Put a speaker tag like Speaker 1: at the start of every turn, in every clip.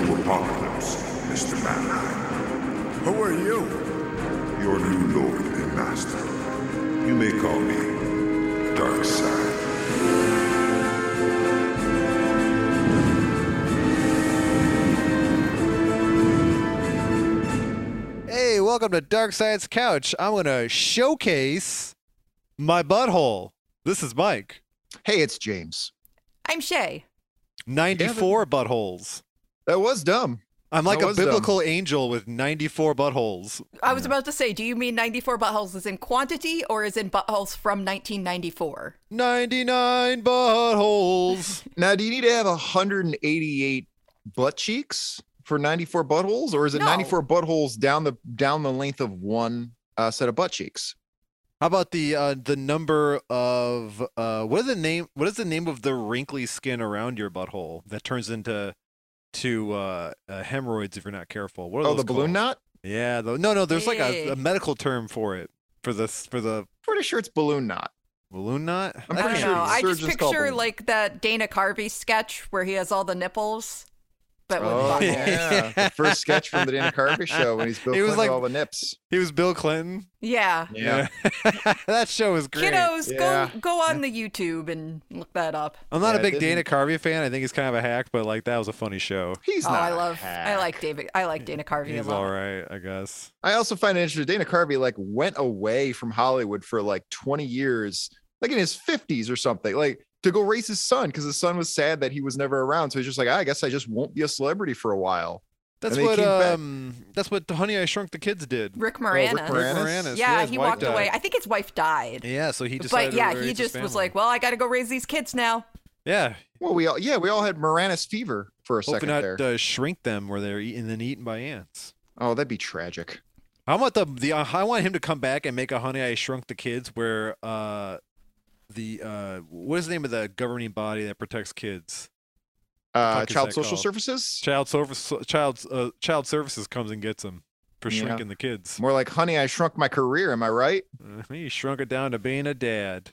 Speaker 1: apocalypse, Mr. Mannheim.
Speaker 2: Who are you?
Speaker 1: Your new lord and master. You may call me Darkseid.
Speaker 3: Hey, welcome to Dark Science Couch. I'm going to showcase my butthole. This is Mike.
Speaker 4: Hey, it's James.
Speaker 5: I'm Shay.
Speaker 3: 94 buttholes.
Speaker 4: That was dumb.
Speaker 3: I'm like
Speaker 4: That
Speaker 3: a
Speaker 4: was dumb.
Speaker 3: biblical angel with 94 buttholes.
Speaker 5: I was about to say, do you mean 94 buttholes is in quantity or is in buttholes from 1994?
Speaker 3: 99 buttholes.
Speaker 4: Now, do you need to have 188 butt cheeks for 94 buttholes, or is it
Speaker 5: No.
Speaker 4: 94 buttholes down the down the length of one uh, set of butt cheeks?
Speaker 3: How about the uh, the number of uh, what is the name what is the name of the wrinkly skin around your butthole that turns into to uh, uh, hemorrhoids if you're not careful? What are
Speaker 4: Oh,
Speaker 3: those
Speaker 4: the balloon
Speaker 3: called?
Speaker 4: knot.
Speaker 3: Yeah, the, no, no. There's like a,
Speaker 5: Yeah.
Speaker 3: a medical term for it for this for the
Speaker 4: Pretty sure it's balloon knot.
Speaker 3: balloon knot.
Speaker 4: I'm
Speaker 5: I
Speaker 4: pretty
Speaker 5: don't
Speaker 4: sure
Speaker 5: know. I just
Speaker 4: surgeons call
Speaker 5: picture
Speaker 4: balloons.
Speaker 5: like that Dana Carvey sketch where he has all the nipples, but with
Speaker 4: Oh
Speaker 5: buttholes.
Speaker 3: yeah.
Speaker 5: Yeah.
Speaker 4: yeah, the first sketch from the Dana Carvey show when he's Bill
Speaker 3: It was
Speaker 4: Clinton
Speaker 3: like-
Speaker 4: all the nips.
Speaker 3: He was Bill Clinton. Yeah. that show was great.
Speaker 5: Kiddos,
Speaker 4: Yeah.
Speaker 5: go go on the YouTube and look that up.
Speaker 3: I'm not a
Speaker 4: Yeah, it
Speaker 3: big Dana
Speaker 4: didn't-
Speaker 3: Carvey fan. I think he's kind of a hack, but like that was a funny show.
Speaker 4: he's
Speaker 5: oh,
Speaker 4: not.
Speaker 5: I
Speaker 4: a
Speaker 5: love, I
Speaker 4: hack.
Speaker 5: like David, I like Dana Carvey a
Speaker 3: He's
Speaker 5: lot.
Speaker 3: all right, I guess.
Speaker 4: I also find it interesting. Dana Carvey like went away from Hollywood for like 20 years, like in his 50s or something, like to go raise his son because his son was sad that he was never around. So he's just like, "Ah, I guess I just won't be a celebrity for a while.
Speaker 3: That's
Speaker 4: And they
Speaker 3: what
Speaker 4: came back. Oh,
Speaker 3: um that's what Honey I Shrunk the Kids did.
Speaker 5: Rick
Speaker 4: Rick
Speaker 5: Moranis.
Speaker 4: Moranis?
Speaker 3: Oh, Moranis,
Speaker 5: Yeah,
Speaker 3: his
Speaker 5: he
Speaker 3: wife
Speaker 5: walked
Speaker 3: died.
Speaker 5: away. I think his wife died.
Speaker 3: Yeah, so he decided.
Speaker 5: But
Speaker 3: to
Speaker 5: yeah,
Speaker 3: raise
Speaker 5: he
Speaker 3: his
Speaker 5: just was
Speaker 3: family.
Speaker 5: like, well, I got to go raise these kids now.
Speaker 3: yeah,
Speaker 4: Well, we all, yeah, we all had Moranis fever for a
Speaker 3: hopefully
Speaker 4: second
Speaker 3: not
Speaker 4: there.
Speaker 3: uh, shrink them where they're eaten then eaten by ants.
Speaker 4: oh, that'd be tragic.
Speaker 3: I want the the uh, I want him to come back and make a Honey I Shrunk the Kids where uh the uh what is the name of the governing body that protects kids?
Speaker 4: Uh,
Speaker 3: fuck is
Speaker 4: child
Speaker 3: that
Speaker 4: social
Speaker 3: called?
Speaker 4: services,
Speaker 3: Child service child uh, child services comes and gets him for
Speaker 4: Yeah.
Speaker 3: shrinking the kids.
Speaker 4: more like, honey, I shrunk my career. Am I right?
Speaker 3: Uh, He shrunk it down to being a dad.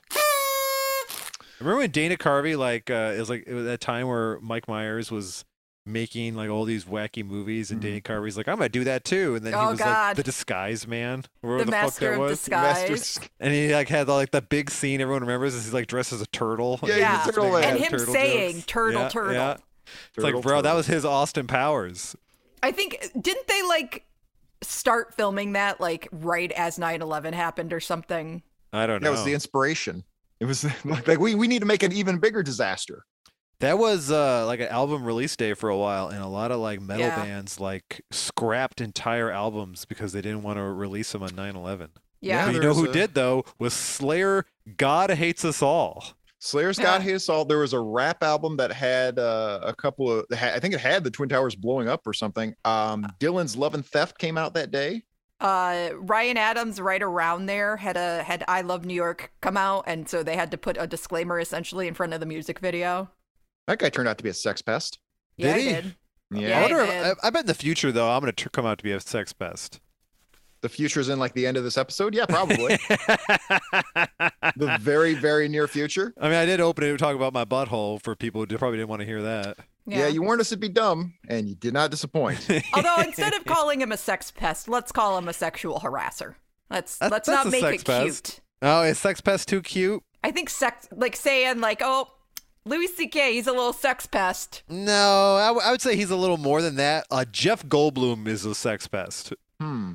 Speaker 3: Remember when Dana Carvey like uh, it was like it was that time where Mike Myers was making like all these wacky movies, and Dana Carvey's like, "I'm gonna do that too," and then he
Speaker 5: Mm-hmm. Oh,
Speaker 3: was like
Speaker 5: God.
Speaker 3: the Disguise Man, or whatever
Speaker 5: the,
Speaker 3: the, fuck
Speaker 5: master
Speaker 3: that
Speaker 5: of
Speaker 3: was.
Speaker 5: disguise.
Speaker 4: Master-
Speaker 3: And he like had like the big scene everyone remembers is he's like dressed as a turtle.
Speaker 4: Yeah,
Speaker 3: he
Speaker 5: he's a
Speaker 3: just
Speaker 4: turtle
Speaker 3: makes
Speaker 4: head.
Speaker 5: and
Speaker 3: all
Speaker 5: him
Speaker 3: turtle
Speaker 5: saying
Speaker 3: jokes.
Speaker 5: turtle
Speaker 3: Yeah,
Speaker 5: turtle
Speaker 3: yeah. It's like,
Speaker 4: Turtle,
Speaker 3: bro, that
Speaker 4: turtle.
Speaker 3: was his Austin Powers.
Speaker 5: i think didn't they like start filming that like right as 9-11 happened or something
Speaker 3: I don't know.
Speaker 4: that was the inspiration. It was like, like we, we need to make an even bigger disaster.
Speaker 3: That was uh, like an album release day for a while, and a lot of like metal
Speaker 5: Yeah.
Speaker 3: bands like scrapped entire albums because they didn't want to release them on 9/11.
Speaker 5: yeah,
Speaker 3: But you
Speaker 4: there
Speaker 3: know
Speaker 4: was
Speaker 3: who
Speaker 4: a-
Speaker 3: did though was Slayer. God hates us all.
Speaker 4: Slayer Scott Hate Us All. There was a rap album that had uh, a couple of, that had- I think it had the Twin Towers blowing up or something.
Speaker 5: Ah.
Speaker 4: Um, Dylan's Love and Theft came out that day.
Speaker 5: uh ryan adams right around there had a had i love new york come out and so they had to put a disclaimer essentially in front of the music video
Speaker 4: That guy turned out to be a sex pest.
Speaker 5: yeah
Speaker 3: Did he?
Speaker 5: I did.
Speaker 3: I
Speaker 5: Yeah.
Speaker 3: wonder.
Speaker 5: they
Speaker 3: If, I, I bet in the future though, I'm gonna tr- come out to be a sex pest.
Speaker 4: The future's in like the end of this episode. Yeah, probably. the very, very near future.
Speaker 3: I mean, I did open it to talk about my butthole for people who d- probably didn't want to hear that.
Speaker 4: Yeah.
Speaker 5: yeah,
Speaker 4: you warned us it'd be dumb, and you did not disappoint.
Speaker 5: although instead of calling him a sex pest let's call him a sexual harasser let's
Speaker 3: That's- that's
Speaker 5: let's not
Speaker 3: a
Speaker 5: make
Speaker 3: sex
Speaker 5: it
Speaker 3: pest.
Speaker 5: cute
Speaker 3: Oh, is sex pest too cute?
Speaker 5: i think sex like saying like oh louis ck he's a little sex pest
Speaker 3: No, I, w- I would say he's a little more than that. Uh, Jeff Goldblum is a sex pest.
Speaker 4: hmm.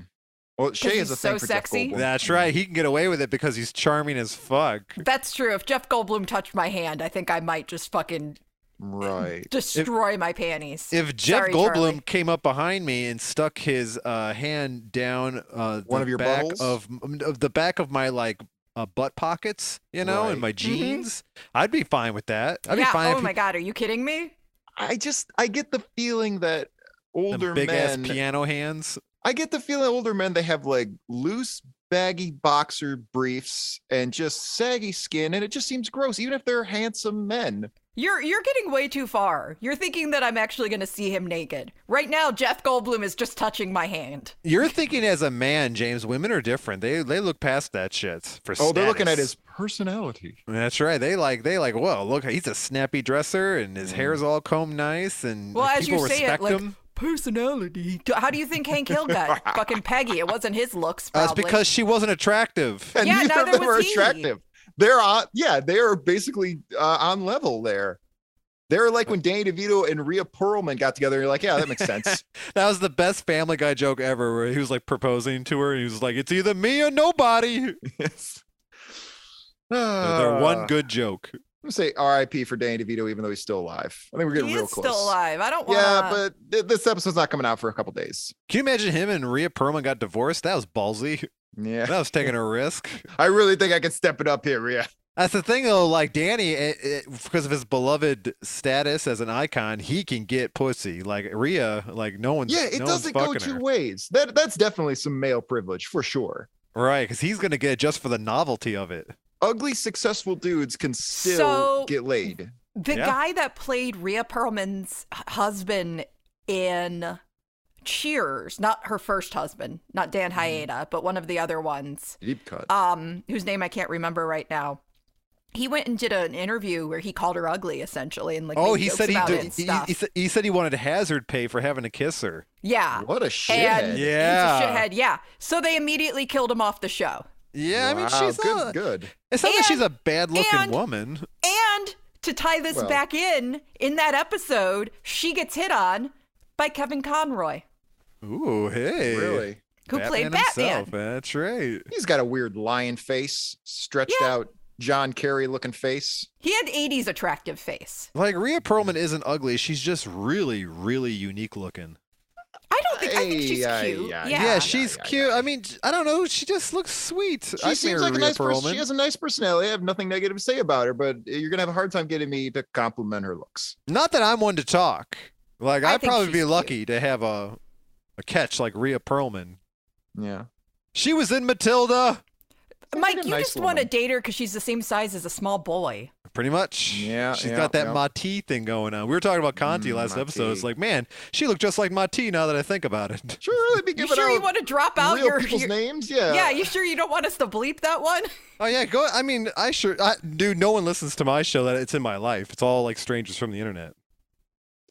Speaker 4: Well, Shay is
Speaker 5: he's
Speaker 4: a thing
Speaker 5: so
Speaker 4: for Jeff
Speaker 5: sexy.
Speaker 4: Goldblum.
Speaker 3: That's right. He can get away with it because he's charming as fuck.
Speaker 5: That's true. If Jeff Goldblum touched my hand, I think I might just fucking
Speaker 4: Right.
Speaker 5: destroy my panties.
Speaker 3: If Jeff
Speaker 5: Sorry,
Speaker 3: Goldblum
Speaker 5: Charlie.
Speaker 3: came up behind me and stuck his uh, hand down uh, the
Speaker 4: One of your
Speaker 3: back
Speaker 4: buttholes?
Speaker 3: of, m- of the back of my like uh, butt pockets, you know, and
Speaker 4: Right.
Speaker 3: my jeans, I'd be fine with that. I'd
Speaker 5: Mm-hmm. yeah,
Speaker 3: be fine.
Speaker 5: oh
Speaker 3: if
Speaker 5: my god, are you kidding me?
Speaker 4: I just, I get the feeling that
Speaker 3: he,
Speaker 4: older
Speaker 3: big ass
Speaker 4: men
Speaker 3: piano hands.
Speaker 4: I get the feeling older men they have like loose baggy boxer briefs and just saggy skin and it just seems gross even if they're handsome men.
Speaker 5: You're you're getting way too far. You're thinking that I'm actually going to see him naked. Right now, Jeff Goldblum is just touching my hand.
Speaker 3: You're thinking as a man, James. Women are different. They they look past that shit for.
Speaker 4: Oh, they're looking at
Speaker 3: status.
Speaker 4: his personality.
Speaker 3: That's right. They like they like.
Speaker 4: Mm.
Speaker 3: Whoa, look, he's a snappy dresser, and his hair's all combed nice, and
Speaker 5: Well, as you
Speaker 3: Mm, people
Speaker 5: say
Speaker 3: respect
Speaker 5: it, like
Speaker 3: him.
Speaker 5: personality. How do you think Hank Hill got fucking Peggy? It wasn't his looks.
Speaker 3: That's
Speaker 5: probably.
Speaker 3: because she wasn't attractive.
Speaker 4: and neither
Speaker 5: Yeah,
Speaker 4: of
Speaker 5: neither
Speaker 4: them
Speaker 5: was
Speaker 4: are
Speaker 5: he.
Speaker 4: attractive. They're on, yeah, they are basically uh, on level there. They're like when Danny DeVito and Rhea Perlman got together. You're like, yeah, that makes sense.
Speaker 3: That was the best Family Guy joke ever, where he was like proposing to her, and he was like, "It's either me or nobody."
Speaker 4: yes.
Speaker 3: They're- They're one
Speaker 4: Uh,
Speaker 3: good joke.
Speaker 4: I'm gonna say R.I.P. for Danny DeVito, even though he's still alive. I think we're getting
Speaker 5: he
Speaker 4: real
Speaker 5: is
Speaker 4: close.
Speaker 5: still alive. I don't want.
Speaker 4: Yeah, but th- this episode's not coming out for a couple days.
Speaker 3: Can you imagine him and Rhea Perlman got divorced? That was ballsy.
Speaker 4: Yeah,
Speaker 3: That was taking a risk.
Speaker 4: I really think I can step it up here, Rhea.
Speaker 3: That's the thing, though. Like Danny, it, it, because of his beloved status as an icon, he can get pussy. Like Rhea, like no one's.
Speaker 4: Yeah,
Speaker 3: no
Speaker 4: it
Speaker 3: one's
Speaker 4: doesn't go
Speaker 3: fucking
Speaker 4: two
Speaker 3: her.
Speaker 4: ways. That that's definitely some male privilege for sure.
Speaker 3: Right, because he's gonna get it just for the novelty of it.
Speaker 4: Ugly, successful dudes can still
Speaker 5: So-
Speaker 4: get laid.
Speaker 5: The
Speaker 3: Yeah.
Speaker 5: guy that played Rhea Perlman's h- husband in Cheers, not her first husband, not Dan
Speaker 3: Mm-hmm.
Speaker 5: Hyeda, but one of the other ones,
Speaker 4: Deep cut.
Speaker 5: um, whose name I can't remember right now. He went and did an interview where he called her ugly, essentially, and like
Speaker 3: oh,
Speaker 5: made
Speaker 3: he
Speaker 5: jokes
Speaker 3: said he,
Speaker 5: about
Speaker 3: did-
Speaker 5: it and
Speaker 3: he, he,
Speaker 5: stuff.
Speaker 3: he said- he said he wanted hazard pay for having to kiss her.
Speaker 5: yeah,
Speaker 4: what a
Speaker 5: uh, and
Speaker 4: shithead.
Speaker 3: Yeah.
Speaker 5: he's a shithead. Yeah, so they immediately killed him off the show.
Speaker 3: Yeah, I mean,
Speaker 4: Wow,
Speaker 3: she's
Speaker 4: good.
Speaker 3: not.
Speaker 4: Good.
Speaker 3: It's not that she's
Speaker 5: And-
Speaker 3: a bad-looking
Speaker 5: and-
Speaker 3: woman.
Speaker 5: And to tie this
Speaker 4: Well-
Speaker 5: back in, in that episode, she gets hit on by Kevin Conroy,
Speaker 3: Ooh, hey,
Speaker 4: Really,
Speaker 5: who
Speaker 3: Batman
Speaker 5: played Batman.
Speaker 3: himself, That's right.
Speaker 4: he's got a weird lion face, stretched
Speaker 5: Yeah.
Speaker 4: out John Kerry looking face.
Speaker 5: He had 80s attractive face.
Speaker 3: Like Rhea Perlman isn't ugly. She's just really, really unique looking.
Speaker 5: I don't think I think she's
Speaker 4: Ay,
Speaker 5: cute.
Speaker 4: ay, ay,
Speaker 5: yeah.
Speaker 3: Yeah,
Speaker 4: Ah, Yeah,
Speaker 3: she's
Speaker 4: yeah,
Speaker 3: cute. I mean, j- I don't know. She just looks sweet.
Speaker 4: She
Speaker 3: I'd
Speaker 4: seems
Speaker 3: marry
Speaker 4: like a
Speaker 3: Rhea
Speaker 4: nice person.
Speaker 3: Perlman.
Speaker 4: She has a nice personality. I have nothing negative to say about her, but you're gonna have a hard time getting me to compliment her looks.
Speaker 3: Not that I'm one to talk. Like
Speaker 5: I
Speaker 3: I'd
Speaker 5: think
Speaker 3: probably
Speaker 5: she's
Speaker 3: be
Speaker 5: cute.
Speaker 3: lucky to have a a catch like Rhea Perlman.
Speaker 4: Yeah.
Speaker 3: She was in Matilda,
Speaker 4: Seems
Speaker 5: Mike,
Speaker 4: like a
Speaker 5: you
Speaker 4: nice
Speaker 5: just want to
Speaker 4: woman.
Speaker 5: date her because she's the same size as a small boy.
Speaker 3: pretty much.
Speaker 4: Yeah,
Speaker 3: she's
Speaker 4: yeah,
Speaker 3: got that
Speaker 4: yeah.
Speaker 3: Mati thing going on. We were talking about Conti
Speaker 4: Mm,
Speaker 3: last episode. It's
Speaker 4: Mati.
Speaker 3: like, man, she looked just like Mati. Now that I think about it,
Speaker 4: Should really be
Speaker 5: You
Speaker 4: giving
Speaker 5: sure you
Speaker 4: out
Speaker 5: want to drop out
Speaker 4: uh, real
Speaker 5: your,
Speaker 4: people's uh,
Speaker 5: your-
Speaker 4: names? Yeah.
Speaker 5: Yeah, you sure you don't want us to bleep that one?
Speaker 3: oh yeah, go. I mean, I sure, I, dude. No one listens to my show. That it's in my life. It's all like strangers from the internet.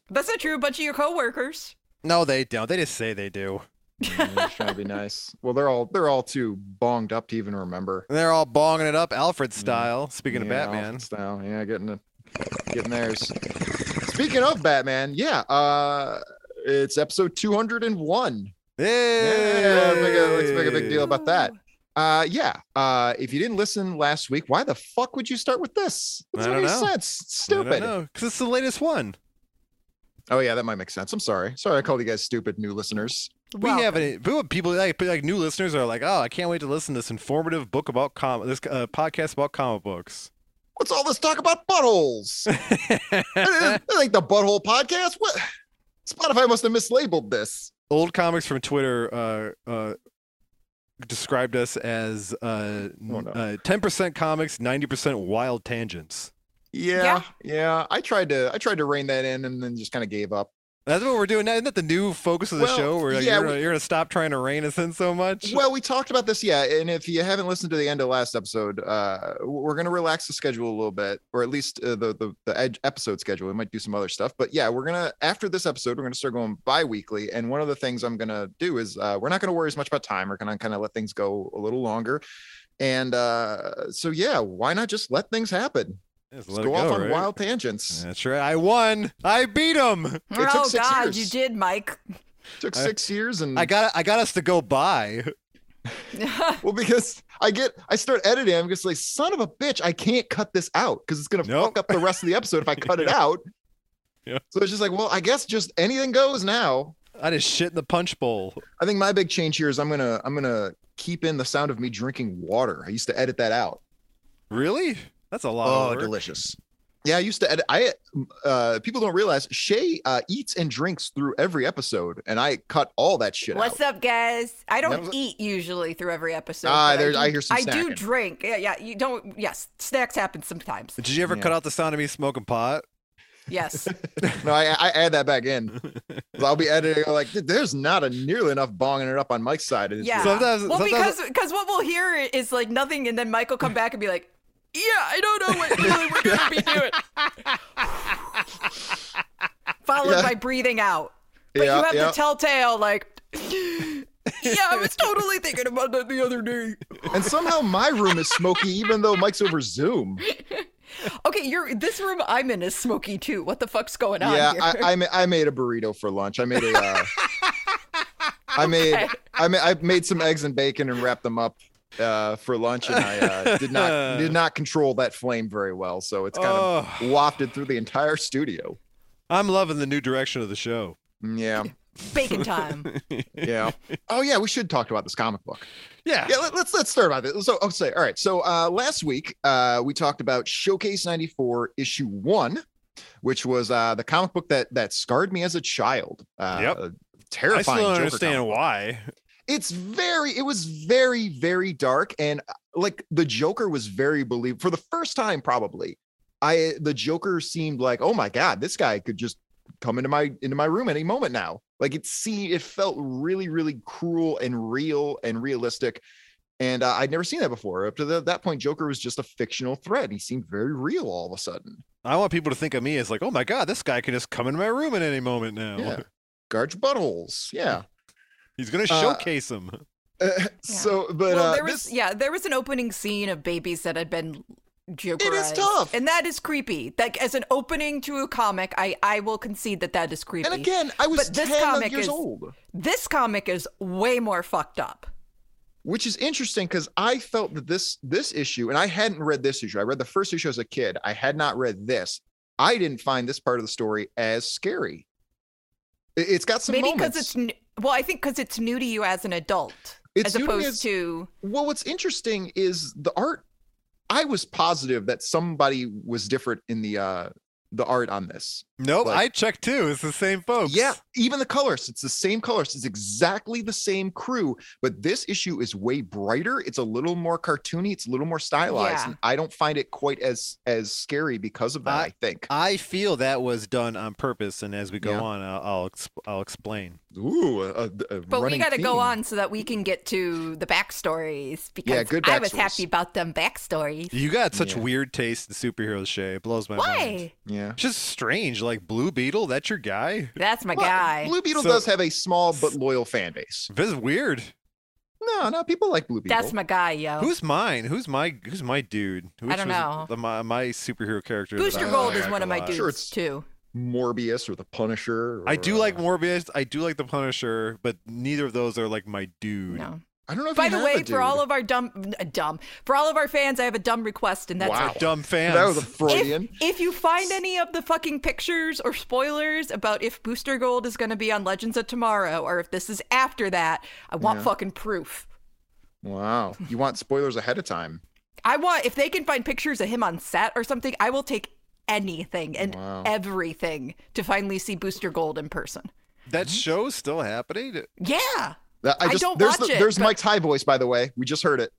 Speaker 5: That's not true. A bunch of your coworkers.
Speaker 3: No, they don't. They just say they do.
Speaker 4: Mm, just trying to be nice. Well, they're all they're all too bonged up to even remember.
Speaker 3: And they're all bonging it up Alfred style. Speaking of
Speaker 4: Mm. Yeah, all
Speaker 3: Batman,
Speaker 4: style. Yeah, getting the getting theirs. Speaking of Batman, yeah, uh, it's episode 201. Yeah, let's make a, let's make a big deal about that. Uh, yeah. Uh, if you didn't listen last week, why the fuck would you start with this?
Speaker 3: I
Speaker 4: That doesn't make
Speaker 3: don't
Speaker 4: any
Speaker 3: know.
Speaker 4: sense. It's Stupid.
Speaker 3: because it's the latest one.
Speaker 4: Oh yeah, that might make sense. I'm sorry. Sorry, I called you guys stupid, new listeners.
Speaker 5: Well,
Speaker 3: we haven't. but People like like new listeners are like, oh, I can't wait to listen to this informative book about com this uh, podcast about comic books.
Speaker 4: What's all this talk about buttholes? I think the butthole podcast. What? Spotify must have mislabeled this.
Speaker 3: Old comics from Twitter uh, uh, described us as ten uh,
Speaker 4: Oh, no.
Speaker 3: percent comics, ninety percent wild tangents.
Speaker 4: Yeah, yeah, I tried to, I tried to rein that in, and then just kind of gave up.
Speaker 3: That's what we're doing now. Isn't that the new focus of the
Speaker 4: Well,
Speaker 3: show? Where like,
Speaker 4: yeah,
Speaker 3: you're,
Speaker 4: we-
Speaker 3: gonna, you're gonna stop trying to rein us in so much.
Speaker 4: Well, we talked about this, yeah. And if you haven't listened to the end of last episode, uh, we're gonna relax the schedule a little bit, or at least uh, the the the ed- episode schedule. We might do some other stuff, but yeah, we're gonna after this episode, we're gonna start going bi-weekly. And one of the things I'm gonna do is uh, we're not gonna worry as much about time. We're gonna kind of let things go a little longer. And uh, so yeah, why not just let things happen?
Speaker 3: Just
Speaker 4: Just
Speaker 3: let
Speaker 4: go,
Speaker 3: it
Speaker 4: off on
Speaker 3: right?
Speaker 4: wild tangents.
Speaker 3: That's right. I won. I beat him.
Speaker 4: took
Speaker 5: oh
Speaker 4: six
Speaker 5: God,
Speaker 4: years.
Speaker 5: you did, Mike.
Speaker 4: Took
Speaker 3: I-
Speaker 4: six years, and
Speaker 3: I got. I got us to go by.
Speaker 4: Well, because I get, I start editing. I'm just like, son of a bitch, I can't cut this out because it's gonna
Speaker 3: Nope.
Speaker 4: fuck up the rest of the episode if I cut it out.
Speaker 3: Yeah.
Speaker 4: So it's just like, well, I guess just anything goes now.
Speaker 3: I just shit in the punch bowl.
Speaker 4: I think my big change here is I'm gonna, I'm gonna keep in the sound of me drinking water. I used to edit that out.
Speaker 3: Really? That's a lot.
Speaker 4: Oh,
Speaker 3: of work.
Speaker 4: delicious. Yeah, I used to edit. I uh, people don't realize Shay uh, eats and drinks through every episode, and I cut all that shit out.
Speaker 5: What's up, guys? I don't
Speaker 4: Never-
Speaker 5: eat usually through every episode.
Speaker 4: Ah,
Speaker 5: but
Speaker 4: there's-
Speaker 5: do,
Speaker 4: I hear some
Speaker 5: I do
Speaker 4: snacking.
Speaker 5: drink. Yeah, yeah. You don't. Yes, snacks happen sometimes.
Speaker 3: Did you ever
Speaker 4: Yeah.
Speaker 3: cut out the sound of me smoking pot?
Speaker 5: Yes.
Speaker 4: No, I, I add that back in. 'Cause I'll be editing like there's not a nearly enough bonging it up on Mike's side. of this
Speaker 5: Yeah.
Speaker 3: Sometimes-
Speaker 5: well,
Speaker 3: sometimes-
Speaker 5: because because what we'll hear is like nothing, and then Mike will come back and be like, "Yeah, I don't know what really we're gonna be doing." Followed
Speaker 4: Yeah.
Speaker 5: by breathing out. But
Speaker 4: Yeah,
Speaker 5: you have
Speaker 4: yeah.
Speaker 5: the telltale, like, yeah, I was totally thinking about that the other day.
Speaker 4: And somehow my room is smoky, even though Mike's over Zoom.
Speaker 5: Okay, you're this room I'm in is smoky too. What the fuck's going on
Speaker 4: yeah,
Speaker 5: here?
Speaker 4: I, I, ma- I made a burrito for lunch. I made a. Uh, I made I made I made some eggs and bacon and wrapped them up uh, for lunch, and I uh, did not did not control that flame very well, so it's kind
Speaker 3: Oh.
Speaker 4: of wafted through the entire studio.
Speaker 3: I'm loving the new direction of the show.
Speaker 4: Mm, Yeah,
Speaker 5: Bacon time.
Speaker 4: yeah. oh yeah, we should talk about this comic book.
Speaker 3: Yeah.
Speaker 4: Yeah, let, us let's start about this. So, okay, all right. So uh, last week uh, we talked about Showcase '94 issue one, which was uh, the comic book that that scarred me as a child. Uh,
Speaker 3: Yep.
Speaker 4: a
Speaker 3: I
Speaker 4: Terrifying.
Speaker 3: still don't
Speaker 4: Joker comic
Speaker 3: understand
Speaker 4: book.
Speaker 3: why.
Speaker 4: it's very it was very very dark and uh, like the joker was very believable for the first time probably i the joker seemed like oh my god this guy could just come into my into my room any moment now like it see it felt really really cruel and real and realistic and uh, i'd never seen that before up to the, that point joker was just a fictional threat he seemed very real all of a sudden
Speaker 3: I want people to think of me as like, oh my god, this guy can just come into my room at any moment now.
Speaker 4: yeah guard your buttholes yeah
Speaker 3: He's gonna
Speaker 4: Uh,
Speaker 3: showcase him.
Speaker 4: Uh, so but
Speaker 5: well,
Speaker 4: uh,
Speaker 5: there was
Speaker 4: this-
Speaker 5: yeah, there was an opening scene of babies that had been jokerized.
Speaker 4: tough.
Speaker 5: and that is creepy. Like as an opening to a comic, I I will concede that that is creepy.
Speaker 4: and again i was
Speaker 5: But this
Speaker 4: 10
Speaker 5: comic
Speaker 4: years
Speaker 5: is-
Speaker 4: old
Speaker 5: this comic is way more fucked up.
Speaker 4: which is interesting because I felt that this this issue, and I hadn't read this issue. I read the first issue as a kid. I had not read this. I didn't find this part of the story as scary. It- It's got some
Speaker 5: Maybe
Speaker 4: moments.
Speaker 5: because it's n- well, I think because it's new to you as an adult,
Speaker 4: It's
Speaker 5: as
Speaker 4: new to me
Speaker 5: opposed
Speaker 4: as-
Speaker 5: to
Speaker 4: well, what's interesting is the art. I was positive that somebody was different in the uh the art on this.
Speaker 3: Nope,
Speaker 4: like-
Speaker 3: I checked too. It's the same folks.
Speaker 4: Yeah, even the colors. It's the same colors. It's exactly the same crew, but this issue is way brighter. It's a little more cartoony. It's a little more stylized,
Speaker 5: Yeah.
Speaker 4: and I don't find it quite as as scary because of that. I, think.
Speaker 3: I feel that was done on purpose, and as we go
Speaker 4: Yeah.
Speaker 3: on, I'll I'll, exp- I'll explain.
Speaker 4: Ooh, a, a
Speaker 5: But we
Speaker 4: running
Speaker 5: got to go
Speaker 4: theme.
Speaker 5: on so that we can get to the backstories because
Speaker 4: good
Speaker 5: I was
Speaker 4: backstories.
Speaker 5: happy about them backstories.
Speaker 3: You got such
Speaker 4: Yeah.
Speaker 3: weird taste in superheroes, Shay. It blows my mind.
Speaker 5: Why?
Speaker 4: Yeah.
Speaker 3: It's just strange. Like Blue Beetle, that's your guy.
Speaker 5: That's my
Speaker 4: Well,
Speaker 5: guy.
Speaker 4: Blue Beetle
Speaker 3: So-
Speaker 4: does have a small but loyal fan base.
Speaker 3: This is weird.
Speaker 4: No, no, people like Blue Beetle.
Speaker 5: That's my guy, yo.
Speaker 3: Who's mine? Who's my Who's my dude? Who's
Speaker 5: Oh. don't know.
Speaker 3: The, my, my superhero character. that
Speaker 5: Booster
Speaker 3: I
Speaker 5: Gold
Speaker 3: like
Speaker 5: is one
Speaker 3: a
Speaker 5: of my
Speaker 3: lot.
Speaker 5: dudes
Speaker 4: Sure, it's-
Speaker 5: too.
Speaker 4: Morbius or the Punisher.
Speaker 3: I
Speaker 4: or,
Speaker 3: do like
Speaker 4: uh,
Speaker 3: Morbius. I do like the Punisher, but neither of those are like my dude.
Speaker 5: No.
Speaker 4: I don't know. If
Speaker 5: By the way, for all of our dumb, uh, dumb, for all of our fans, I have a dumb request, and that's
Speaker 4: Wow.
Speaker 3: Dumb fans.
Speaker 4: that was a
Speaker 5: if,
Speaker 4: Freudian.
Speaker 5: if you find any of the fucking pictures or spoilers about if Booster Gold is going to be on Legends of Tomorrow or if this is after that, I want
Speaker 4: Yeah.
Speaker 5: fucking proof.
Speaker 4: Wow, you want spoilers ahead of time.
Speaker 5: I want if they can find pictures of him on set or something, I will take anything and
Speaker 4: Wow.
Speaker 5: everything to finally see Booster Gold in person.
Speaker 3: That show's still happening.
Speaker 5: Yeah.
Speaker 4: That- I
Speaker 5: I
Speaker 4: just
Speaker 5: don't
Speaker 4: there's
Speaker 5: watch
Speaker 4: the,
Speaker 5: it,
Speaker 4: there's
Speaker 5: but-
Speaker 4: Mike's high voice by the way. We just heard it.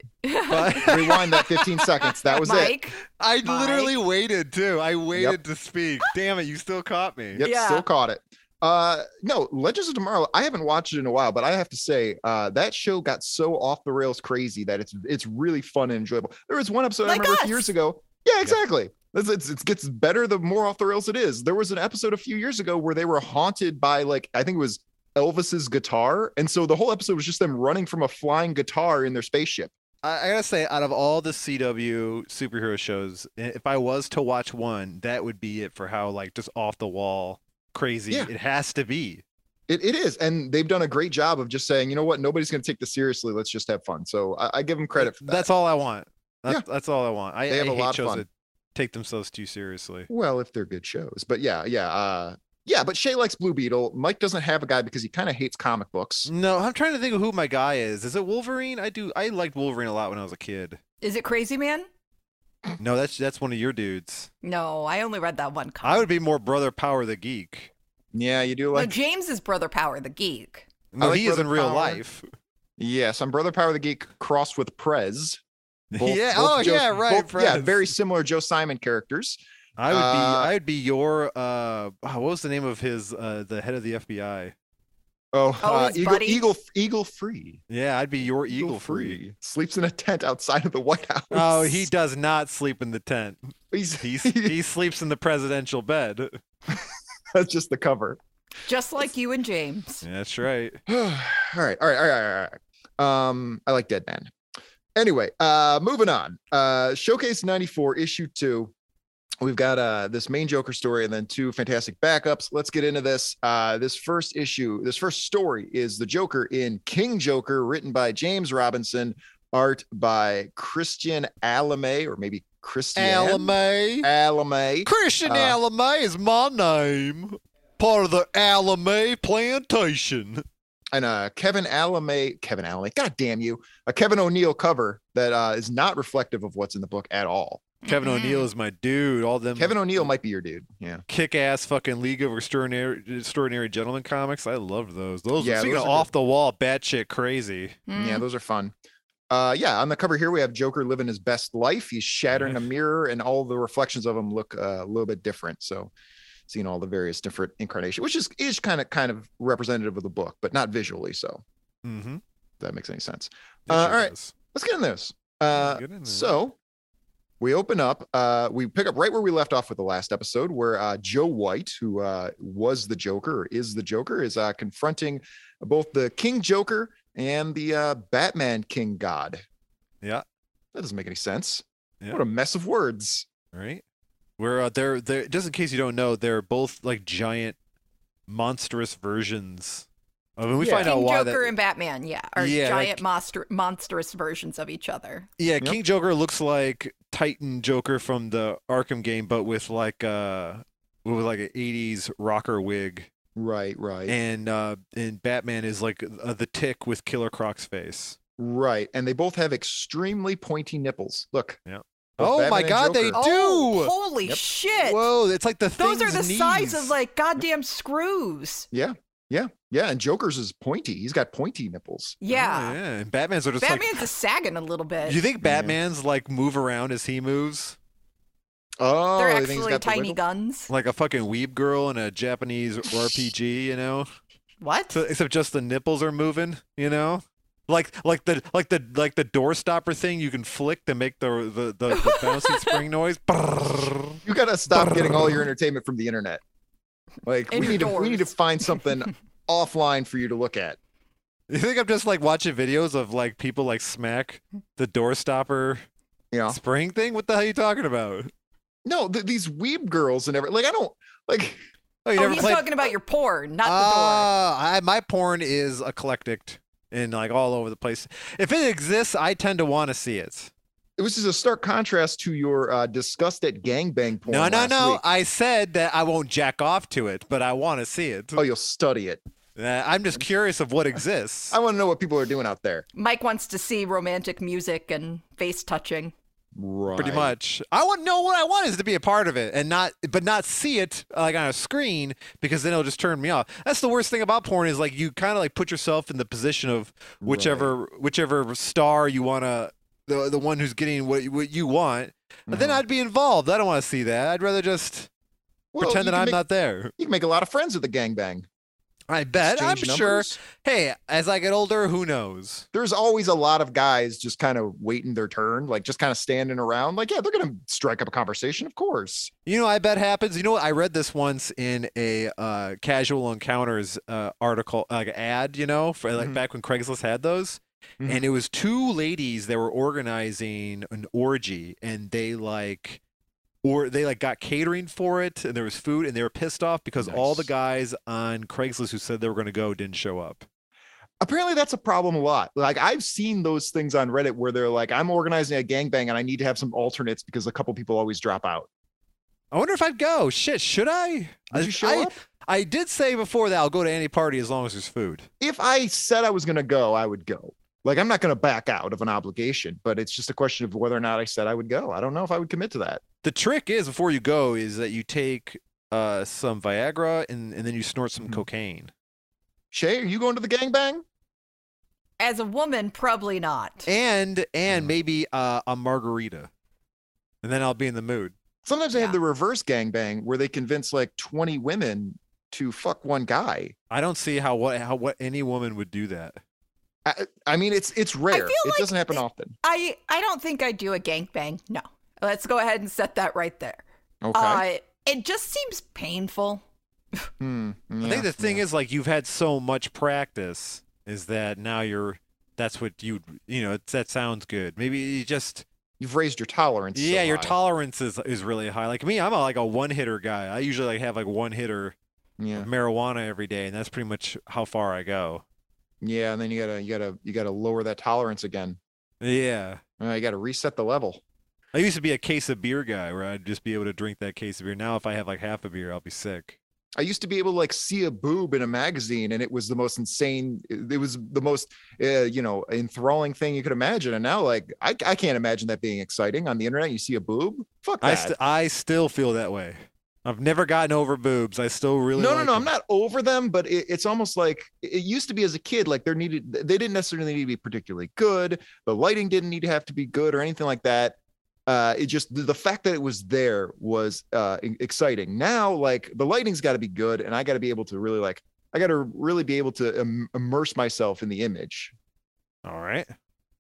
Speaker 4: Rewind that 15 seconds. That was
Speaker 5: Mike.
Speaker 3: I
Speaker 5: Mike?
Speaker 3: literally waited too. I waited
Speaker 4: Yep.
Speaker 3: to speak. Damn it, you still caught me.
Speaker 4: it. Yep,
Speaker 5: Yeah.
Speaker 4: still caught it. Uh no, Legends of Tomorrow. I haven't watched it in a while, but I have to say, uh that show got so off the rails crazy that it's it's really fun and enjoyable. There was one episode I
Speaker 5: Like
Speaker 4: remember a
Speaker 5: us.
Speaker 4: few years ago. Yeah, exactly. It's, it's, it gets better the more off the rails it is. There was an episode a few years ago where they were haunted by like I think it was Elvis's guitar, and so the whole episode was just them running from a flying guitar in their spaceship.
Speaker 3: I, I gotta say, out of all the CW superhero shows, i- if I was to watch one, that would be it for how like just off the wall crazy
Speaker 4: Yeah.
Speaker 3: it has to be.
Speaker 4: It, it is, and they've done a great job of just saying, you know what, nobody's going to take this seriously. Let's just have fun. So I, I give them credit for that.
Speaker 3: That's all I want. That's, that's all I want. I,
Speaker 4: They have
Speaker 3: I
Speaker 4: a
Speaker 3: hate
Speaker 4: lot of
Speaker 3: shows
Speaker 4: fun.
Speaker 3: that take themselves too seriously.
Speaker 4: well, if they're good shows, but yeah, yeah, uh, yeah. But Shay likes Blue Beetle. Mike doesn't have a guy because he kind of hates comic books.
Speaker 3: No, I'm trying to think of who my guy is. Is it Wolverine? I do. I liked Wolverine a lot when I was a kid.
Speaker 5: Is it Crazy Man?
Speaker 3: No, that's that's one of your dudes.
Speaker 5: No, I only read that one comic.
Speaker 3: I would be more Brother Power the geek.
Speaker 4: Yeah, you do
Speaker 5: No,
Speaker 4: like.
Speaker 5: James is Brother Power, the geek.
Speaker 3: No,
Speaker 4: like
Speaker 3: he is
Speaker 4: Brother
Speaker 3: in real
Speaker 4: Power.
Speaker 3: life.
Speaker 4: yes, I'm Brother Power the Geek crossed with Prez. Both-
Speaker 3: yeah.
Speaker 4: both
Speaker 3: oh,
Speaker 4: Joe-
Speaker 3: yeah. Right.
Speaker 4: both- yeah,
Speaker 3: Friends.
Speaker 4: very similar Joe Simon characters.
Speaker 3: I would
Speaker 4: uh,
Speaker 3: be. I would be your. Uh, oh, what was the name of his? Uh, the head of the FBI.
Speaker 4: Oh,
Speaker 5: Oh,
Speaker 4: uh,
Speaker 5: his
Speaker 4: Eagle,
Speaker 5: buddies?
Speaker 4: Eagle, Eagle Free.
Speaker 3: Yeah, I'd be your Eagle, Free.
Speaker 4: sleeps in a tent outside of the White House.
Speaker 3: Oh, he does not sleep in the tent.
Speaker 4: he's,
Speaker 3: He s- he sleeps in the presidential bed.
Speaker 4: that's just the cover.
Speaker 5: Just like you and James.
Speaker 3: That's right.
Speaker 4: all right, all right, all right, all right, all right. Um, I like Dead Man. Anyway, uh, moving on. Uh, Showcase '94, issue two. We've got uh this main Joker story and then two fantastic backups. Let's get into this. Uh, this first issue, this first story is the Joker in King Joker, written by James Robinson, art by Christian Alame or maybe Christian
Speaker 3: Alamay.
Speaker 4: Alame.
Speaker 3: Christian
Speaker 4: Uh,
Speaker 3: Alamay is my name. Part of the Alamay plantation.
Speaker 4: and uh Kevin Alame, Kevin Alame, god damn you, a Kevin O'Neill cover that uh is not reflective of what's in the book at all.
Speaker 3: Kevin
Speaker 5: Mhm.
Speaker 3: O'Neill is my dude. All them
Speaker 4: Kevin O'Neill might be your dude. Yeah.
Speaker 3: kick-ass fucking League of Extraordinary, Extraordinary Gentlemen comics. I love those. Those,
Speaker 4: Yeah,
Speaker 3: yeah, speaking
Speaker 4: those
Speaker 3: of
Speaker 4: are good.
Speaker 3: off the wall, batshit crazy.
Speaker 5: mm-hmm.
Speaker 4: Yeah, those are fun. Uh yeah, on the cover here we have Joker living his best life. He's shattering a mirror and all the reflections of him look uh, a little bit different. So seeing all the various different incarnations, which is is kind of kind of representative of the book, but not visually. So
Speaker 3: Mm-hmm.
Speaker 4: if that makes any sense. Uh, all right. Let's get in this. Uh
Speaker 3: Hmm.
Speaker 4: So we open up, uh, we pick up right where we left off with the last episode, where uh, Joe White, who uh, was the Joker or is the Joker, is uh, confronting both the King Joker and the uh, Batman King God.
Speaker 3: Yeah.
Speaker 4: That doesn't make any sense.
Speaker 3: Yeah.
Speaker 4: What a mess of words.
Speaker 3: right? Where uh, they're they're just in case you don't know, they're both like giant, monstrous versions. of and we
Speaker 4: Yeah.
Speaker 3: find out
Speaker 5: King
Speaker 3: why
Speaker 5: Joker
Speaker 3: that.
Speaker 5: and Batman, yeah, are
Speaker 3: Yeah,
Speaker 5: giant
Speaker 3: like-
Speaker 5: monster- monstrous versions of each other.
Speaker 3: yeah,
Speaker 4: Yep.
Speaker 3: King Joker looks like Titan Joker from the Arkham game, but with like uh with like an '80s rocker wig,
Speaker 4: Right, right,
Speaker 3: and uh and Batman is like uh, the Tick with Killer Croc's face.
Speaker 4: right. And they both have extremely pointy nipples. Look.
Speaker 3: Yeah.
Speaker 4: Both
Speaker 3: Oh my
Speaker 4: Batman and
Speaker 3: God, they
Speaker 4: Joker.
Speaker 3: do.
Speaker 5: Oh, holy
Speaker 4: Yep.
Speaker 5: shit!
Speaker 3: Whoa, it's like the
Speaker 5: Those are
Speaker 3: thing's
Speaker 5: the size of
Speaker 3: knees.
Speaker 5: like goddamn
Speaker 3: Oh,
Speaker 5: screws.
Speaker 4: Yeah, yeah. And Joker's is pointy. He's got pointy
Speaker 3: Oh,
Speaker 4: nipples.
Speaker 5: Yeah,
Speaker 3: yeah. And Batman's are just
Speaker 5: Batman's is sagging a little
Speaker 3: like.
Speaker 5: bit.
Speaker 3: You think
Speaker 4: Yeah.
Speaker 3: Batman's like move around as he moves?
Speaker 4: Oh,
Speaker 5: They're
Speaker 4: you think he's
Speaker 5: actually
Speaker 4: got the
Speaker 5: tiny
Speaker 4: wiggle?
Speaker 5: guns.
Speaker 3: like a fucking weeb girl in a Japanese RPG, you know?
Speaker 5: What?
Speaker 3: So, except just the nipples are moving, you know? Like like the like the like the door stopper thing you can flick to make the the, the, the bouncy spring noise. Brrrr.
Speaker 4: You gotta stop getting all your entertainment from the internet. Like we need to we need to
Speaker 5: Indoors.
Speaker 4: find something offline for you to look at.
Speaker 3: You think I'm just like watching videos of like people like smack the door stopper
Speaker 4: You know,
Speaker 3: spring thing? What the hell are you talking about?
Speaker 4: no, th- these weeb girls and everything. Like I don't like.
Speaker 3: Oh, you
Speaker 5: oh,
Speaker 3: never
Speaker 5: he's
Speaker 3: played
Speaker 5: talking about your porn, not
Speaker 3: Ah, I, my porn is eclectic and like all over the place. If it exists, I tend to want to see it.
Speaker 4: It was just a stark contrast to your uh, disgust at gangbang porn.
Speaker 3: No, no,
Speaker 4: last
Speaker 3: no.
Speaker 4: week.
Speaker 3: I said that I won't jack off to it, but I want to see it.
Speaker 4: Oh, you'll study it.
Speaker 3: Uh, I'm just curious of what exists.
Speaker 4: I want to know what people are doing out there.
Speaker 5: the door. Mike wants to see romantic music and face touching.
Speaker 4: Right.
Speaker 3: Pretty much. I want know what I want is to be a part of it and not, but not see it uh, like on a screen because then it'll just turn me off. That's the worst thing about porn is like you kind of like put yourself in the position of whichever whichever star you want to, the the one who's getting what what you want. But then
Speaker 4: Mhm.
Speaker 3: I'd be involved. I don't want to see that. I'd rather just
Speaker 4: Well,
Speaker 3: pretend
Speaker 4: you
Speaker 3: that
Speaker 4: can
Speaker 3: I'm
Speaker 4: make-
Speaker 3: not there.
Speaker 4: You can make a lot of friends at the gangbang.
Speaker 3: I bet. I'm
Speaker 4: Exchange
Speaker 3: sure.
Speaker 4: numbers.
Speaker 3: Hey, as I get older, who knows?
Speaker 4: There's always a lot of guys just kind of waiting their turn, like just kind of standing around. Like, yeah, they're gonna strike up a conversation, of course.
Speaker 3: You know, I bet happens. You know what? I read this once in a uh, casual encounters uh, article, like ad. You know, for like
Speaker 4: Mhm.
Speaker 3: back when Craigslist had those,
Speaker 4: Mhm.
Speaker 3: and it was two ladies that were organizing an orgy, and they like, or they like got catering for it, and there was food, and they were pissed off because all the
Speaker 4: Nice.
Speaker 3: guys on Craigslist who said they were going to go didn't show up.
Speaker 4: apparently that's a problem a lot. Like I've seen those things on Reddit where they're like, I'm organizing a gangbang and I need to have some alternates because a couple people always drop out.
Speaker 3: I wonder if I'd go. Shit, should I? I,
Speaker 4: Would you show
Speaker 3: I,
Speaker 4: up?
Speaker 3: I did say before that I'll go to any party as long as there's food.
Speaker 4: If I said I was gonna go, I would go. Like I'm not gonna back out of an obligation, but it's just a question of whether or not I said I would go. I don't know if I would commit to that.
Speaker 3: the trick is before you go is that you take uh, some Viagra and, and then you snort some
Speaker 4: Mhm.
Speaker 3: cocaine.
Speaker 4: Shay, are you going to the gangbang?
Speaker 5: As a woman, probably not.
Speaker 3: And and
Speaker 4: Yeah.
Speaker 3: maybe uh, a margarita. And then I'll be in the mood.
Speaker 4: Sometimes they have
Speaker 5: Yeah.
Speaker 4: the reverse gangbang where they convince like 20 women to fuck one guy.
Speaker 3: I don't see how what how what any woman would do that.
Speaker 4: I, I mean, it's it's rare. It
Speaker 5: feel like
Speaker 4: doesn't happen
Speaker 5: it-
Speaker 4: often.
Speaker 5: I I don't think I do a gangbang. No. Let's go ahead and set that right there.
Speaker 4: Okay.
Speaker 5: Uh, it just seems painful.
Speaker 4: Hmm,
Speaker 3: I think
Speaker 4: yeah,
Speaker 3: the thing is like you've had so much practice is that now you're that's what you you know it's, that sounds good. Maybe you just
Speaker 4: you've raised your tolerance. so
Speaker 3: yeah your
Speaker 4: high.
Speaker 3: tolerance is is really high. Like me, I'm a, like a one hitter guy. I usually like have like one hitter
Speaker 4: Yeah,
Speaker 3: of marijuana every day, and that's pretty much how far I go.
Speaker 4: yeah, and then you gotta, you gotta, you gotta lower that tolerance again.
Speaker 3: Yeah.
Speaker 4: Uh, you gotta reset the level.
Speaker 3: I used to be a case of beer guy where I'd just be able to drink that case of beer. Now if I have like half a beer, I'll be sick.
Speaker 4: I used to be able to like see a boob in a magazine, and it was the most insane. It was the most, uh, you know, enthralling thing you could imagine. And now, like, I, I can't imagine that being exciting on the internet. You see a boob, fuck that.
Speaker 3: I st- I still feel that way. I've never gotten over boobs. I still really
Speaker 4: no,
Speaker 3: like
Speaker 4: no, no. I'm
Speaker 3: them.
Speaker 4: not over them, but it, it's almost like it used to be as a kid. Like there needed, they didn't necessarily need to be particularly good. The lighting didn't need to have to be good or anything like that. Uh, it just the- the fact that it was there was uh, e- exciting. Now, like the lighting's got to be good, and I got to be able to really like, I got to really be able to Im- immerse myself in the image.
Speaker 3: All right.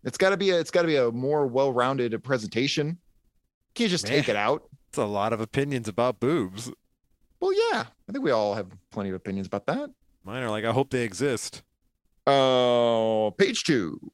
Speaker 4: It's got to be, a, it's got to be a more well-rounded presentation. Can't just take it out.
Speaker 3: It's a lot of opinions about boobs.
Speaker 4: Well, yeah, I think we all have plenty of opinions about that.
Speaker 3: Mine are like, I hope they exist.
Speaker 4: Oh, page two.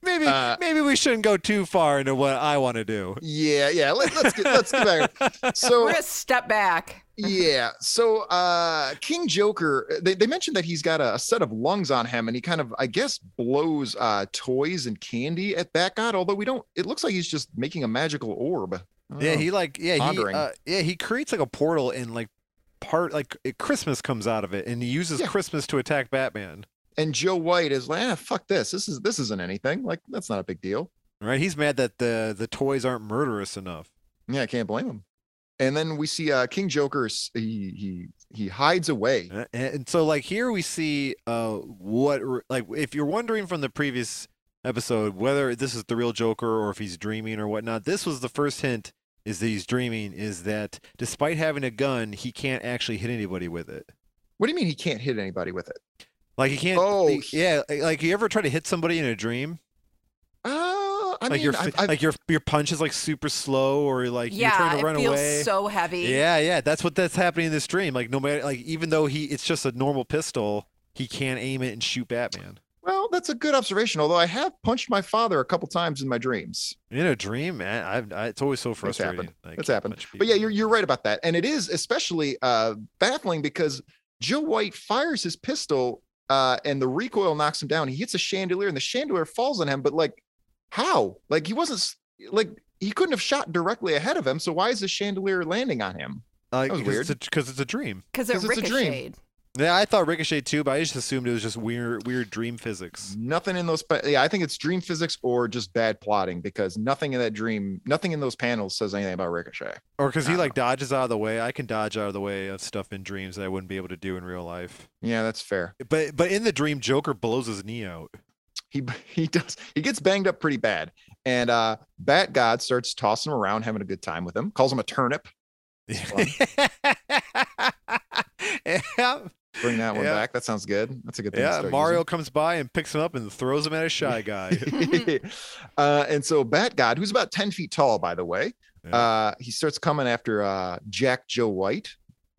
Speaker 3: Maybe
Speaker 4: Uh,
Speaker 3: maybe we shouldn't go too far into what I want to do.
Speaker 4: Yeah, yeah. Let, let's get let's get back.
Speaker 5: We're
Speaker 4: So
Speaker 5: gonna step back.
Speaker 4: yeah, so uh King Joker, they, they mentioned that he's got a, a set of lungs on him, and he kind of I guess blows uh toys and candy at that god. Although we don't, it looks like he's just making a magical orb. I don't
Speaker 3: Yeah,
Speaker 4: know.
Speaker 3: he like yeah he
Speaker 4: Pondering.
Speaker 3: uh, yeah he creates like a portal and like part like it, Christmas comes out of it and he uses
Speaker 4: Yeah.
Speaker 3: Christmas to attack Batman.
Speaker 4: and Joe White is like, ah, fuck this. This is this isn't anything. Like that's not a big deal.
Speaker 3: Right? He's mad that the the toys aren't murderous enough.
Speaker 4: Yeah, I can't blame him. And then we see uh King Joker. s- He he he hides away.
Speaker 3: And, Uh, and so like here we see uh what r- like if you're wondering from the previous episode whether this is the real Joker or if he's dreaming or whatnot. This was the first hint is that he's dreaming is that despite having a gun he can't actually hit anybody with it.
Speaker 4: What do you mean he can't hit anybody with it?
Speaker 3: Like you can't.
Speaker 4: Oh,
Speaker 3: the-
Speaker 4: he-
Speaker 3: yeah. Like like, you ever try to hit somebody in a dream?
Speaker 4: Uh, I
Speaker 3: like
Speaker 4: mean,
Speaker 3: your
Speaker 4: I've-
Speaker 3: fi-
Speaker 4: I've-
Speaker 3: like your your punch is like super slow, or like you're
Speaker 5: yeah,
Speaker 3: trying
Speaker 5: it
Speaker 3: to run
Speaker 5: feels
Speaker 3: away.
Speaker 5: so heavy.
Speaker 3: yeah, yeah. That's what that's happening in this dream. Like no matter like even though he it's just a normal pistol, he can't aim it and shoot Batman.
Speaker 4: Well, that's a good observation. Although I have punched my father a couple times in my dreams.
Speaker 3: In a dream, man, I've, I, it's always so
Speaker 4: That's
Speaker 3: frustrating.
Speaker 4: happened.
Speaker 3: Like,
Speaker 4: That's happened.
Speaker 3: punch
Speaker 4: But yeah,
Speaker 3: people.
Speaker 4: you're you're right about that, and it is especially uh, baffling because Joe White fires his pistol, uh, and the recoil knocks him down. He hits a chandelier, and the chandelier falls on him. But like, how? Like he wasn't s- like he couldn't have shot directly ahead of him. So why is the chandelier landing on him?
Speaker 3: like,
Speaker 4: that was
Speaker 3: because it's, a- 'cause it's a dream.
Speaker 5: because it
Speaker 4: 'Cause it's a dream.
Speaker 5: ricocheted.
Speaker 3: Yeah, I thought Ricochet too, but I just assumed it was just weird weird dream physics.
Speaker 4: Nothing in those. Pa- yeah, I think it's dream physics or just bad plotting because nothing in that dream, nothing in those panels says anything about Ricochet.
Speaker 3: Or because
Speaker 4: I
Speaker 3: he
Speaker 4: don't
Speaker 3: like dodges out of the way. I can dodge out of the way of stuff in dreams that I wouldn't be able to do in real life.
Speaker 4: Yeah, that's fair.
Speaker 3: But but in the dream, Joker blows his knee out.
Speaker 4: he he does he gets banged up pretty bad and uh bat god starts tossing him around having a good time with him calls him a turnip
Speaker 3: yeah,
Speaker 4: bring that one
Speaker 3: Yeah.
Speaker 4: back that sounds good that's a good thing to
Speaker 3: yeah.
Speaker 4: start
Speaker 3: Mario comes by and picks him up and throws him at a shy guy.
Speaker 4: using. uh and so bat god who's about 10 feet tall by the way
Speaker 3: Yeah.
Speaker 4: uh he starts coming after uh jack joe white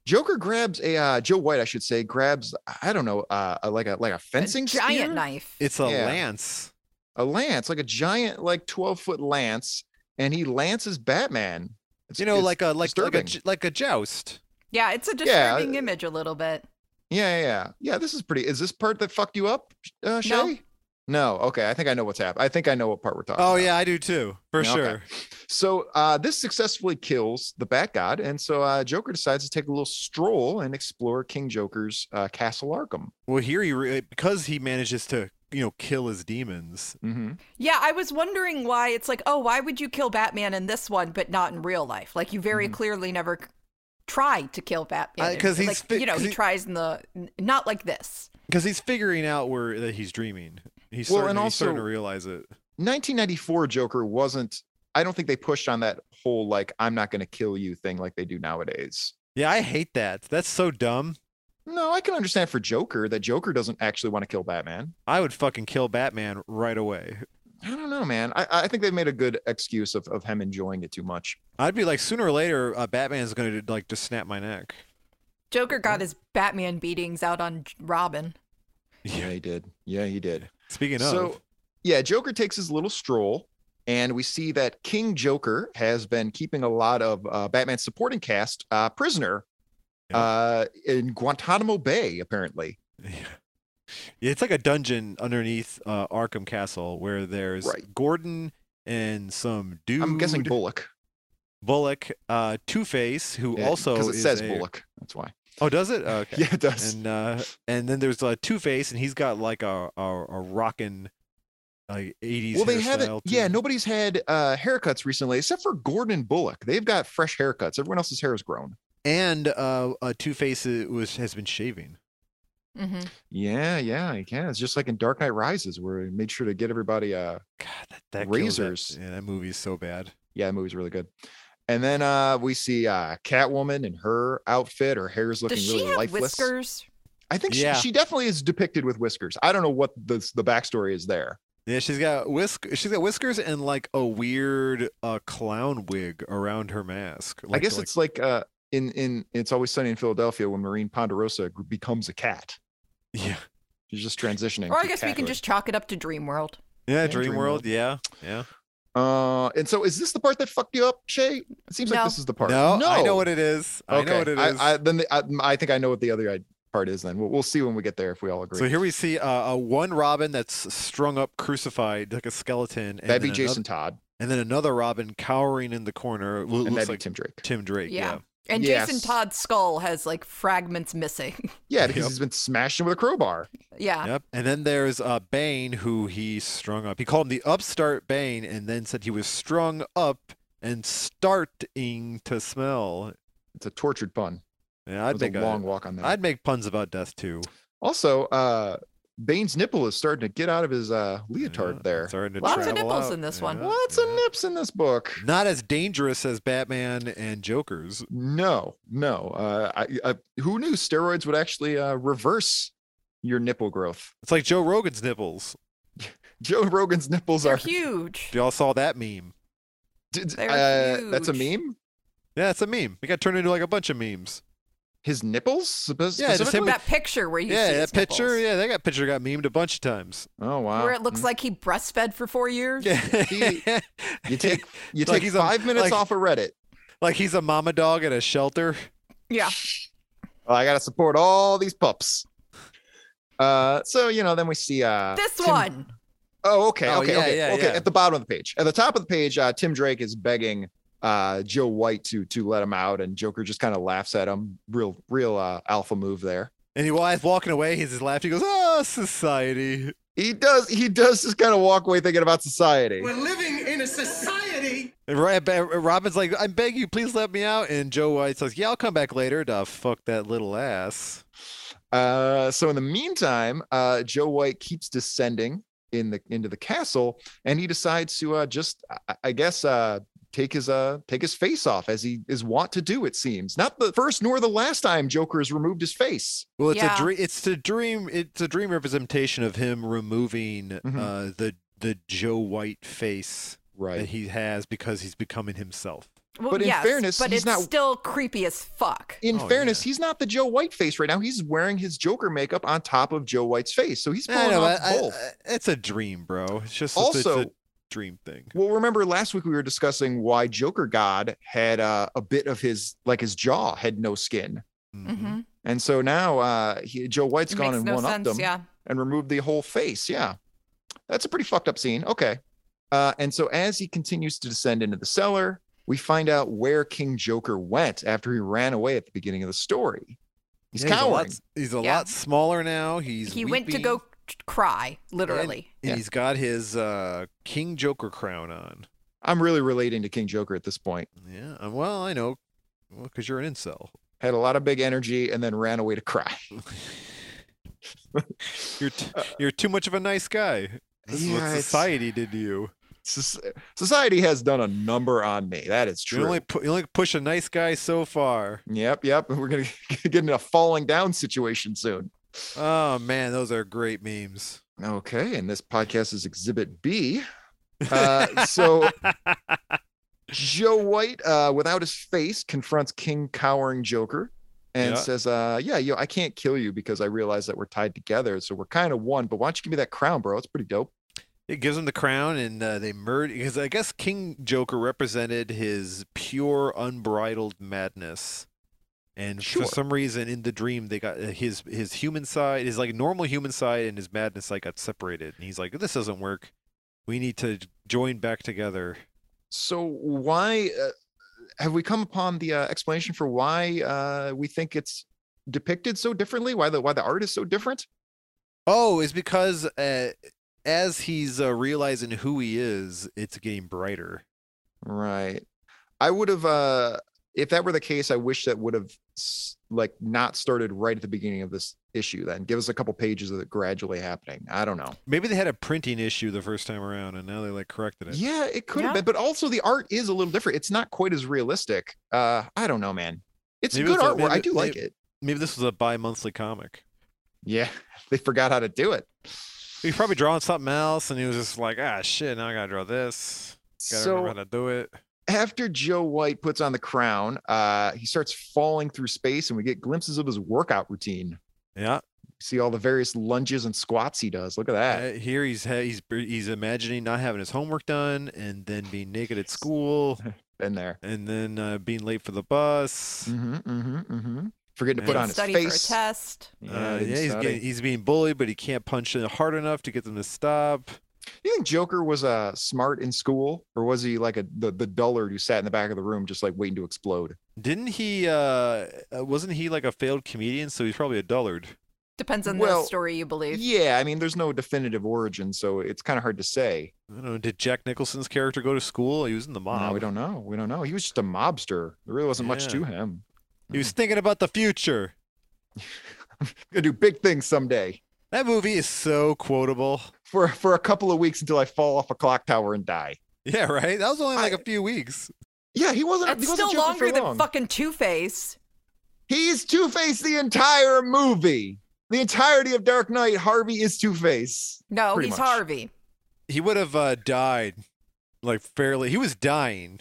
Speaker 4: joker grabs a uh joe white i should say grabs i don't know uh a- like a like a
Speaker 5: A
Speaker 4: fencing
Speaker 5: giant
Speaker 4: spear?
Speaker 5: knife.
Speaker 3: It's a
Speaker 4: Yeah.
Speaker 3: lance.
Speaker 4: a lance like a giant like 12 foot lance and he lances batman It's-
Speaker 3: You know,
Speaker 4: it's-
Speaker 3: like a like like a
Speaker 4: disturbing.
Speaker 3: j- like a joust.
Speaker 5: yeah, it's a
Speaker 4: Yeah,
Speaker 5: disturbing image a little bit.
Speaker 4: Yeah, yeah, yeah. Yeah, this is pretty. Is this part that fucked you up, uh,
Speaker 5: No.
Speaker 4: Shay? No. Okay, I think I know what's happened. I think I know what part we're talking.
Speaker 3: Oh
Speaker 4: about.
Speaker 3: yeah, I do too, for
Speaker 4: Yeah, okay.
Speaker 3: sure.
Speaker 4: So uh, this successfully kills the Bat God, and so uh, Joker decides to take a little stroll and explore King Joker's uh, Castle Arkham.
Speaker 3: Well, here he re- because he manages to you know kill his demons.
Speaker 4: Mm-hmm.
Speaker 5: Yeah, I was wondering why it's like, oh, why would you kill Batman in this one, but not in real life? Like you very
Speaker 4: Mhm.
Speaker 5: clearly never c- tried to kill Batman.
Speaker 3: Uh,
Speaker 5: in-
Speaker 3: 'cause he's
Speaker 5: like,
Speaker 3: fi-
Speaker 5: you know
Speaker 3: 'cause
Speaker 5: he,
Speaker 3: he-
Speaker 5: tries in the n- not like this.
Speaker 3: Because he's figuring out where that he's dreaming. He's
Speaker 4: Well,
Speaker 3: starting,
Speaker 4: and
Speaker 3: he's starting to
Speaker 4: also-
Speaker 3: realize it.
Speaker 4: 1994 Joker wasn't. I don't think they pushed on that whole like "I'm not going to kill you" thing like they do nowadays.
Speaker 3: Yeah, I hate that. That's so dumb.
Speaker 4: No, I can understand for Joker that Joker doesn't actually want to kill Batman.
Speaker 3: I would fucking kill Batman right away.
Speaker 4: I don't know, man. I, I think they made a good excuse of, of him enjoying it too much.
Speaker 3: I'd be like, sooner or later, uh, Batman is going to like just snap my neck.
Speaker 5: Joker got his Batman beatings out on J- Robin.
Speaker 4: Yeah, he did. Yeah, he did.
Speaker 3: Speaking
Speaker 4: So,
Speaker 3: of,
Speaker 4: yeah, Joker takes his little stroll, and we see that King Joker has been keeping a lot of uh, Batman's supporting cast uh, prisoner
Speaker 3: Yeah.
Speaker 4: uh, in Guantanamo Bay, apparently.
Speaker 3: yeah. it's like a dungeon underneath uh, Arkham Castle where there's
Speaker 4: Right.
Speaker 3: Gordon and some dude.
Speaker 4: I'm guessing Bullock.
Speaker 3: Bullock, uh, Two Face, who
Speaker 4: Yeah,
Speaker 3: also
Speaker 4: because it
Speaker 3: is
Speaker 4: says
Speaker 3: a-
Speaker 4: Bullock. That's why.
Speaker 3: Oh, does it? Okay.
Speaker 4: Yeah, it does.
Speaker 3: and uh and then there's uh Two Face, and he's got like a a, a rockin' like eighties.
Speaker 4: well, they haven't. Yeah, nobody's had uh, haircuts recently except for Gordon and Bullock. They've got fresh haircuts. Everyone else's hair is grown.
Speaker 3: And uh, uh Two Face was has been shaving.
Speaker 5: hmm
Speaker 4: Yeah, yeah, you can. It's just like in Dark Knight Rises, where we made sure to get everybody uh,
Speaker 3: God, that, that kills that-
Speaker 4: Razors.
Speaker 3: yeah, that movie is so bad.
Speaker 4: yeah, that movie's really good. And then uh we see uh Catwoman in her outfit. Her hair is looking
Speaker 5: Does she
Speaker 4: really
Speaker 5: have
Speaker 4: lifeless.
Speaker 5: whiskers?
Speaker 4: I think
Speaker 3: Yeah.
Speaker 4: she, she definitely is depicted with whiskers. I don't know what the the backstory is there.
Speaker 3: Yeah, she's got whisk. She's got whiskers and like a weird uh clown wig around her mask.
Speaker 4: I guess it's like uh in in It's Always Sunny in Philadelphia when Marine Ponderosa g- becomes a cat.
Speaker 3: yeah,
Speaker 4: She's just transitioning.
Speaker 5: Or I
Speaker 4: to
Speaker 5: guess we can
Speaker 4: cathood.
Speaker 5: just chalk it up to Dream World.
Speaker 3: yeah, Dreamworld.
Speaker 4: Dream
Speaker 3: Dream World.
Speaker 4: World.
Speaker 3: Yeah, yeah.
Speaker 4: Uh, and so is this the part that fucked you up, Shay? It seems like
Speaker 5: No.
Speaker 4: this is the part.
Speaker 3: No, I know what it is. I know what it is.
Speaker 4: I, then the, I, I think I know what the other i- part is. Then we'll, we'll see when we get there if we all agree.
Speaker 3: so here we see uh, a one Robin that's strung up, crucified like a skeleton. And
Speaker 4: That'd be
Speaker 3: then another-
Speaker 4: Jason Todd,
Speaker 3: and then another Robin cowering in the corner. Lo-
Speaker 4: and
Speaker 3: looks
Speaker 4: that'd
Speaker 3: like
Speaker 4: be Tim Drake.
Speaker 3: Tim Drake.
Speaker 5: Yeah.
Speaker 3: Yeah.
Speaker 5: And Jason
Speaker 4: Yes.
Speaker 5: Todd's skull has like fragments missing.
Speaker 4: Yeah, because
Speaker 3: Yep.
Speaker 4: he's been smashing with a crowbar.
Speaker 5: yeah.
Speaker 3: Yep. And then there's uh, Bane, who he strung up. He called him the upstart Bane, and then said he was strung up and starting to smell.
Speaker 4: It's a tortured pun.
Speaker 3: Yeah,
Speaker 4: It
Speaker 3: I'd
Speaker 4: was a
Speaker 3: make a-
Speaker 4: long walk on that.
Speaker 3: I'd make puns about death too.
Speaker 4: Also, uh, Bane's nipple is starting to get out of his uh, leotard
Speaker 3: Yeah,
Speaker 4: there.
Speaker 3: starting to
Speaker 5: Lots of
Speaker 3: travel
Speaker 5: nipples
Speaker 3: out.
Speaker 5: in this one.
Speaker 3: Yeah,
Speaker 4: Lots
Speaker 3: yeah.
Speaker 4: of nips in this book.
Speaker 3: Not as dangerous as Batman and Joker's.
Speaker 4: No, no. Uh, I, I, who knew steroids would actually uh, reverse your nipple growth?
Speaker 3: It's like Joe Rogan's nipples.
Speaker 4: Joe Rogan's nipples
Speaker 5: They're
Speaker 4: are.
Speaker 5: huge.
Speaker 3: Y'all saw that meme.
Speaker 4: D- d-
Speaker 5: They're
Speaker 4: uh, that's a
Speaker 5: huge.
Speaker 4: meme.
Speaker 3: Yeah, it's a meme. It got turned into like a bunch of memes.
Speaker 4: His nipples? Supposed,
Speaker 3: Yeah, just him-
Speaker 5: That picture where you
Speaker 3: yeah,
Speaker 5: see
Speaker 3: that
Speaker 5: his
Speaker 3: picture.
Speaker 5: nipples,
Speaker 3: Yeah, that got picture got memed a bunch of times.
Speaker 4: Oh wow!
Speaker 5: where it looks like he breastfed for four years.
Speaker 4: See,
Speaker 3: Yeah.
Speaker 4: you take you
Speaker 3: Like
Speaker 4: take
Speaker 3: he's a-
Speaker 4: five minutes
Speaker 3: like-
Speaker 4: off of Reddit.
Speaker 3: like he's a mama dog at a shelter.
Speaker 5: Yeah.
Speaker 4: Well, I gotta support all these pups. Uh, so you know, then we see uh
Speaker 5: This
Speaker 4: Tim-
Speaker 5: one.
Speaker 4: Oh, okay,
Speaker 3: Oh,
Speaker 4: okay,
Speaker 3: yeah,
Speaker 4: okay,
Speaker 3: yeah,
Speaker 4: okay.
Speaker 3: yeah.
Speaker 4: At the bottom of the page, at the top of the page, uh, Tim Drake is begging uh Joe White to to let him out, and Joker just kind of laughs at him. Real, real uh, alpha move there.
Speaker 3: And he, while he's walking away, he's just laughing. He goes, "Oh, society."
Speaker 4: He does, he does just kind of walk away thinking about society.
Speaker 2: We're living in a society.
Speaker 3: And Ro- Ba- Robin's like, "I beg you, please let me out." And Joe White's like, "Yeah, I'll come back later to fuck that little ass."
Speaker 4: Uh, so in the meantime, uh, Joe White keeps descending in the into the castle, and he decides to uh, just, I, I guess, uh, take his uh, take his face off as he is wont to do. It seems not the first nor the last time Joker has removed his face.
Speaker 3: Well, it's
Speaker 5: Yeah.
Speaker 3: a dream. It's a dream. It's a dream representation of him removing
Speaker 4: Mm-hmm.
Speaker 3: uh, the the Joe White face that
Speaker 4: Right.
Speaker 3: he has because he's becoming himself.
Speaker 5: Well,
Speaker 4: But in
Speaker 5: yes,
Speaker 4: fairness,
Speaker 5: but
Speaker 4: he's
Speaker 5: it's
Speaker 4: not-
Speaker 5: still creepy as fuck.
Speaker 4: In
Speaker 3: Oh,
Speaker 4: fairness, he's not the Joe White face right now. He's wearing his Joker makeup on top of Joe White's face, so he's
Speaker 3: I
Speaker 4: pulling
Speaker 3: know,
Speaker 4: off
Speaker 3: I- I-
Speaker 4: both.
Speaker 3: it's a dream, bro. It's just it's-
Speaker 4: also,
Speaker 3: it's a dream thing.
Speaker 4: Well, remember last week we were discussing why Joker God had uh, a bit of his, like his jaw had no skin.
Speaker 3: Mhm.
Speaker 5: Mm-hmm.
Speaker 4: And so now uh, he, Joe White's
Speaker 5: It
Speaker 4: gone
Speaker 5: makes
Speaker 4: and
Speaker 5: no
Speaker 4: one upped
Speaker 5: sense.
Speaker 4: them
Speaker 5: Yeah.
Speaker 4: and removed the whole face. Yeah. That's a pretty fucked up scene. Okay. Uh, and so as he continues to descend into the cellar, we find out where King Joker went after he ran away at the beginning of the story. He's
Speaker 3: Yeah,
Speaker 4: cowering.
Speaker 3: He's a, lot, he's a
Speaker 5: Yeah.
Speaker 3: lot smaller now. He's
Speaker 5: he went to
Speaker 3: weepy,
Speaker 5: go c- cry, literally.
Speaker 3: and
Speaker 4: Yeah.
Speaker 3: he's got his uh, King Joker crown on.
Speaker 4: I'm really relating to King Joker at this point.
Speaker 3: Yeah. um, Well, I know, well, because you're an incel.
Speaker 4: Had a lot of big energy and then ran away to cry.
Speaker 3: You're t- you're too much of a nice guy. This is
Speaker 4: Uh. Yeah,
Speaker 3: what
Speaker 4: it's-
Speaker 3: society did to you.
Speaker 4: Soc- Society has done a number on me. That is true.
Speaker 3: You only pu- you only push a nice guy so far.
Speaker 4: Yep, yep. We're gonna get in a falling down situation soon.
Speaker 3: Oh man, those are great memes.
Speaker 4: Okay, and this podcast is Exhibit B. Uh, so Joe White, uh, without his face, confronts King Cowering Joker and
Speaker 3: Yeah.
Speaker 4: says, uh, "Yeah, yo, I can't kill you because I realize that we're tied together, so we're kind of one. But why don't you give me that crown, bro? It's pretty dope."
Speaker 3: It gives him the crown, and uh, they merge because I guess King Joker represented his pure, unbridled madness. And
Speaker 4: Sure.
Speaker 3: for some reason, in the dream, they got uh, his his human side, his like normal human side, and his madness side got separated. And he's like, "This doesn't work. We need to join back together."
Speaker 4: So why uh, have we come upon the uh, explanation for why uh, we think it's depicted so differently? Why the why the art is so different?
Speaker 3: Oh, it's because uh, as he's uh, realizing who he is, it's getting brighter.
Speaker 4: Right. I would have uh if that were the case, I wish that would have s- like not started right at the beginning of this issue then. Give us a couple pages of it gradually happening. I don't know.
Speaker 3: Maybe they had a printing issue the first time around, and now they like corrected it.
Speaker 4: Yeah, it could have
Speaker 5: Yeah.
Speaker 4: been, but also the art is a little different. It's not quite as realistic. Uh I don't know, man. It's
Speaker 3: Maybe
Speaker 4: good
Speaker 3: it's a-
Speaker 4: artwork. I
Speaker 3: maybe-
Speaker 4: do like
Speaker 3: maybe-
Speaker 4: it.
Speaker 3: Maybe this was a bi-monthly comic.
Speaker 4: Yeah. They forgot how to do it.
Speaker 3: He was probably drawing something else, and he was just like, "Ah, shit! Now I gotta draw this. Gotta
Speaker 4: So
Speaker 3: remember how to do it."
Speaker 4: after Joe White puts on the crown, uh, he starts falling through space, and we get glimpses of his workout routine.
Speaker 3: Yeah.
Speaker 4: See all the various lunges and squats he does. Look at that.
Speaker 3: Uh, here he's ha- he's br- he's imagining not having his homework done, and then being naked at school,
Speaker 4: Been there.
Speaker 3: and then uh, being late for the bus. Uh,
Speaker 4: Mm-hmm, mm-hmm, mm-hmm. Forgetting to
Speaker 3: Yeah.
Speaker 4: put
Speaker 5: Didn't
Speaker 4: on his
Speaker 5: study
Speaker 4: face.
Speaker 5: for a test.
Speaker 3: Uh,
Speaker 4: didn't
Speaker 3: yeah, he's
Speaker 4: study.
Speaker 3: getting, he's being bullied, but he can't punch it hard enough to get them to stop.
Speaker 4: you think Joker was uh, smart in school, or was he like a the, the dullard who sat in the back of the room just like waiting to explode?
Speaker 3: Didn't he? Uh, uh, wasn't he like a failed comedian? So he's probably a dullard.
Speaker 5: Depends on
Speaker 4: Well,
Speaker 5: the story you believe.
Speaker 4: Yeah, I mean, there's no definitive origin, so it's kind of hard to say.
Speaker 3: I don't know. Did Jack Nicholson's character go to school? He was in the mob.
Speaker 4: No, we don't know. We don't know. He was just a mobster. There really wasn't much
Speaker 3: Yeah.
Speaker 4: to him.
Speaker 3: He was thinking about the future.
Speaker 4: Gonna do big things someday.
Speaker 3: That movie is so quotable.
Speaker 4: for for a couple of weeks until I fall off a clock tower and die.
Speaker 3: Yeah, right. That was only like a few weeks.
Speaker 4: Yeah, he wasn't.
Speaker 5: That's
Speaker 4: he wasn't
Speaker 5: still
Speaker 4: Joker for
Speaker 5: longer
Speaker 4: long.
Speaker 5: than fucking Two Face.
Speaker 4: He's Two Face the entire movie. The entirety of Dark Knight, Harvey is Two Face.
Speaker 5: No,
Speaker 4: Pretty
Speaker 5: he's
Speaker 4: much.
Speaker 5: Harvey.
Speaker 3: He would have uh, died, like fairly. He was dying,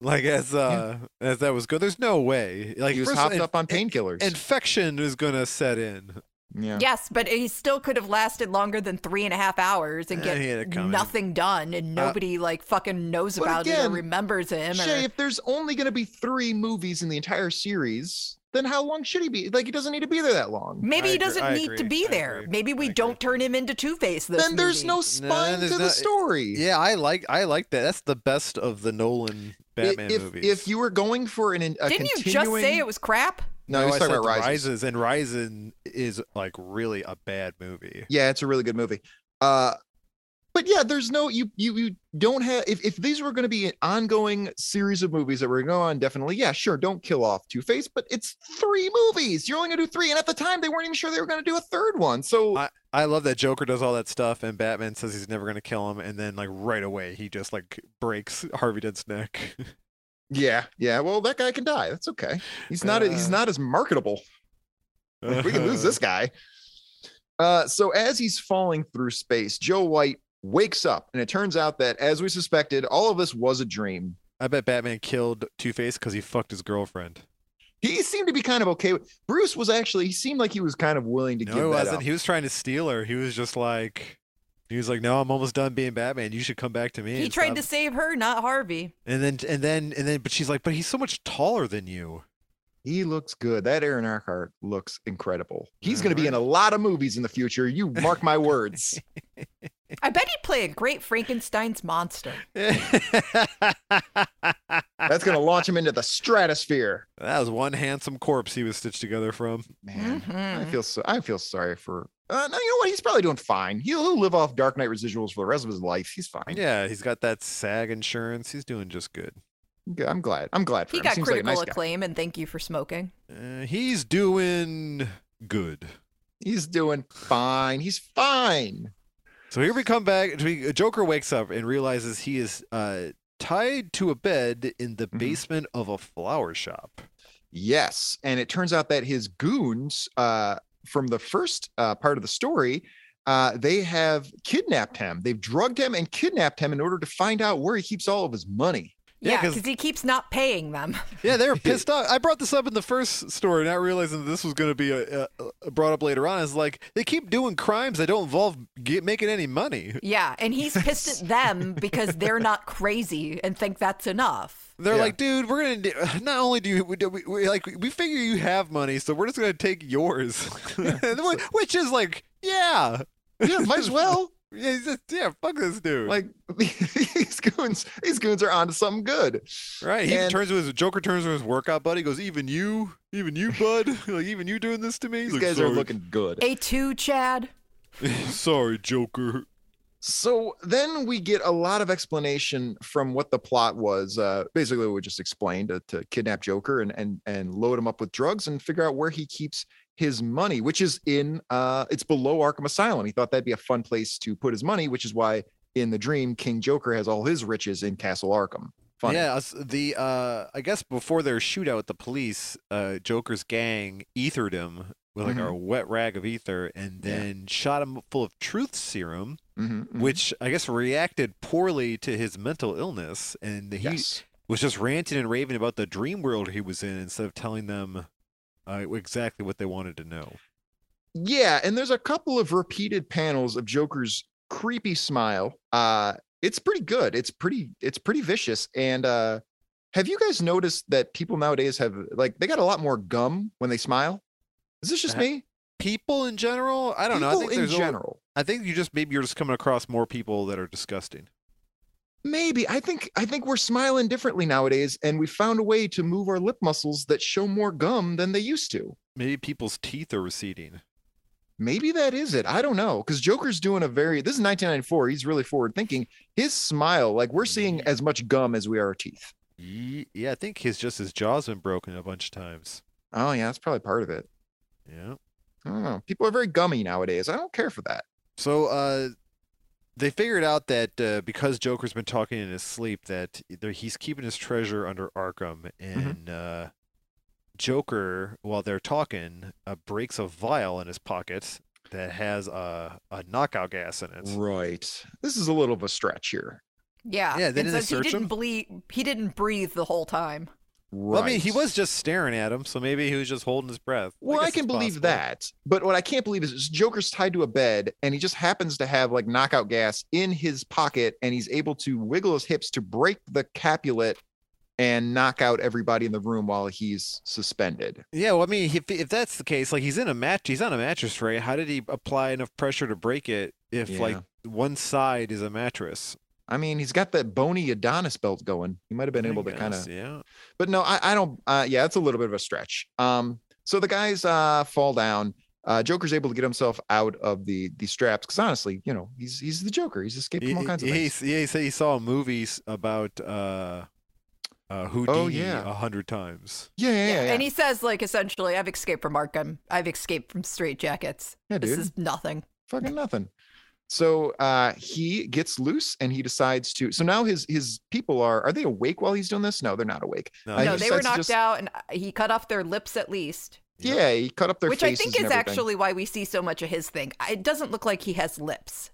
Speaker 3: like as uh as that was good. There's no way. Like
Speaker 4: he was
Speaker 3: first-
Speaker 4: hopped
Speaker 3: in-
Speaker 4: up on
Speaker 3: in-
Speaker 4: painkillers.
Speaker 3: Infection is gonna set in.
Speaker 4: yeah.
Speaker 5: Yes, but he still could have lasted longer than three and a half hours and
Speaker 3: Eh, he had it
Speaker 5: get
Speaker 3: coming.
Speaker 5: nothing done, and
Speaker 3: Uh,
Speaker 5: nobody like fucking knows
Speaker 4: but
Speaker 5: about it
Speaker 4: again,
Speaker 5: or remembers him.
Speaker 4: Shay,
Speaker 5: Or...
Speaker 4: if there's only going to be three movies in the entire series, then how long should he be? Like, he doesn't need to be there that long.
Speaker 5: Maybe
Speaker 3: I
Speaker 5: he
Speaker 3: agree-
Speaker 5: doesn't
Speaker 3: I
Speaker 5: need to
Speaker 3: agree,
Speaker 5: be
Speaker 3: I
Speaker 5: there.
Speaker 3: agree,
Speaker 5: Maybe
Speaker 3: I
Speaker 5: we
Speaker 3: agree.
Speaker 5: don't turn him into Two Face. This
Speaker 4: then there's
Speaker 5: movie.
Speaker 4: no spine
Speaker 3: there's
Speaker 4: to
Speaker 3: no-
Speaker 4: the story.
Speaker 3: Yeah, I like I like that. That's the best of the Nolan
Speaker 4: I-
Speaker 3: Batman
Speaker 4: if,
Speaker 3: movies.
Speaker 4: if you were going for an a
Speaker 5: Didn't you just
Speaker 4: continuing,
Speaker 5: say it was crap?
Speaker 4: no, he's
Speaker 3: I
Speaker 4: talking
Speaker 3: said
Speaker 4: about
Speaker 3: the
Speaker 4: Rises.
Speaker 3: Rises and Rising is like really a bad movie.
Speaker 4: Yeah, it's a really good movie. Uh but yeah, there's no you you you don't have if, if these were going to be an ongoing series of movies that were going on, definitely, yeah, sure, don't kill off Two Face, but it's three movies. You're only gonna do three. And at the time they weren't even sure they were gonna do a third one. So
Speaker 3: I love that Joker does all that stuff and Batman says he's never gonna kill him, and then like right away he just like breaks Harvey Dent's neck.
Speaker 4: yeah, yeah. Well, that guy can die. That's okay. He's not he's
Speaker 3: Uh.
Speaker 4: not as marketable. Like, we can lose this guy. Uh, so as he's falling through space, Joe White wakes up, and it turns out that as we suspected, all of this was a dream.
Speaker 3: I bet Batman killed Two Face because he fucked his girlfriend.
Speaker 4: he seemed to be kind of okay with Bruce was actually he seemed like he was kind of willing to
Speaker 3: No,
Speaker 4: give
Speaker 3: he
Speaker 4: that
Speaker 3: wasn't.
Speaker 4: up.
Speaker 3: He was trying to steal her. He was just like, he was like, "No, I'm almost done being Batman. You should come back to me."
Speaker 5: He
Speaker 3: and
Speaker 5: tried to
Speaker 3: stop-"
Speaker 5: save her, not Harvey.
Speaker 3: And then, and then, and then, but she's like, "But he's so much taller than you."
Speaker 4: He looks good. That Aaron Eckhart looks incredible. He's
Speaker 3: Yeah,
Speaker 4: going to be
Speaker 3: right.
Speaker 4: in a lot of movies in the future. You mark my words.
Speaker 5: I bet he'd play a great Frankenstein's monster.
Speaker 3: that
Speaker 4: That's going to launch him into the stratosphere.
Speaker 3: was one handsome corpse he was stitched together from.
Speaker 4: Man, I
Speaker 3: Mm-hmm.
Speaker 5: Mhm.
Speaker 4: feel so. I feel sorry for. Uh, no, you know what? He's probably doing fine. He'll, he'll live off Dark Knight residuals for the rest of his life. He's fine.
Speaker 3: Yeah, he's got that SAG insurance. He's doing just good.
Speaker 4: Good. I'm glad. I'm glad for
Speaker 5: He
Speaker 4: him.
Speaker 5: got
Speaker 4: Seems like a
Speaker 5: critical
Speaker 4: nice guy.
Speaker 5: acclaim and thank you for smoking.
Speaker 3: Uh, he's doing good.
Speaker 4: He's doing fine. He's fine.
Speaker 3: So here we come back. we- Joker wakes up and realizes he is uh, tied to a bed in the
Speaker 4: Mhm.
Speaker 3: basement of a flower shop.
Speaker 4: Yes. And it turns out that his goons uh, from the first uh, part of the story uh, they have kidnapped him. They've drugged him and kidnapped him in order to find out where he keeps all of his money.
Speaker 3: Yeah,
Speaker 5: Yeah,
Speaker 3: 'cause-
Speaker 5: because he keeps not paying them.
Speaker 3: Yeah, they were pissed off. I brought this up in the first story, not realizing that this was going to be uh uh brought up later on. Is like they keep doing crimes that don't involve get, making any money.
Speaker 5: Yeah, and he's pissed at them because they're not crazy and think that's enough.
Speaker 3: They're
Speaker 4: Yeah.
Speaker 3: like, dude, we're gonna. do- Not only do you, we, do- we, we like, we figure you have money, so we're just gonna take yours, Which- which is like, yeah,
Speaker 4: Yeah, might as well.
Speaker 3: yeah, he's just- yeah, fuck this dude.
Speaker 4: Like these goons, these goons are onto something good.
Speaker 3: right? He
Speaker 4: and-
Speaker 3: turns to his Joker turns to his workout buddy, goes, even you, even you, bud, like even you doing this to me. He's
Speaker 4: These
Speaker 3: like,
Speaker 4: guys are
Speaker 3: "Sorry-
Speaker 4: looking good.
Speaker 5: A2, Chad.
Speaker 3: sorry, Joker.
Speaker 4: So then we get a lot of explanation from what the plot was. Uh, basically, we just explained uh, to, to kidnap Joker and and and load him up with drugs and figure out where he keeps his money, which is in uh, it's below Arkham Asylum. He thought that'd be a fun place to put his money, which is why in the dream King Joker has all his riches in Castle Arkham. Funny.
Speaker 3: Yeah, us- the uh, I guess before their shootout with the police, uh, Joker's gang ethered him with like a wet rag of ether, and
Speaker 4: Yeah.
Speaker 3: then shot him full of truth serum,
Speaker 4: Mhm, mhm.
Speaker 3: which I guess reacted poorly to his mental illness, and he
Speaker 4: yes.
Speaker 3: was just ranting and raving about the dream world he was in instead of telling them uh, exactly what they wanted to know.
Speaker 4: Yeah, and there's a couple of repeated panels of Joker's creepy smile. Uh it's pretty good. It's pretty it's pretty vicious and uh have you guys noticed that people nowadays have like they got a lot more gum when they smile? Is this just
Speaker 3: Uh,
Speaker 4: me?
Speaker 3: People in general, I don't know. I
Speaker 4: People
Speaker 3: think
Speaker 4: in
Speaker 3: there's al-
Speaker 4: general.
Speaker 3: I think you just maybe you're just coming across more people that are disgusting.
Speaker 4: Maybe I think I think we're smiling differently nowadays and we found a way to move our lip muscles that show more gum than they used to.
Speaker 3: Maybe people's teeth are receding.
Speaker 4: Maybe that is it. I don't know. Because Joker's doing a very, this is 1994. He's really forward thinking. His smile, like we're
Speaker 3: Mm-hmm.
Speaker 4: seeing as much gum as we are teeth.
Speaker 3: Ye- Yeah, I think his just his jaw's been broken a bunch of times.
Speaker 4: Oh, yeah. That's probably part of it.
Speaker 3: Yeah.
Speaker 4: I don't know. People are very gummy nowadays. I don't care for that.
Speaker 3: So uh, they figured out that uh, because Joker's been talking in his sleep, that they're- he's keeping his treasure under Arkham,
Speaker 4: Mm-hmm.
Speaker 3: and uh, Joker, while they're talking, uh, breaks a vial in his pocket that has a a knockout gas in it.
Speaker 4: Right. This is a little of a stretch here.
Speaker 5: Yeah.
Speaker 3: Yeah, they didn't
Speaker 5: and says he
Speaker 3: search
Speaker 5: didn't
Speaker 3: him?
Speaker 5: ble- he didn't breathe the whole time.
Speaker 4: Right.
Speaker 3: Well, I mean, he was just staring at him, so maybe he was just holding his breath.
Speaker 4: Well, I,
Speaker 3: guess
Speaker 4: can
Speaker 3: it's
Speaker 4: believe
Speaker 3: possible.
Speaker 4: that. But what I can't believe is Joker's tied to a bed and he just happens to have like knockout gas in his pocket and he's able to wiggle his hips to break the capulet and knock out everybody in the room while he's suspended.
Speaker 3: Yeah, well, I mean, if if that's the case, like he's in a mat, he's on a mattress, right? How did he apply enough pressure to break it if like
Speaker 4: Yeah.
Speaker 3: one side is a mattress?
Speaker 4: I mean, he's got that bony Adonis belt going. He might have been
Speaker 3: I
Speaker 4: able to kind
Speaker 3: guess,
Speaker 4: of,
Speaker 3: yeah.
Speaker 4: but no, I, I don't. Uh, yeah, it's a little bit of a stretch. Um, so the guys uh, fall down. Uh, Joker's able to get himself out of the the straps because honestly, you know, he's he's the Joker. He's escaped
Speaker 3: He,
Speaker 4: from all kinds of
Speaker 3: he- he
Speaker 4: things.
Speaker 3: s- yeah, he said he saw movies about uh, uh, Houdini
Speaker 4: Oh, yeah.
Speaker 3: a hundred times.
Speaker 4: Yeah, yeah, yeah. yeah.
Speaker 5: And he says, like, essentially, I've escaped from Arkham. I've escaped from straitjackets.
Speaker 4: Yeah,
Speaker 5: This
Speaker 4: dude.
Speaker 5: is nothing.
Speaker 4: fucking nothing. So uh, he gets loose and he decides to. So now his his people are are they awake while he's doing this? No, they're not awake.
Speaker 3: No,
Speaker 4: I
Speaker 5: no,
Speaker 4: just-
Speaker 5: they were
Speaker 4: that's
Speaker 5: knocked
Speaker 4: just-
Speaker 5: out, and he cut off their lips at least,
Speaker 3: Yep.
Speaker 4: Yeah, he cut up their
Speaker 5: which I
Speaker 4: faces
Speaker 5: think
Speaker 4: and
Speaker 5: is
Speaker 4: everything.
Speaker 5: actually why we see so much of his thing. I- It doesn't look like he has lips.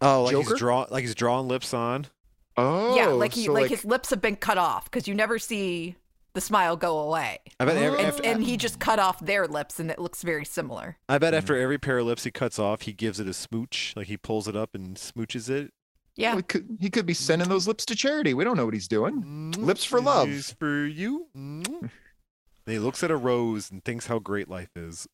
Speaker 3: Oh, like
Speaker 4: Joker?
Speaker 3: he's draw, like he's drawing lips on.
Speaker 4: oh
Speaker 5: yeah, like he
Speaker 4: so
Speaker 5: like, his lips have been cut off because you never see the smile go away,
Speaker 3: I bet. Every,
Speaker 4: Oh.
Speaker 3: after,
Speaker 5: and he just cut off their lips, and it looks very similar.
Speaker 3: I
Speaker 4: Mm-hmm.
Speaker 3: bet after every pair of lips he cuts off, he gives it a smooch. Like he pulls it up and smooches it.
Speaker 5: Yeah,
Speaker 4: we could- he could be sending those lips to charity. We don't know what he's doing. Lips for love.
Speaker 3: Lips for you. And he looks at a rose and thinks how great life is.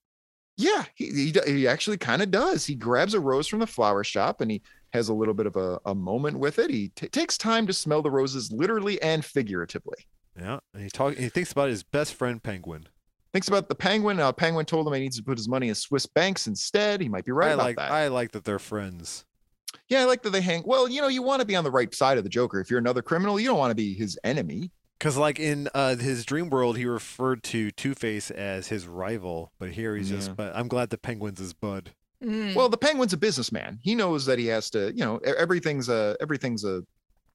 Speaker 4: Yeah, he he, d- he actually kind of does. He grabs a rose from the flower shop and he has a little bit of a, a moment with it. He t- takes time to smell the roses literally and figuratively.
Speaker 3: Yeah, and he talk. He thinks about his best friend penguin.
Speaker 4: Thinks about the penguin. Uh, penguin told him he needs to put his money in Swiss banks instead. He might be right
Speaker 3: I
Speaker 4: about
Speaker 3: like.
Speaker 4: that.
Speaker 3: I like that they're friends.
Speaker 4: Yeah, I like that they hang. Well, you know, you want to be on the right side of the Joker. If you're another criminal, you don't want to be his enemy.
Speaker 3: Cause like in uh, his dream world, he referred to Two Face as his rival, but here he's
Speaker 4: Yeah.
Speaker 3: just. But I'm glad the penguin's his bud.
Speaker 5: Mm.
Speaker 4: Well, the Penguin's a businessman. He knows that he has to. You know, e- everything's a everything's a,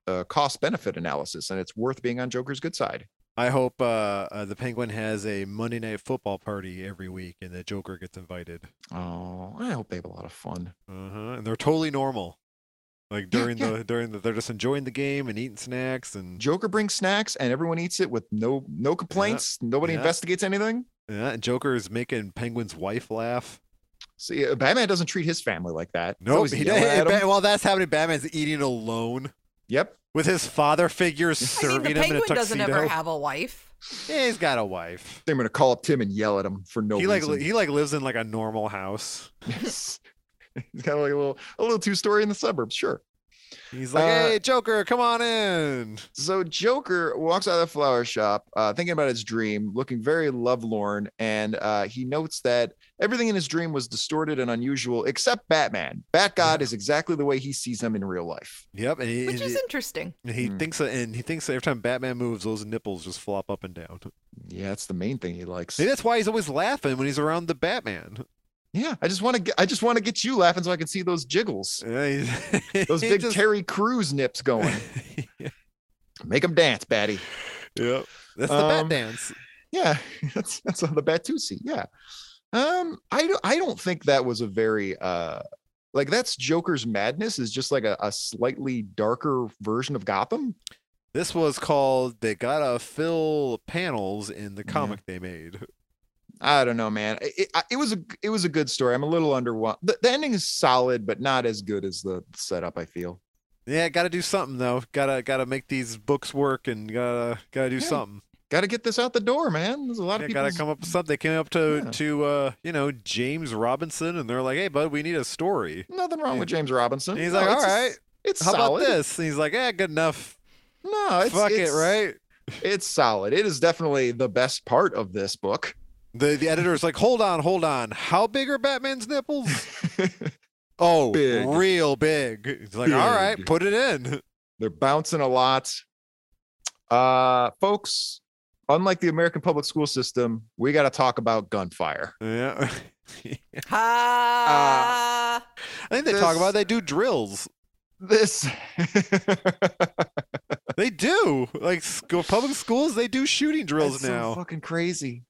Speaker 4: a cost benefit analysis, and it's worth being on Joker's good side.
Speaker 3: I hope uh, uh, the Penguin has a Monday Night Football party every week, and the Joker gets invited.
Speaker 4: Oh, I hope they have a lot of fun.
Speaker 3: Uh-huh. And they're totally normal. Like
Speaker 4: Yeah,
Speaker 3: during
Speaker 4: yeah.
Speaker 3: the during the they're just enjoying the game and eating snacks and
Speaker 4: Joker brings snacks and everyone eats it with no no complaints. Nobody
Speaker 3: yeah.
Speaker 4: investigates anything.
Speaker 3: yeah, and Joker is making Penguin's wife laugh.
Speaker 4: See, uh, Batman doesn't treat his family like that. He's
Speaker 3: No,
Speaker 4: always
Speaker 3: he
Speaker 4: yelling at
Speaker 3: doesn't.
Speaker 4: 'em.
Speaker 3: Ba- While that's happening, Batman's eating alone
Speaker 4: Yep.
Speaker 3: with his father figure
Speaker 5: I mean,
Speaker 3: serving
Speaker 5: the
Speaker 3: him in a
Speaker 5: penguin
Speaker 3: tuxedo.
Speaker 5: doesn't ever have a wife.
Speaker 3: yeah, he's got a wife.
Speaker 4: They're gonna call up Tim and yell at him for no
Speaker 3: he like
Speaker 4: reason.
Speaker 3: li- he like lives in like a normal house.
Speaker 4: He's kind of like a little a little two story in the suburbs. Sure.
Speaker 3: He's like,
Speaker 4: Uh,
Speaker 3: "Hey, Joker, come on in."
Speaker 4: So Joker walks out of the flower shop, uh, thinking about his dream, looking very lovelorn, and uh, he notes that everything in his dream was distorted and unusual, except Batman. Bat God is exactly the way he sees him in real life.
Speaker 3: Yep, and he,
Speaker 5: Which
Speaker 3: and
Speaker 5: is interesting.
Speaker 3: he- he
Speaker 4: Hmm.
Speaker 3: thinks that, and he thinks that every time Batman moves, those nipples just flop up and down.
Speaker 4: Yeah, that's the main thing he likes.
Speaker 3: Maybe that's why he's always laughing when he's around the Batman.
Speaker 4: Yeah, I just want to get I just want to get you laughing so I can see those jiggles,
Speaker 3: Yeah, he's-
Speaker 4: those
Speaker 3: he
Speaker 4: big
Speaker 3: just-
Speaker 4: Terry Crews nips going. Make him dance, Batty.
Speaker 3: Yep. That's the Bat
Speaker 4: Um,
Speaker 3: Dance.
Speaker 4: Yeah, that's that's on the Batusi. Yeah. Um, I don't I don't think that was a very uh like that's Joker's madness is just like a, a slightly darker version of Gotham.
Speaker 3: This was called They Gotta Fill Panels in the
Speaker 4: Yeah.
Speaker 3: comic they made.
Speaker 4: I don't know, man. It, it, I- it was a it was a good story. I'm a little underwhelmed. The, the ending is solid, but not as good as the setup. I feel.
Speaker 3: Yeah, gotta do something though. Gotta gotta make these books work and gotta gotta do
Speaker 4: Yeah,
Speaker 3: something.
Speaker 4: Got to get this out the door, man. There's a lot
Speaker 3: Yeah,
Speaker 4: of people.
Speaker 3: gotta come up with something. They came up to
Speaker 4: Yeah.
Speaker 3: to uh, you know, James Robinson and they're like, Hey bud, we need a story.
Speaker 4: Nothing wrong with James Robinson.
Speaker 3: And he's
Speaker 4: No,
Speaker 3: like,
Speaker 4: it's
Speaker 3: All
Speaker 4: just-
Speaker 3: right,
Speaker 4: it's
Speaker 3: how
Speaker 4: solid.
Speaker 3: about this? And he's like, Yeah, good enough.
Speaker 4: No, it's,
Speaker 3: Fuck
Speaker 4: it's-
Speaker 3: it, right?
Speaker 4: It's solid. It is definitely the best part of this book.
Speaker 3: The the editor's like, Hold on, hold on. How big are Batman's nipples? oh,
Speaker 4: Big.
Speaker 3: real big. He's like, All right,
Speaker 4: Big.
Speaker 3: put it in.
Speaker 4: They're bouncing a lot. Uh, folks, unlike the American public school system, we got to talk about gunfire.
Speaker 3: Yeah.
Speaker 4: Uh,
Speaker 5: Ha!
Speaker 3: I think they talk
Speaker 4: This-
Speaker 3: about it, they do drills.
Speaker 4: This,
Speaker 3: They do. Like school, public schools, they do shooting drills
Speaker 4: That's so
Speaker 3: now.
Speaker 4: fucking crazy.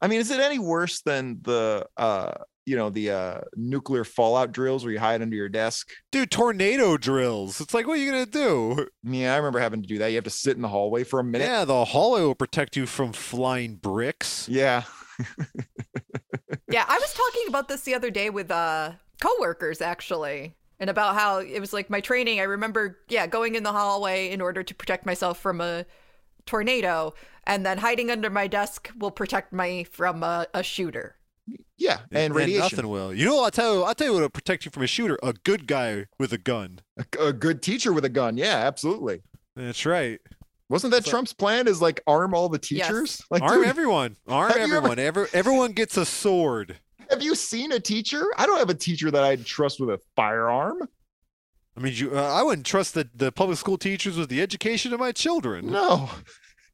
Speaker 4: I mean, is it any worse than the uh, you know, the uh nuclear fallout drills where you hide under your desk?
Speaker 3: Dude, tornado drills. It's like, what are you gonna do?
Speaker 4: Yeah, I remember having to do that. You have to sit in the hallway for a minute.
Speaker 3: Yeah, the hallway will protect you from flying bricks.
Speaker 4: Yeah.
Speaker 5: yeah, I was talking about this the other day with uh coworkers actually, and about how it was like my training. I remember, yeah, going in the hallway in order to protect myself from a tornado, and then hiding under my desk will protect me from a, a shooter.
Speaker 4: Yeah. And radiation.
Speaker 3: nothing will. You know, I'll tell you, I'll tell you what'll protect you from a shooter. A good guy with a gun.
Speaker 4: A, a good teacher with a gun. Yeah, absolutely.
Speaker 3: That's right.
Speaker 4: Wasn't that
Speaker 3: So-
Speaker 4: Trump's plan? Is like arm all the teachers? Like
Speaker 3: Arm
Speaker 4: dude,
Speaker 3: everyone. Arm
Speaker 4: Have you ever-
Speaker 3: everyone. Every, everyone gets a sword.
Speaker 4: Have you seen a teacher? I don't have a teacher that I'd trust with a firearm.
Speaker 3: I mean, you, uh, I wouldn't trust the, the public school teachers with the education of my children.
Speaker 4: No,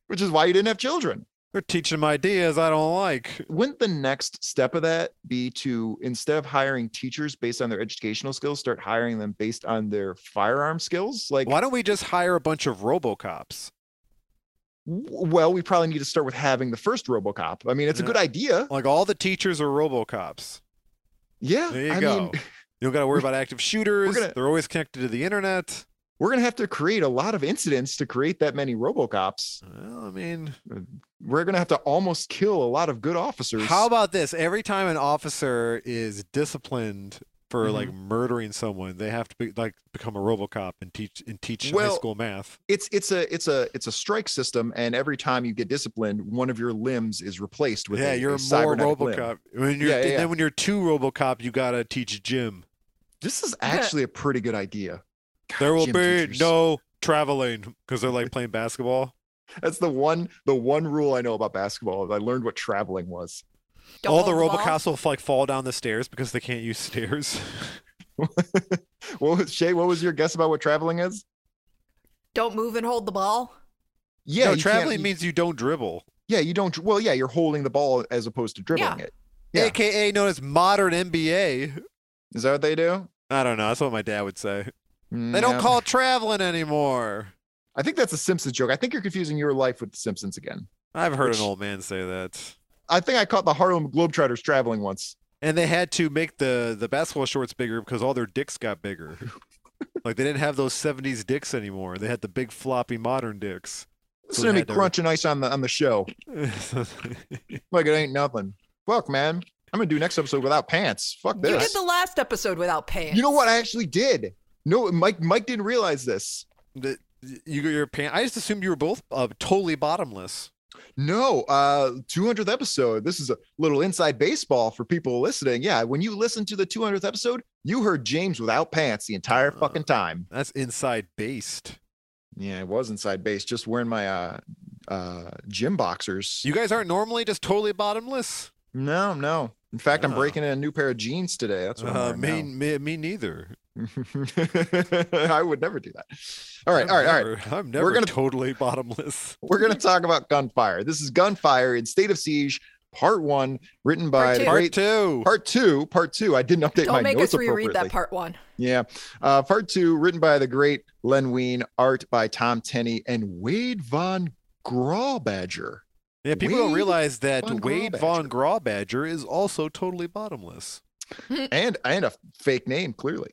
Speaker 4: which is why you didn't have children.
Speaker 3: They're teaching them ideas I don't like.
Speaker 4: Wouldn't the next step of that be to instead of hiring teachers based on their educational skills, start hiring them based on their firearm skills? Like,
Speaker 3: Why don't we just hire a bunch of RoboCops?
Speaker 4: w- well, we probably need to start with having the first RoboCop. I mean, it's a
Speaker 3: Yeah.
Speaker 4: good idea.
Speaker 3: Like all the teachers are RoboCops.
Speaker 4: Yeah,
Speaker 3: There you
Speaker 4: I
Speaker 3: go.
Speaker 4: mean,
Speaker 3: you don't got to worry about active shooters.
Speaker 4: gonna-
Speaker 3: They're always connected to the internet.
Speaker 4: we're gonna have to create a lot of incidents to create that many RoboCops.
Speaker 3: Well, I mean,
Speaker 4: We're gonna have to almost kill a lot of good officers.
Speaker 3: how about this? Every time an officer is disciplined for
Speaker 4: Mhm.
Speaker 3: like murdering someone, they have to be like become a RoboCop and teach and teach high
Speaker 4: Well,
Speaker 3: school math.
Speaker 4: it's it's a it's a it's a strike system and every time you get disciplined one of your limbs is replaced with
Speaker 3: Yeah,
Speaker 4: a,
Speaker 3: you're more
Speaker 4: a cybernetic limb.
Speaker 3: RoboCop. When you're,
Speaker 4: Yeah, yeah,
Speaker 3: and
Speaker 4: yeah.
Speaker 3: then when you're two RoboCop, you gotta teach gym.
Speaker 4: this is
Speaker 5: Yeah.
Speaker 4: actually a pretty good idea God,
Speaker 3: There will
Speaker 4: gym
Speaker 3: be
Speaker 4: teachers.
Speaker 3: no traveling because they're like playing basketball.
Speaker 4: that's the one the one rule i know about basketball is i learned what traveling was
Speaker 5: Don't
Speaker 3: All the
Speaker 5: hold ball.
Speaker 3: RoboCops will like fall down the stairs because they can't use stairs.
Speaker 4: what was shay what was your guess about what traveling is
Speaker 5: don't move and hold the ball.
Speaker 4: yeah
Speaker 3: no,
Speaker 4: you can't-
Speaker 3: traveling
Speaker 4: you-
Speaker 3: means you don't dribble.
Speaker 4: yeah you don't well yeah you're holding the ball as opposed to dribbling
Speaker 5: Yeah.
Speaker 4: it Yeah.
Speaker 3: AKA known as modern NBA.
Speaker 4: is that what they do
Speaker 3: I don't know. That's what my dad would say. They
Speaker 4: Mm,
Speaker 3: don't
Speaker 4: yeah.
Speaker 3: call it traveling anymore.
Speaker 4: I think that's a Simpsons joke. I think you're confusing your life with the Simpsons again.
Speaker 3: I've heard
Speaker 4: Which-
Speaker 3: an old man say that.
Speaker 4: I think I caught the Harlem Globetrotters traveling once.
Speaker 3: And they had to make the the basketball shorts bigger because all their dicks got bigger. like they didn't have those '70s dicks anymore. They had the big floppy modern dicks. So
Speaker 4: Listen to
Speaker 3: they
Speaker 4: me
Speaker 3: had to-
Speaker 4: crunching ice on the on the show like it ain't nothing. Fuck, man. I'm gonna do next episode without pants. Fuck
Speaker 5: You did
Speaker 4: this.
Speaker 5: the last episode without pants.
Speaker 4: You know what? I actually did. No, Mike. Mike didn't realize this.
Speaker 3: The- you got your pant. I just assumed you were both uh, totally bottomless.
Speaker 4: No, uh, 200th episode. This is a little inside baseball for people listening. Yeah, when you listen to the 200th episode, you heard James without pants the entire
Speaker 3: Uh.
Speaker 4: fucking time.
Speaker 3: That's inside based.
Speaker 4: Yeah, it was inside base, just wearing my uh, uh, gym boxers.
Speaker 3: You guys aren't normally just totally bottomless.
Speaker 4: no, no. In fact, I'm
Speaker 3: Oh.
Speaker 4: breaking in a new pair of jeans today. That's what
Speaker 3: Uh,
Speaker 4: I'm
Speaker 3: me,
Speaker 4: wearing
Speaker 3: me, me neither.
Speaker 4: now. I would never do that. All right,
Speaker 3: I'm
Speaker 4: all right, all right.
Speaker 3: never, I'm never
Speaker 4: gonna-
Speaker 3: totally bottomless.
Speaker 4: We're going to talk about gunfire. This is Gunfire in State of Siege, part one, written by
Speaker 5: Part two.
Speaker 4: the
Speaker 3: Part
Speaker 4: great.
Speaker 3: two.
Speaker 4: Part two, part two. I didn't update my
Speaker 5: Don't make
Speaker 4: notes
Speaker 5: us reread
Speaker 4: appropriately.
Speaker 5: that part one.
Speaker 4: Yeah. Uh, part two, written by the great Len Wein, art by Tom Tenney and Wade Von Grawbadger.
Speaker 3: yeah, people don't
Speaker 4: Wade
Speaker 3: realize that
Speaker 4: von
Speaker 3: Wade von Grawbadger is also totally bottomless.
Speaker 4: and and a fake name clearly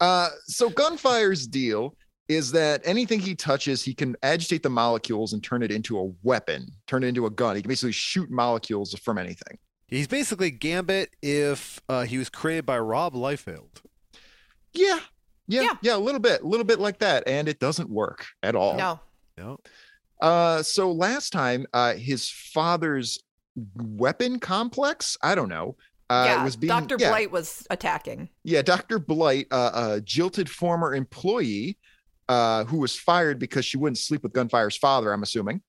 Speaker 4: uh so gunfire's deal is that anything he touches he can agitate the molecules and turn it into a weapon turn it into a gun he can basically shoot molecules from anything
Speaker 3: He's basically Gambit if uh, he was created by Rob Liefeld.
Speaker 4: yeah yeah yeah,
Speaker 5: Yeah.
Speaker 4: a little bit a little bit like that and it doesn't work at all
Speaker 5: No.
Speaker 3: No,
Speaker 4: uh so last time uh his father's weapon complex i don't know uh
Speaker 5: yeah.
Speaker 4: was being
Speaker 5: Dr.
Speaker 4: yeah,
Speaker 5: Blight was attacking.
Speaker 4: Yeah, Dr. Blight, uh, a jilted former employee uh, who was fired because she wouldn't sleep with Gunfire's father, I'm assuming.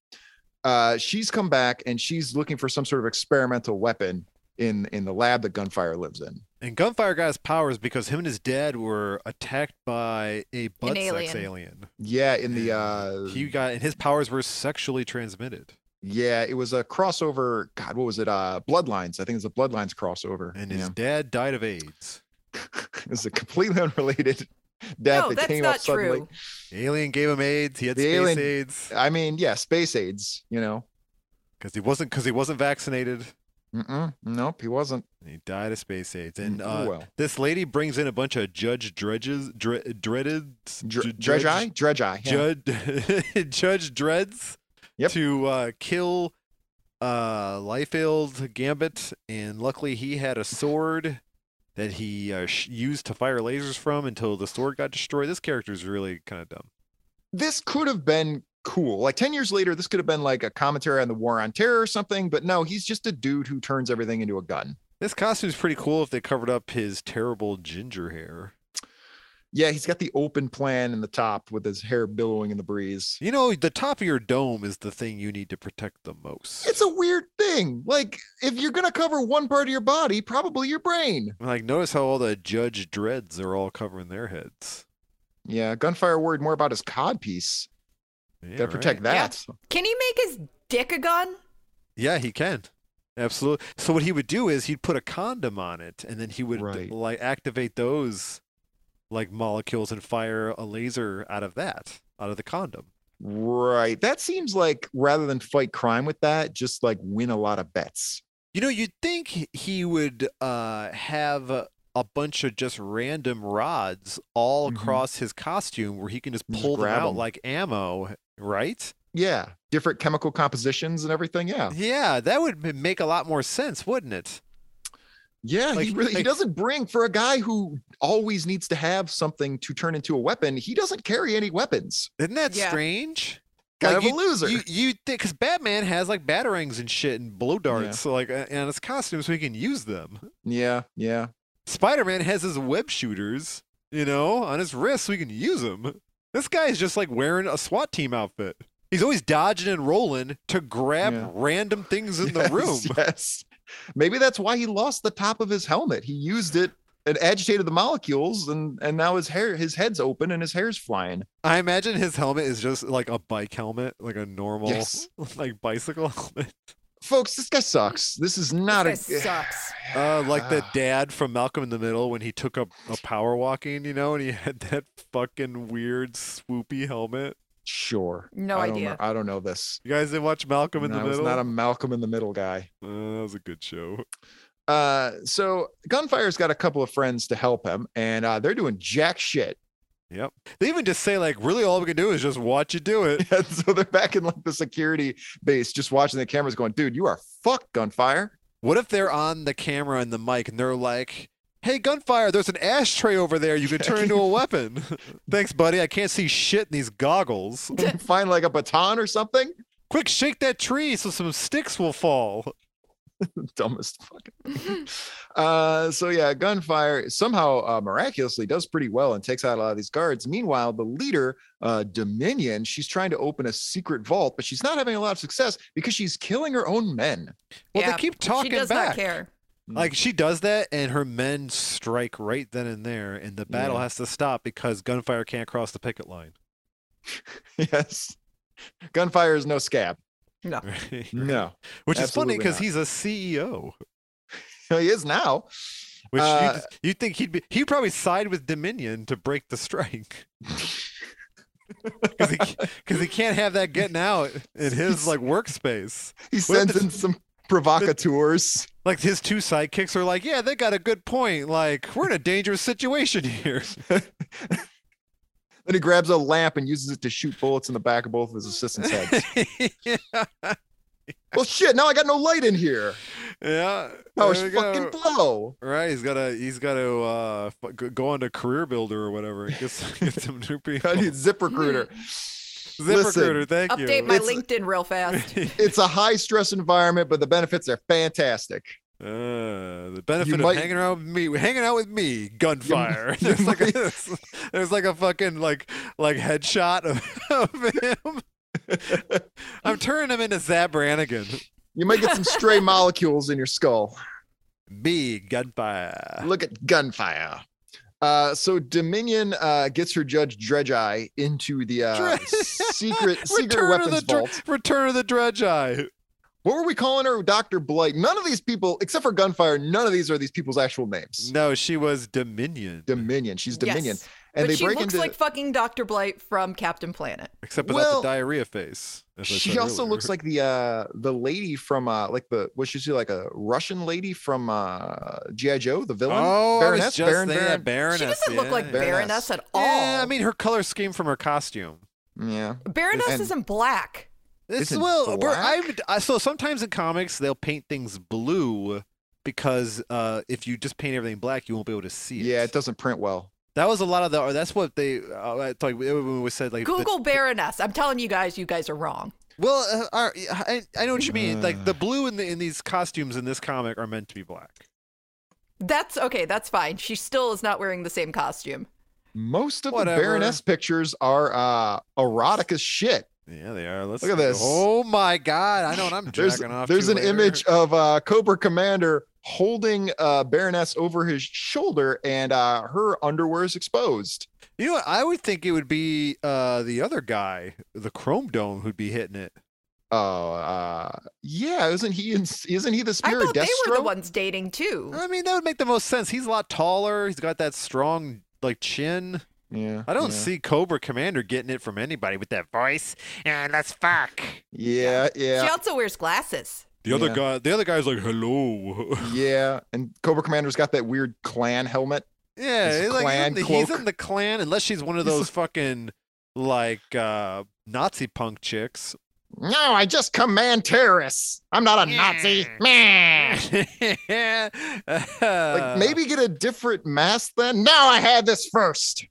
Speaker 4: Uh, she's come back and she's looking for some sort of experimental weapon in in the lab that Gunfire lives in.
Speaker 3: And Gunfire got his powers because him and his dad were attacked by a butt sex
Speaker 5: alien.
Speaker 3: alien.
Speaker 4: Yeah, in the uh,
Speaker 3: He got and his powers were sexually transmitted,
Speaker 4: yeah, it was a crossover. God, what was it? Uh, Bloodlines. I think it's a Bloodlines crossover.
Speaker 3: and
Speaker 4: yeah.
Speaker 3: his dad died of AIDS.
Speaker 4: it's a completely unrelated death
Speaker 5: no,
Speaker 4: that
Speaker 5: that's
Speaker 4: came
Speaker 5: not
Speaker 4: up suddenly.
Speaker 5: true.
Speaker 3: Alien gave him AIDS. He had
Speaker 4: The
Speaker 3: space
Speaker 4: alien-
Speaker 3: AIDS
Speaker 4: I mean, yeah, space aids. You know,
Speaker 3: because he wasn't because he wasn't vaccinated.
Speaker 4: Mm-mm, nope, he wasn't.
Speaker 3: And he died of space AIDS.
Speaker 4: Mm,
Speaker 3: And
Speaker 4: oh
Speaker 3: uh,
Speaker 4: well.
Speaker 3: this lady brings in a bunch of Judge Dredges, dre- dreaded,
Speaker 4: Dr-
Speaker 3: Judge-
Speaker 4: Dredge Eye? Dredge Eye. yeah.
Speaker 3: Judge Judge Dreads
Speaker 4: Yep.
Speaker 3: to uh, kill uh, Liefeld Gambit, and luckily he had a sword that he uh, sh- used to fire lasers from until the sword got destroyed. This character is really kind of dumb.
Speaker 4: This could have been cool. Like 10 years later, this could have been like a commentary on the war on terror or something, but no, he's just a dude who turns everything into a gun.
Speaker 3: This costume's pretty cool if they covered up his terrible ginger hair.
Speaker 4: Yeah, he's got the open plan in the top with his hair billowing in the breeze.
Speaker 3: You know, the top of your dome is the thing you need to protect the most.
Speaker 4: It's a weird thing. Like, if you're going to cover one part of your body, probably your brain.
Speaker 3: like, notice how all the Judge Dreads are all covering their heads.
Speaker 4: Yeah, Gunfire worried more about his cod piece.
Speaker 3: Yeah,
Speaker 4: Gotta
Speaker 3: right.
Speaker 4: protect that.
Speaker 5: Can he make his dick a gun?
Speaker 3: Yeah, he can. Absolutely. So what he would do is he'd put a condom on it, and then he would
Speaker 4: Right.
Speaker 3: like activate those like molecules and fire a laser out of that, out of the condom.
Speaker 4: Right. That seems like rather than fight crime with that, just like win a lot of bets.
Speaker 3: You know, you'd think he- he would uh, have a a bunch of just random rods all
Speaker 4: Mhm.
Speaker 3: across his costume where he can just
Speaker 4: Just
Speaker 3: pull them
Speaker 4: grab
Speaker 3: out
Speaker 4: 'em.
Speaker 3: like ammo, right?
Speaker 4: Yeah. Different chemical compositions and everything. Yeah.
Speaker 3: Yeah, that would m- make a lot more sense, wouldn't it?
Speaker 4: Yeah, he
Speaker 3: Like-
Speaker 4: really he
Speaker 3: like-
Speaker 4: doesn't bring for a guy who always needs to have something to turn into a weapon. He doesn't carry any weapons.
Speaker 3: Isn't that
Speaker 5: Yeah.
Speaker 3: strange?
Speaker 4: Kind
Speaker 3: Like,
Speaker 4: of a loser.
Speaker 3: You you think because Batman has like batarangs and shit and blow darts, so like uh, and his costume, so he can use them.
Speaker 4: yeah, yeah.
Speaker 3: Spider Man has his web shooters, you know, on his wrist, so he can use them. This guy is just like wearing a SWAT team outfit. He's always dodging and rolling to grab
Speaker 4: Yeah.
Speaker 3: random things in
Speaker 4: Yes,
Speaker 3: the room.
Speaker 4: Yes. Maybe that's why he lost the top of his helmet. He used it and agitated the molecules and and now his hair his head's open and his hair's flying.
Speaker 3: I imagine his helmet is just like a bike helmet, like a normal
Speaker 4: Yes.
Speaker 3: like bicycle helmet,
Speaker 4: Folks, this guy sucks. This is not
Speaker 5: this guy
Speaker 4: a
Speaker 5: sucks.
Speaker 3: uh, like the
Speaker 4: Ah.
Speaker 3: dad from Malcolm in the Middle when he took up a power walking, you know, and he had that fucking weird swoopy helmet.
Speaker 4: Sure.
Speaker 5: No
Speaker 4: I don't
Speaker 5: idea.
Speaker 4: know- I don't know this.
Speaker 3: You guys didn't watch Malcolm in
Speaker 4: No,
Speaker 3: the
Speaker 4: I was
Speaker 3: Middle?
Speaker 4: not a Malcolm in the Middle guy.
Speaker 3: Uh, that was a good show.
Speaker 4: Uh, so Gunfire's got a couple of friends to help him, and uh, they're doing jack shit.
Speaker 3: Yep. They even just say like, really, all we can do is just watch you do it.
Speaker 4: And so they're back in like the security base, just watching the cameras, going, "Dude, you are fucked, Gunfire."
Speaker 3: What if they're on the camera and the mic and they're like, hey, gunfire, there's an ashtray over there you can turn into a weapon. Thanks, buddy. I can't see shit in these goggles.
Speaker 4: Find like a baton or something.
Speaker 3: Quick, shake that tree so some sticks will fall.
Speaker 4: dumbest fucking. thing. uh, so yeah, gunfire somehow uh, miraculously does pretty well and takes out a lot of these guards. Meanwhile, the leader, uh, Dominion, she's trying to open a secret vault, but she's not having a lot of success because she's killing her own men.
Speaker 3: Well,
Speaker 5: Yeah,
Speaker 3: they keep
Speaker 5: she
Speaker 3: talking
Speaker 5: does
Speaker 3: back.
Speaker 5: not care.
Speaker 3: Like she does that, and her men strike right then and there, and the battle
Speaker 4: Yeah.
Speaker 3: has to stop because gunfire can't cross the picket line.
Speaker 4: yes, gunfire is no scab.
Speaker 3: Right?
Speaker 4: No,
Speaker 3: Which is funny
Speaker 4: absolutely
Speaker 3: because
Speaker 4: not.
Speaker 3: he's a CEO.
Speaker 4: he is now.
Speaker 3: Which
Speaker 4: Uh,
Speaker 3: you'd, you'd think he'd be, he'd probably side with Dominion to break the strike. Because he, ca- 'cause he can't have that getting out in his like workspace.
Speaker 4: He
Speaker 3: Well,
Speaker 4: sends
Speaker 3: the-
Speaker 4: in some provocateurs.
Speaker 3: Like his two sidekicks are like, yeah, they got a good point. Like we're in a dangerous situation here.
Speaker 4: Then he grabs a lamp and uses it to shoot bullets in the back of both of his assistants' heads. well, shit! Now I got no light in here.
Speaker 3: yeah,
Speaker 4: Powers
Speaker 3: there we
Speaker 4: Oh, fucking
Speaker 3: go.
Speaker 4: blow.
Speaker 3: Right, he's gotta he's gotta uh, fu- go- go on to Career Builder or whatever. and Get some, get some new people.
Speaker 4: I need ZipRecruiter. Listen,
Speaker 3: ZipRecruiter, thank you.
Speaker 5: Update my
Speaker 4: It's-
Speaker 5: LinkedIn real fast.
Speaker 4: it's a high stress environment, but the benefits are fantastic.
Speaker 3: Uh, the benefit of
Speaker 4: might-
Speaker 3: hanging around with me, hanging out with me, gunfire.
Speaker 4: you
Speaker 3: there's like a, there's like a fucking like like headshot of, of him. I'm turning him into Zab Brannigan.
Speaker 4: You might get some stray molecules in your skull.
Speaker 3: Me, gunfire.
Speaker 4: Look at gunfire. Uh, so Dominion uh, gets her Judge Dredge Eye into the uh,
Speaker 3: Dredge-
Speaker 4: secret secret
Speaker 3: Return of the
Speaker 4: weapons
Speaker 3: Dre-
Speaker 4: vault.
Speaker 3: Return of the Dredge Eye.
Speaker 4: What were we calling her, Doctor Blight? None of these people, except for Gunfire, none of these are these people's actual names.
Speaker 3: No, she was Dominion.
Speaker 4: Dominion, she's Dominion,
Speaker 5: Yes.
Speaker 4: and
Speaker 5: but
Speaker 4: they
Speaker 5: she
Speaker 4: break
Speaker 5: looks
Speaker 4: into.
Speaker 5: like fucking Dr. Blight from Captain Planet.
Speaker 3: Except without
Speaker 4: Well,
Speaker 3: the diarrhea face. as I
Speaker 4: she
Speaker 3: said
Speaker 4: also
Speaker 3: earlier.
Speaker 4: looks like the uh the lady from uh like the what she like a Russian lady from uh GI Joe the villain
Speaker 3: Oh, I was
Speaker 4: Baroness?
Speaker 3: just
Speaker 4: Baron-
Speaker 3: thinking
Speaker 4: Baron-
Speaker 3: that Baroness.
Speaker 5: she doesn't look like
Speaker 3: yeah.
Speaker 5: Baroness,
Speaker 4: Baroness.
Speaker 5: at all.
Speaker 3: Yeah, I mean her color scheme from her costume.
Speaker 4: yeah
Speaker 5: Baroness
Speaker 4: and-
Speaker 5: isn't black.
Speaker 3: This
Speaker 4: Is it
Speaker 3: well, we're-
Speaker 4: black?
Speaker 3: I've- I, so sometimes in comics they'll paint things blue because uh, if you just paint everything black, you won't be able to see it.
Speaker 4: yeah it doesn't print well
Speaker 3: that was a lot of the. Or that's what they. Uh, it's like it was said like the-
Speaker 5: Google Baroness. I'm telling you guys, you guys are wrong.
Speaker 3: well, uh, are- I, I know what you mean. Like the blue in the in these costumes in this comic are meant to be black.
Speaker 5: That's okay. That's fine. She still is not wearing the same costume.
Speaker 4: most of
Speaker 3: Whatever.
Speaker 4: the Baroness pictures are uh erotic as shit
Speaker 3: Yeah, they are. Let's
Speaker 4: Look at
Speaker 3: see.
Speaker 4: this.
Speaker 3: Oh my god! I know what I'm
Speaker 4: there's
Speaker 3: jacking off.
Speaker 4: there's
Speaker 3: to
Speaker 4: an
Speaker 3: later.
Speaker 4: image of uh Cobra Commander holding uh Baroness over his shoulder and uh her underwear is exposed
Speaker 3: You know, what? I would think it would be uh, the other guy, the Chrome Dome, who'd be hitting it.
Speaker 4: oh uh yeah isn't he in, isn't he the
Speaker 5: I
Speaker 4: spirit
Speaker 5: thought
Speaker 4: of Deathstroke
Speaker 5: they were the ones dating too.
Speaker 3: I mean, that would make the most sense. He's a lot taller. He's got that strong like chin.
Speaker 4: yeah
Speaker 3: I don't
Speaker 4: yeah.
Speaker 3: see Cobra Commander getting it from anybody with that voice. And let's fuck.
Speaker 4: yeah yeah
Speaker 5: She also wears glasses.
Speaker 3: The other
Speaker 4: Yeah.
Speaker 3: guy, the other guy's like, hello.
Speaker 4: Yeah, and Cobra Commander's got that weird clan helmet.
Speaker 3: Yeah,
Speaker 4: His
Speaker 3: he's, like, he's,
Speaker 4: clan
Speaker 3: in the, he's
Speaker 4: cloak.
Speaker 3: in the clan unless she's one of
Speaker 4: He's-
Speaker 3: those fucking like uh, Nazi punk chicks.
Speaker 4: No, I just command terrorists. I'm not a Nazi.
Speaker 3: Mm.
Speaker 4: Meh.
Speaker 3: like
Speaker 4: Like Eh. maybe get a different mask then. No, I had this first.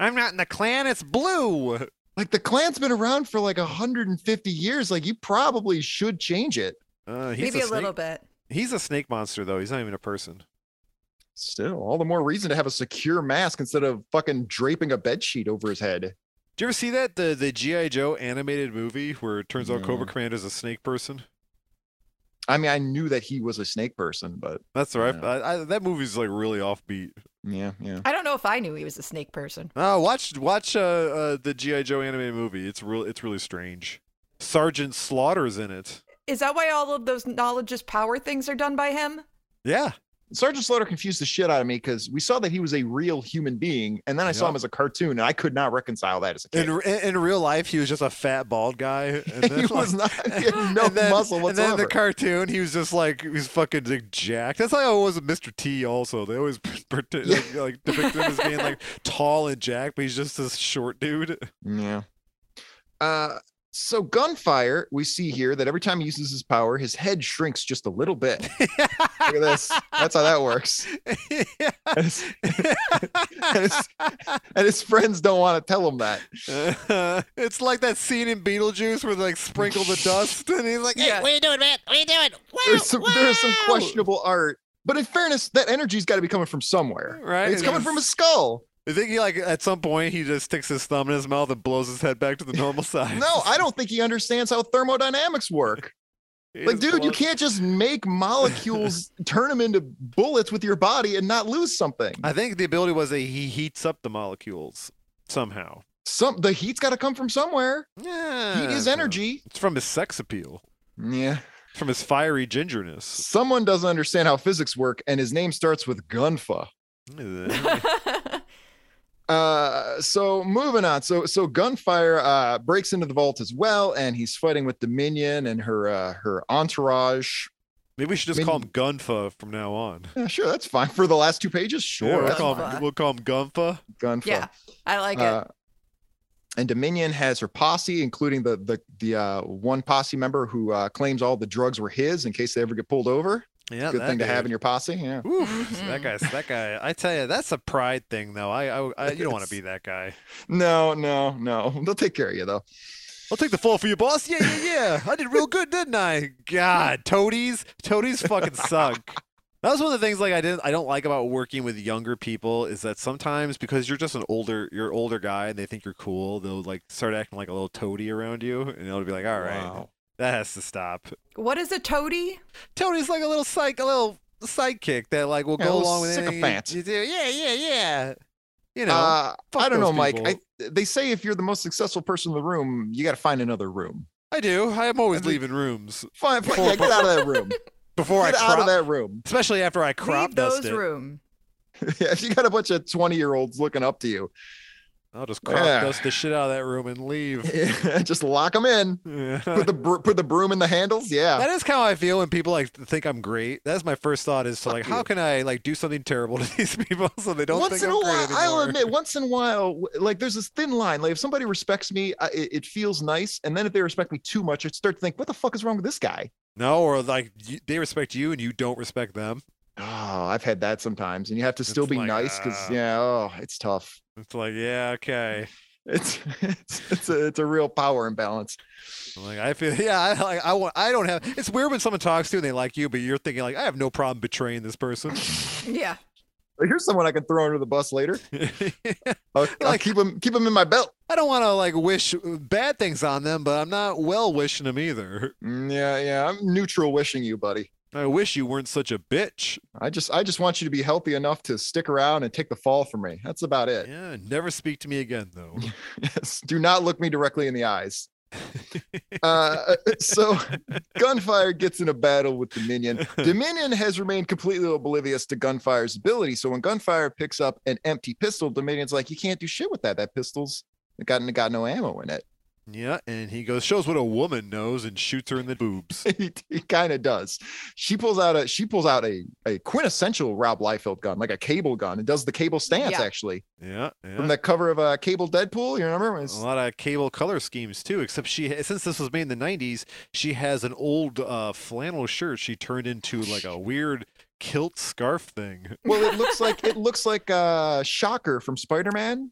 Speaker 3: I'm not in the clan. It's blue.
Speaker 4: Like the clan's been around for like 150 years. Like you probably should change it.
Speaker 3: Uh, he's
Speaker 5: Maybe a,
Speaker 3: snake-
Speaker 5: little bit.
Speaker 3: He's a snake monster though. He's not even a person.
Speaker 4: Still, all the more reason to have a secure mask instead of fucking draping a bed sheet over his head.
Speaker 3: Do you ever see that the the GI Joe animated movie where it turns out Cobra
Speaker 4: No.
Speaker 3: Commander's a snake person?
Speaker 4: I mean, I knew that he was a snake person, but
Speaker 3: That's all right.
Speaker 4: No.
Speaker 3: I, I, that movie's like really offbeat.
Speaker 4: yeah, yeah.
Speaker 5: I don't know if I knew he was a snake person.
Speaker 3: Oh, watch watch uh, uh, the GI Joe animated movie. It's real. It's really strange. Sergeant Slaughter's in it.
Speaker 5: Is that why all of those knowledge is power things are done by him?
Speaker 3: Yeah,
Speaker 4: Sergeant Slaughter confused the shit out of me because we saw that he was a real human being, and then I saw
Speaker 6: Yep.
Speaker 4: him as a cartoon, and I could not reconcile that as a kid.
Speaker 3: In, in in real life, he was just a fat bald guy. And
Speaker 4: he was not he had no
Speaker 3: and then,
Speaker 4: muscle
Speaker 3: and then
Speaker 4: whatsoever.
Speaker 3: in the cartoon, he was just like he was fucking like, jacked. That's how it was with Mr. T. Also, they always pretend,
Speaker 4: Yeah.
Speaker 3: like, like depict him as being like tall and jacked, but he's just this short dude.
Speaker 4: Yeah. Uh, so gunfire, we see here that every time he uses his power, his head shrinks just a little bit. Look at this. That's how that works. And, his, and his- and his friends don't want to tell him that.
Speaker 3: it's like that scene in Beetlejuice where they like sprinkle the dust, and he's like, "Hey,
Speaker 5: Yeah.
Speaker 3: what are you doing, man? What are you doing?" Wow,
Speaker 4: There's some there's some
Speaker 3: wow!"
Speaker 4: questionable art. But in fairness, that energy's got to be coming from somewhere.
Speaker 3: Right,
Speaker 4: It's
Speaker 3: it
Speaker 4: coming
Speaker 3: is.
Speaker 4: from a skull.
Speaker 3: I think he like at some point he just sticks his thumb in his mouth and blows his head back to the normal size.
Speaker 4: No, I don't think he understands how thermodynamics work.
Speaker 3: He
Speaker 4: Like,
Speaker 3: just
Speaker 4: dude, you
Speaker 3: blows-
Speaker 4: can't just make molecules turn them into bullets with your body and not lose something.
Speaker 3: I think the ability was that he heats up the molecules somehow.
Speaker 4: some the heat's got to come from somewhere.
Speaker 3: Yeah,
Speaker 4: Heat is
Speaker 3: so-
Speaker 4: energy.
Speaker 3: It's from his sex appeal,
Speaker 4: Uh-huh. Yeah.
Speaker 3: from his fiery gingerness.
Speaker 4: Someone doesn't understand how physics work, and his name starts with Gunfa. Uh, so moving on. So so Gunfire uh, breaks into the vault as well, and he's fighting with Dominion and her uh, her entourage.
Speaker 3: Maybe we should just call him Gunfa from now on.
Speaker 4: Yeah, sure, that's fine for the last two pages.
Speaker 3: Yeah,
Speaker 4: Sure,
Speaker 3: we'll,
Speaker 4: that's
Speaker 3: call
Speaker 5: Gunfa.
Speaker 3: him, we'll call him Gunfa.
Speaker 4: Gunfa.
Speaker 5: yeah, I like
Speaker 4: Uh, and Dominion has her posse, including the the the uh, one posse member who uh, claims all the drugs were his in case they ever get pulled over.
Speaker 3: Yeah,
Speaker 4: Good
Speaker 3: that
Speaker 4: thing to have in
Speaker 3: dude.
Speaker 4: your posse. Yeah.
Speaker 3: Oof, That guy's that guy. I tell you, that's a pride thing, though. I, I, I you don't want to be that guy.
Speaker 4: No, no, no. They'll take care of you though.
Speaker 3: I'll take the fall for you, boss. Yeah, yeah, yeah. I did real good, didn't I? God, toadies, toadies fucking suck. That was one of the things like I didn't I don't like about working with younger people is that sometimes because you're just an older you're an older guy and they think you're cool, they'll like start acting like a little toady around you and they'll be like, All right,
Speaker 4: Wow.
Speaker 3: that has to stop.
Speaker 5: it. What is a toady?
Speaker 3: Tony's like a little psych, a little sidekick that like will
Speaker 4: Yeah, a
Speaker 3: go
Speaker 4: little
Speaker 3: along with anything you-
Speaker 4: sycophant.
Speaker 3: You, do. Yeah, yeah, yeah. You know,
Speaker 4: uh,
Speaker 3: fuck
Speaker 4: I don't know,
Speaker 3: those
Speaker 4: Mike. I,
Speaker 3: people.
Speaker 4: they say if you're the most successful person in the room, you got to find another room.
Speaker 3: I do. I am always
Speaker 4: I think-
Speaker 3: leaving rooms
Speaker 4: Fine, fine yeah, get out of that room.
Speaker 3: before
Speaker 4: Get
Speaker 3: I
Speaker 4: out
Speaker 3: crop,
Speaker 4: of that room.
Speaker 3: especially after I crop
Speaker 5: Leave
Speaker 3: dust
Speaker 5: those
Speaker 3: it.
Speaker 5: room.
Speaker 4: Yeah, if you got a bunch of 20 year olds looking up to you,
Speaker 3: I'll just crop
Speaker 4: Yeah.
Speaker 3: dust the shit out of that room and leave.
Speaker 4: just lock them in. Put
Speaker 3: that
Speaker 4: the br- put the broom in the handles. Yeah.
Speaker 3: is how I feel when people like think I'm great. That's my first thought is to like, how
Speaker 4: you.
Speaker 3: can I like do something terrible to these people so they don't
Speaker 4: once
Speaker 3: think
Speaker 4: in a
Speaker 3: I'm
Speaker 4: while,
Speaker 3: great
Speaker 4: I'll
Speaker 3: anymore?
Speaker 4: admit, once in a while, w- like there's this thin line. Like if somebody respects me, I, it, it feels nice. And then if they respect me too much, I start to think, what the fuck is wrong with this guy?
Speaker 3: No, or like you, they respect you and you don't respect them.
Speaker 4: Oh, I've had that sometimes. And you have to still
Speaker 3: It's
Speaker 4: be
Speaker 3: like,
Speaker 4: nice because,
Speaker 3: ah.
Speaker 4: yeah, oh, it's tough.
Speaker 3: It's like, yeah, okay.
Speaker 4: It's it's it's a, it's a real power imbalance.
Speaker 3: I'm Like I feel, yeah, I like I want, I don't have. It's weird when someone talks to you and they like you, but you're thinking like, I have no problem betraying this person.
Speaker 5: Yeah.
Speaker 4: Like, here's someone I can throw under the bus later.
Speaker 3: I
Speaker 4: I'll, I'll
Speaker 3: Like-
Speaker 4: keep him keep him in my belt.
Speaker 3: don't want to like wish bad things on them, but I'm not well wishing them either.
Speaker 4: Mm, Yeah, yeah. I'm neutral wishing you, buddy.
Speaker 3: I wish you weren't such a bitch.
Speaker 4: I just I just want you to be healthy enough to stick around and take the fall for me. That's about it.
Speaker 3: Yeah, never speak to me again though.
Speaker 4: Yes. Do not look me directly in the eyes. uh, so Gunfire gets in a battle with Dominion. Dominion has remained completely oblivious to Gunfire's ability. So when Gunfire picks up an empty pistol, Dominion's like, "You can't do shit with that. That pistol's it got it got no ammo in it."
Speaker 3: Yeah, and he goes shows what a woman knows and shoots her in the boobs.
Speaker 4: he, he kind of does. She pulls out a she pulls out a a quintessential Rob Liefeld gun, like a cable gun, and does the cable stance
Speaker 5: Yeah.
Speaker 4: actually
Speaker 3: Yeah, yeah. Oh.
Speaker 4: from the cover of a uh, Cable Deadpool. You remember? When
Speaker 3: a
Speaker 4: it's-
Speaker 3: lot of cable color schemes too. Except she, since this was made in the '90s, she has an old uh, flannel shirt she turned into like a weird kilt scarf thing.
Speaker 4: well, it looks like it looks like uh, Shocker from Spider Man.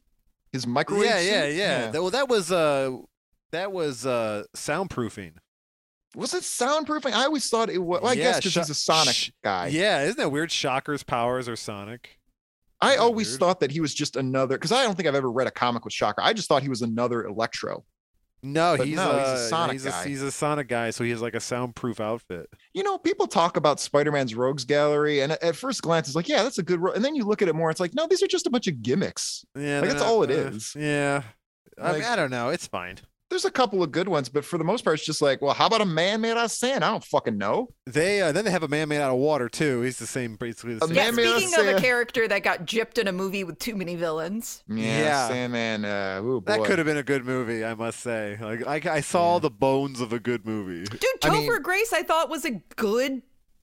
Speaker 4: His microwave.
Speaker 3: Yeah,
Speaker 4: suit?
Speaker 3: yeah, yeah, That, well, that was uh, that was uh, soundproofing.
Speaker 4: Was it soundproofing? I always thought it was. Well, I
Speaker 3: Yeah,
Speaker 4: guess because
Speaker 3: Sho-
Speaker 4: he's a Sonic
Speaker 3: Sh-
Speaker 4: guy.
Speaker 3: yeah, isn't that weird? Shocker's powers are sonic.
Speaker 4: I
Speaker 3: isn't that
Speaker 4: always
Speaker 3: weird?
Speaker 4: thought that he was just another. Because I don't think I've ever read a comic with Shocker. I just thought he was another Electro.
Speaker 3: No,
Speaker 4: But
Speaker 3: he's,
Speaker 4: no, he's a
Speaker 3: uh,
Speaker 4: Sonic
Speaker 3: he's
Speaker 4: guy.
Speaker 3: A, he's a sonic guy, so he has like a soundproof outfit.
Speaker 4: you know, people talk about Spider-Man's Rogues Gallery, and at- at first glance, it's like, yeah, that's a good. Ro-. And then you look at it more, it's like, no, these are just a bunch of gimmicks.
Speaker 3: Yeah,
Speaker 4: Like,
Speaker 3: they're
Speaker 4: that's
Speaker 3: not-
Speaker 4: all it
Speaker 3: uh,
Speaker 4: is.
Speaker 3: Yeah, I, mean,
Speaker 4: Like-
Speaker 3: I don't know. It's fine.
Speaker 4: there's a couple of good ones, but for the most part, it's just like, well, how about a man made out of sand? I don't fucking know.
Speaker 3: They uh, then they have a man made out of water too. He's the same, basically the
Speaker 4: A
Speaker 3: same.
Speaker 5: Yeah,
Speaker 4: Man-made out of
Speaker 5: speaking of a
Speaker 4: sand.
Speaker 5: character that got gypped in a movie with too many villains.
Speaker 4: Yeah,
Speaker 3: Yeah.
Speaker 4: Sandman. Uh, ooh,
Speaker 3: That
Speaker 4: boy.
Speaker 3: could have been a good movie, I must say. Like I, I saw the bones of a good movie.
Speaker 5: Dude,
Speaker 4: I
Speaker 5: Topher
Speaker 4: mean-
Speaker 5: Grace, I thought was a good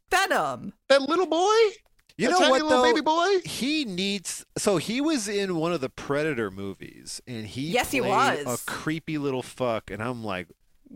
Speaker 5: Venom.
Speaker 4: that little boy.
Speaker 3: You
Speaker 4: That
Speaker 3: know
Speaker 4: tiny
Speaker 3: what
Speaker 4: little
Speaker 3: though?
Speaker 4: baby boy.
Speaker 3: He needs. So he was in one of the Predator movies, and he
Speaker 5: Yes, he
Speaker 3: played
Speaker 5: was.
Speaker 3: a creepy little fuck. And I'm like,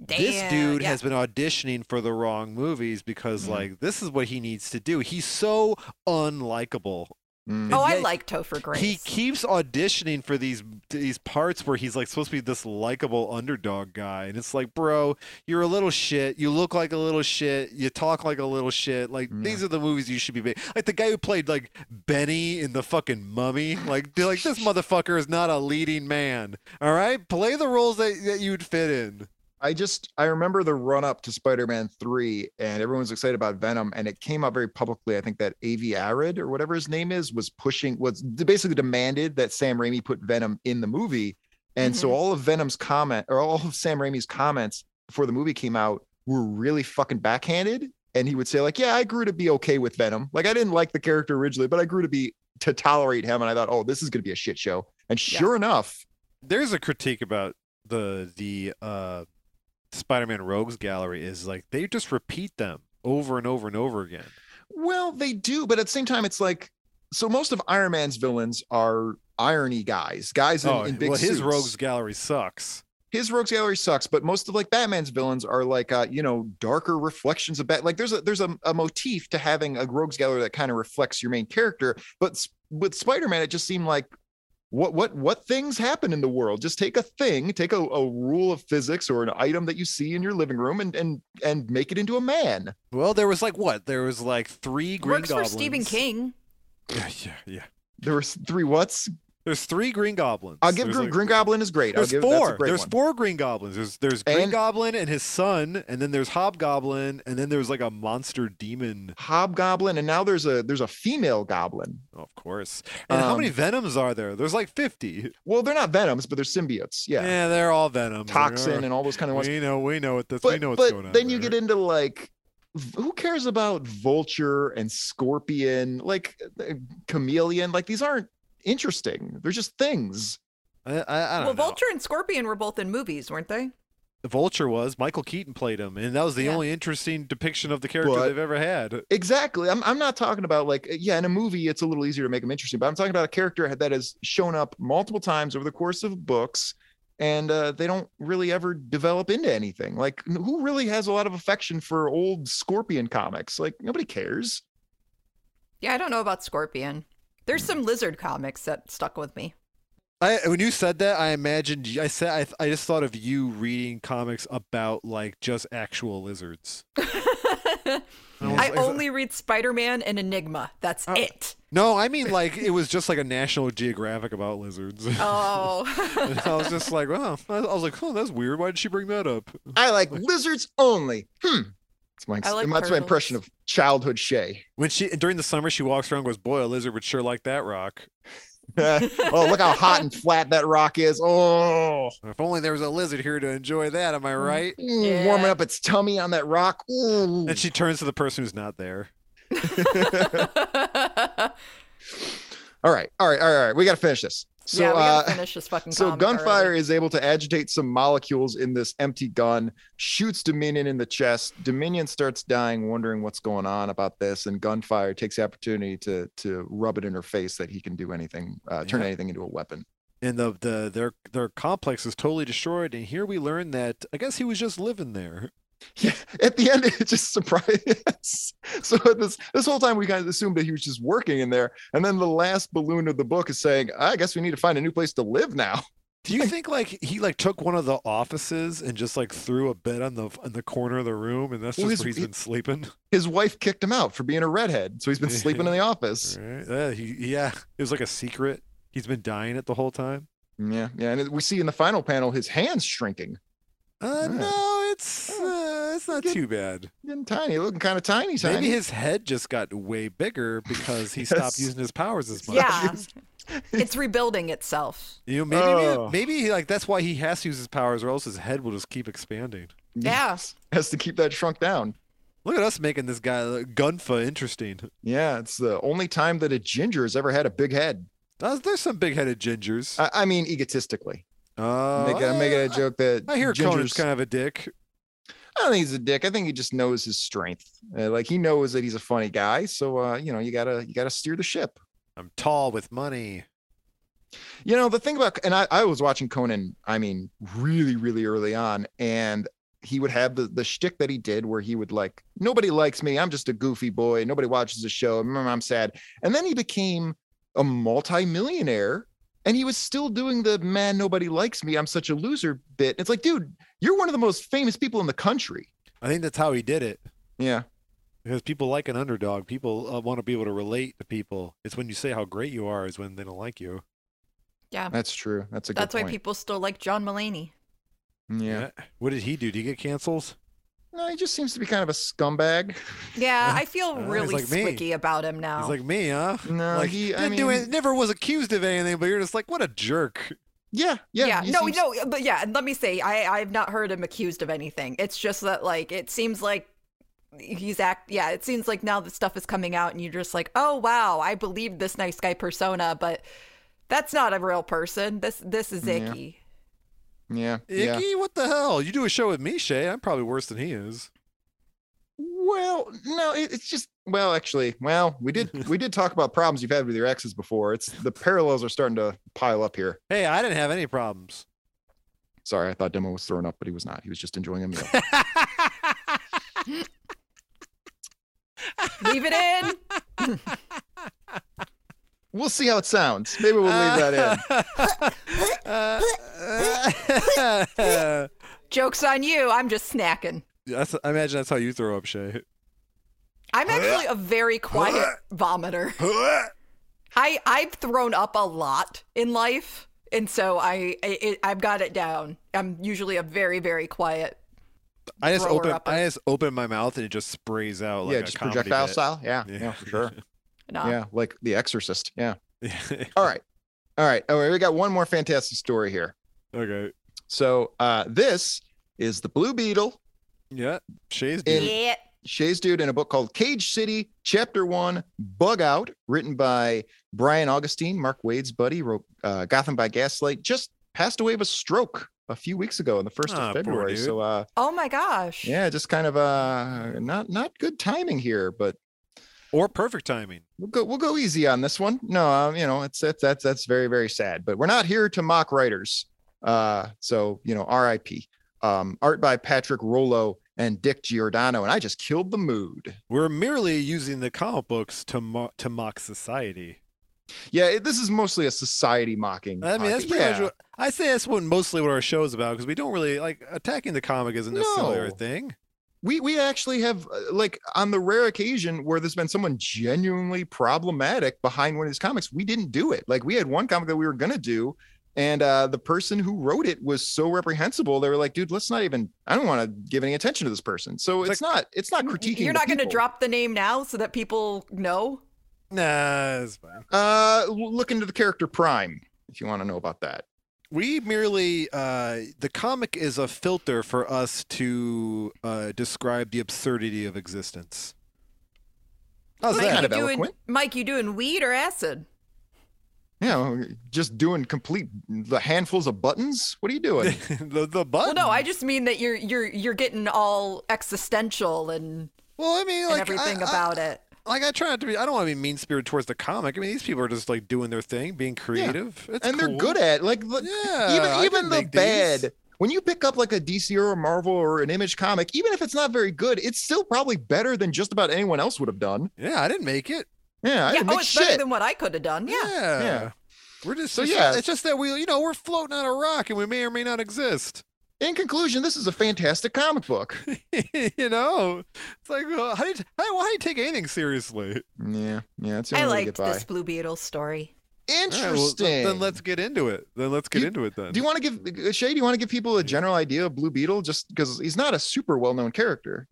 Speaker 5: Damn,
Speaker 3: this dude
Speaker 5: yeah.
Speaker 3: has been auditioning for the wrong movies because like this is what he needs to do. He's so unlikable.
Speaker 4: Mm.
Speaker 5: Oh, I
Speaker 3: yet
Speaker 5: like Topher Grace.
Speaker 3: He keeps auditioning for these these parts where he's like supposed to be this likable underdog guy, and it's like, bro, you're a little shit. You look like a little shit. You talk like a little shit. Like
Speaker 4: Yeah.
Speaker 3: these are the movies you should be making. Like the guy who played like Benny in the fucking Mummy. Like they're like this motherfucker is not a leading man. All right, play the roles that, that you'd fit in.
Speaker 4: I just I remember the run up to Spider-Man 3 and everyone's excited about Venom and it came out very publicly I think that AV Arid or whatever his name is was pushing was basically demanded that Sam Raimi put Venom in the movie and so all of Venom's comment or all of Sam Raimi's comments before the movie came out were really fucking backhanded and he would say like yeah I grew to be okay with Venom like I didn't like the character originally but I grew to be to tolerate him and I thought oh this is going to be a shit show and
Speaker 5: Yeah.
Speaker 4: sure enough
Speaker 3: There's a critique about the the uh, Spider-Man Rogues Gallery is like they just repeat them over and over and over again.
Speaker 4: Well, they do, but at the same time, it's like so most of Iron Man's villains are irony guys, guys in, in big
Speaker 3: Oh, well, his
Speaker 4: suits.
Speaker 3: rogues gallery sucks.
Speaker 4: his rogues gallery sucks, but most of like Batman's villains are like uh, you know darker reflections of Bat. Like there's a there's a, a motif to having a rogues gallery that kind of reflects your main character, but s- with Spider Man, it just seemed like what what what things happen in the world just take a thing take a, a rule of physics or an item that you see in your living room and and and make it into a man
Speaker 3: Well, there was like what? There was like three Green
Speaker 5: works
Speaker 3: Goblins.
Speaker 5: for Stephen King.
Speaker 3: Yeah, yeah, yeah.
Speaker 4: there was three what's
Speaker 3: There's three Green Goblins.
Speaker 4: I'll give
Speaker 3: There's,
Speaker 4: Green,
Speaker 3: like-
Speaker 4: Green Goblin is great. I'll
Speaker 3: There's
Speaker 4: give that's a
Speaker 3: four.
Speaker 4: great
Speaker 3: There's
Speaker 4: one.
Speaker 3: four Green Goblins. There's there's Green
Speaker 4: And-
Speaker 3: Goblin and his son, and then there's Hobgoblin, and then there's like a monster demon.
Speaker 4: Hobgoblin, and now there's a there's a female goblin.
Speaker 3: Of course. And how many
Speaker 4: Um,
Speaker 3: Venoms are there? There's like 50.
Speaker 4: Well, they're not venoms, but they're symbiotes. Yeah,
Speaker 3: they're all Venoms.
Speaker 4: toxin and all those kind of ones.
Speaker 3: We know, we know what this. we
Speaker 4: But
Speaker 3: know what's
Speaker 4: but
Speaker 3: going on.
Speaker 4: then you get into like, v- who cares about vulture and scorpion, like uh, chameleon? Like these aren't interesting. They're just things.
Speaker 3: I, I, I don't know.
Speaker 5: Well, Vulture and Scorpion were both in movies, weren't they?
Speaker 3: Vulture was Michael Keaton played him, and that was the
Speaker 5: Yeah.
Speaker 3: only interesting depiction of the character
Speaker 4: But-
Speaker 3: they've ever had.
Speaker 4: Exactly. I'm, I'm not talking about like, uh, yeah, in a movie, it's a little easier to make them interesting, but I'm talking about a character that has shown up multiple times over the course of books and uh, they don't really ever develop into anything. Like, n- who really has a lot of affection for old Scorpion comics? Like, nobody cares.
Speaker 5: Yeah, I don't know about Scorpion. There's some lizard comics that stuck with me.
Speaker 3: I when you said that, I imagined you- I said I, th- I just thought of you reading comics about like just actual lizards. And was
Speaker 5: I
Speaker 3: like-
Speaker 5: only read Spider Man and Enigma. That's
Speaker 4: Oh.
Speaker 5: it.
Speaker 3: no, I mean like it was just like a National Geographic about lizards.
Speaker 5: Oh.
Speaker 3: And I was just like, wow. I was like, oh, that's weird. Why did she bring that up?
Speaker 4: I like lizards only. Hmm. That's my,
Speaker 5: I like
Speaker 4: that's my
Speaker 5: turtles.
Speaker 4: impression of childhood Shay.
Speaker 3: When she during the summer, she walks around and goes, boy, a lizard would sure like that rock.
Speaker 4: oh, look how hot and flat that rock is. Oh,
Speaker 3: If only there was a lizard here to enjoy that. Am I right?
Speaker 4: mm,
Speaker 5: Yeah.
Speaker 4: warming up its tummy on that rock. Ooh.
Speaker 3: And she turns to the person who's not there.
Speaker 4: All right. All right. All right. All right. We got to finish this. So,
Speaker 5: yeah, we
Speaker 4: uh,
Speaker 5: gotta finish this fucking.
Speaker 4: So
Speaker 5: comic
Speaker 4: gunfire
Speaker 5: already.
Speaker 4: is able to agitate some molecules in this empty gun, shoots Dominion in the chest. Dominion starts dying, wondering what's going on about this, and gunfire takes the opportunity to to rub it in her face that he can do anything, uh, turn
Speaker 3: Yeah.
Speaker 4: anything into a weapon.
Speaker 3: and the, the their their complex is totally destroyed and here we learn that i guess he was just living there
Speaker 4: Yeah, at the end, it just surprised us. So at this this whole time, we kind of assumed that he was just working in there, and then the last balloon of the book is saying, "I guess we need to find a new place to live now."
Speaker 3: do you think like he like took one of the offices and just like threw a bed on the on the corner of the room and that's
Speaker 4: Well,
Speaker 3: just
Speaker 4: his-
Speaker 3: where he's
Speaker 4: he-
Speaker 3: been sleeping
Speaker 4: His wife kicked him out for being a redhead, so he's been sleeping in the office.
Speaker 3: right? uh, he, yeah it was like a secret he's been dying it the whole time
Speaker 4: Yeah, yeah, and we see in the final panel his hands shrinking,
Speaker 3: uh
Speaker 4: Yeah.
Speaker 3: no it's
Speaker 4: Oh,
Speaker 3: uh, it's not too bad
Speaker 4: getting tiny, looking kind of tiny, tiny.
Speaker 3: maybe his head just got way bigger because he stopped
Speaker 4: Yes.
Speaker 3: using his powers as much
Speaker 5: Yeah. it's rebuilding itself.
Speaker 3: You know, maybe
Speaker 4: Oh.
Speaker 3: maybe he, like that's why he has to use his powers, or else his head will just keep expanding.
Speaker 5: Yeah.
Speaker 4: Has to keep that shrunk down.
Speaker 3: Look at us making this guy like, Gunfa interesting.
Speaker 4: Yeah, it's the only time that a ginger has ever had a big head.
Speaker 3: Uh, there's some big-headed gingers.
Speaker 4: I, I mean, egotistically.
Speaker 3: Uh,
Speaker 4: Make, I'm making a joke that
Speaker 3: I hear Conan's
Speaker 4: gingers.
Speaker 3: kind of a dick.
Speaker 4: I don't think he's a dick. I think he just knows his strength. Uh, like he knows that he's a funny guy. So uh, you know, you gotta you gotta steer the ship.
Speaker 3: I'm tall with money.
Speaker 4: You know, the thing about and I, I was watching Conan, I mean, really, really early on, and he would have the the shtick that he did where he would like, nobody likes me, I'm just a goofy boy, nobody watches the show, mm, I'm sad. And then he became a multimillionaire and he was still doing the man, nobody likes me, I'm such a loser bit. It's like, dude, you're one of the most famous people in the country.
Speaker 3: I think that's how he did it.
Speaker 4: Yeah.
Speaker 3: Because people like an underdog. People uh, want to be able to relate to people. It's when you say how great you are is when they don't like you.
Speaker 4: That's true. That's a good
Speaker 5: That's why
Speaker 4: point.
Speaker 5: people still like John Mulaney.
Speaker 4: yeah.
Speaker 3: What did he do? Did he get cancels?
Speaker 4: No, he just seems to be kind of a scumbag.
Speaker 5: Yeah, I feel
Speaker 3: he's
Speaker 5: really
Speaker 3: like me.
Speaker 5: squicky about him now.
Speaker 3: He's like me, huh?
Speaker 4: No,
Speaker 3: like
Speaker 4: he- I
Speaker 3: didn't do
Speaker 4: mean-
Speaker 3: it. Never was accused of anything, but you're just like, what a jerk.
Speaker 4: Yeah, yeah.
Speaker 5: yeah,
Speaker 4: he
Speaker 5: no,
Speaker 4: seems-
Speaker 5: no, but yeah, and let me say, I I've not heard him accused of anything. It's just that like it seems like he's act. Yeah, it seems like now the stuff is coming out, and you're just like, oh wow, I believed this nice guy persona, but that's not a real person. This this is
Speaker 4: Yeah.
Speaker 5: icky.
Speaker 4: Yeah, yeah.
Speaker 3: Icky, what the hell? You do a show with me, Shay. I'm probably worse than he is.
Speaker 4: Well, no, it, it's just well, actually, well, we did we did talk about problems you've had with your exes before. It's the parallels are starting to pile up here.
Speaker 3: Hey, I didn't have any problems.
Speaker 4: Sorry, I thought Demo was throwing up, but he was not. He was just enjoying a meal.
Speaker 5: Leave it in.
Speaker 4: we'll see how it sounds. Maybe we'll leave that in.
Speaker 3: Uh,
Speaker 5: Jokes on you. I'm just snacking.
Speaker 3: That's, I imagine that's how you throw up, Shay.
Speaker 5: I'm actually a very quiet vomiter. I I've thrown up a lot in life, and so I, I it, I've got it down. I'm usually a very very quiet.
Speaker 3: I just
Speaker 5: Thrower
Speaker 3: open,
Speaker 5: up
Speaker 3: I just open my mouth and it just sprays out Oh, like
Speaker 4: yeah,
Speaker 3: a
Speaker 4: just
Speaker 3: comedy
Speaker 4: projectile
Speaker 3: bit.
Speaker 4: style. Yeah,
Speaker 3: Yeah.
Speaker 4: yeah, for sure.
Speaker 5: No.
Speaker 4: Yeah, like The Exorcist. Yeah. All right, all right. Oh, we got one more fantastic story here.
Speaker 3: okay.
Speaker 4: So uh, this is the Blue Beetle
Speaker 3: Yeah. Shay's
Speaker 4: In-
Speaker 3: doing
Speaker 5: Yeah.
Speaker 4: Shay's dude in a book called Cage City, Chapter One, Bug Out, written by Brian Augustine, Mark Wade's buddy, wrote uh, Gotham by Gaslight, just passed away of a stroke a few weeks ago on the 1st
Speaker 3: Ah,
Speaker 4: of
Speaker 3: poor
Speaker 4: February.
Speaker 3: dude.
Speaker 4: So, uh,
Speaker 5: Oh my gosh.
Speaker 4: yeah, just kind of uh, not not good timing here, but
Speaker 3: or perfect timing.
Speaker 4: we'll go we'll go easy on this one. No, um, you know, it's that's that's that's very very sad, but we're not here to mock writers. Uh, so you know, R.I.P. Um, art by Patrick Rollo and Dick Giordano, and I just killed the mood.
Speaker 3: We're merely using the comic books to mo- to mock society.
Speaker 4: Yeah, it, this is mostly a society mocking.
Speaker 3: I mean, that's
Speaker 4: uh,
Speaker 3: pretty
Speaker 4: yeah.
Speaker 3: much what I say. That's what mostly what our show is about because we don't really like attacking the comic isn't necessarily our
Speaker 4: No.
Speaker 3: thing.
Speaker 4: we we actually have uh, like on the rare occasion where there's been someone genuinely problematic behind one of these comics, we didn't do it. Like we had one comic that we were gonna do, and uh, the person who wrote it was so reprehensible. They were like, "Dude, let's not even. I don't want to give any attention to this person." So
Speaker 3: It's
Speaker 4: it's, not it's not critiquing.
Speaker 5: You're
Speaker 4: the
Speaker 5: not going to
Speaker 4: people.
Speaker 5: drop the name now so that people know.
Speaker 3: Nah, it's fine.
Speaker 4: Uh, l- look into the character Prime if you want to know about that.
Speaker 3: We merely uh, the comic is a filter for us to uh, describe the absurdity of existence. How's
Speaker 4: Well,
Speaker 5: Mike,
Speaker 4: kind
Speaker 3: that?
Speaker 5: you
Speaker 4: of
Speaker 5: doing,
Speaker 4: eloquent.
Speaker 5: Mike, you doing weed or acid?
Speaker 4: Yeah, well, just doing complete the handfuls of buttons. What are you doing?
Speaker 3: the the button.
Speaker 5: Well, no, I just mean that you're you're you're getting all existential and,
Speaker 3: Well, I mean,
Speaker 5: and
Speaker 3: like
Speaker 5: everything
Speaker 3: I, I-
Speaker 5: about it.
Speaker 3: like I try not to be. I don't want to be mean spirited towards the comic. I mean, these people are just like doing their thing, being creative, It's
Speaker 4: and they're
Speaker 3: cool.
Speaker 4: good at like look,
Speaker 3: Yeah, I
Speaker 4: even
Speaker 3: can
Speaker 4: even the
Speaker 3: make these.
Speaker 4: bad when you pick up like a DC or a Marvel or an Image comic, even if it's not very good, it's still probably better than just about anyone else would have done.
Speaker 3: Yeah, I didn't make it.
Speaker 4: Yeah, I
Speaker 5: yeah,
Speaker 4: didn't
Speaker 5: oh,
Speaker 4: make
Speaker 5: it's better
Speaker 4: shit.
Speaker 5: than what I could have done. Yeah.
Speaker 3: Yeah.
Speaker 4: Yeah.
Speaker 3: We're just
Speaker 4: So,
Speaker 3: it's
Speaker 4: yeah.
Speaker 3: Just, it's just that we, you know, we're floating on a rock and we may or may not exist.
Speaker 4: In conclusion, this is a fantastic comic book.
Speaker 3: you know, it's like uh, how do you, how, why do you take anything seriously?
Speaker 4: yeah, yeah, it's the
Speaker 5: I
Speaker 4: only way to
Speaker 5: liked
Speaker 4: get by.
Speaker 5: this Blue Beetle story.
Speaker 3: All right, well,
Speaker 4: Interesting.
Speaker 3: then- then let's get into it. Then let's get
Speaker 4: You-
Speaker 3: into it. Then
Speaker 4: do you want to give uh, Shay? Do you want to give people a general idea of Blue Beetle, just because he's not a super well-known character?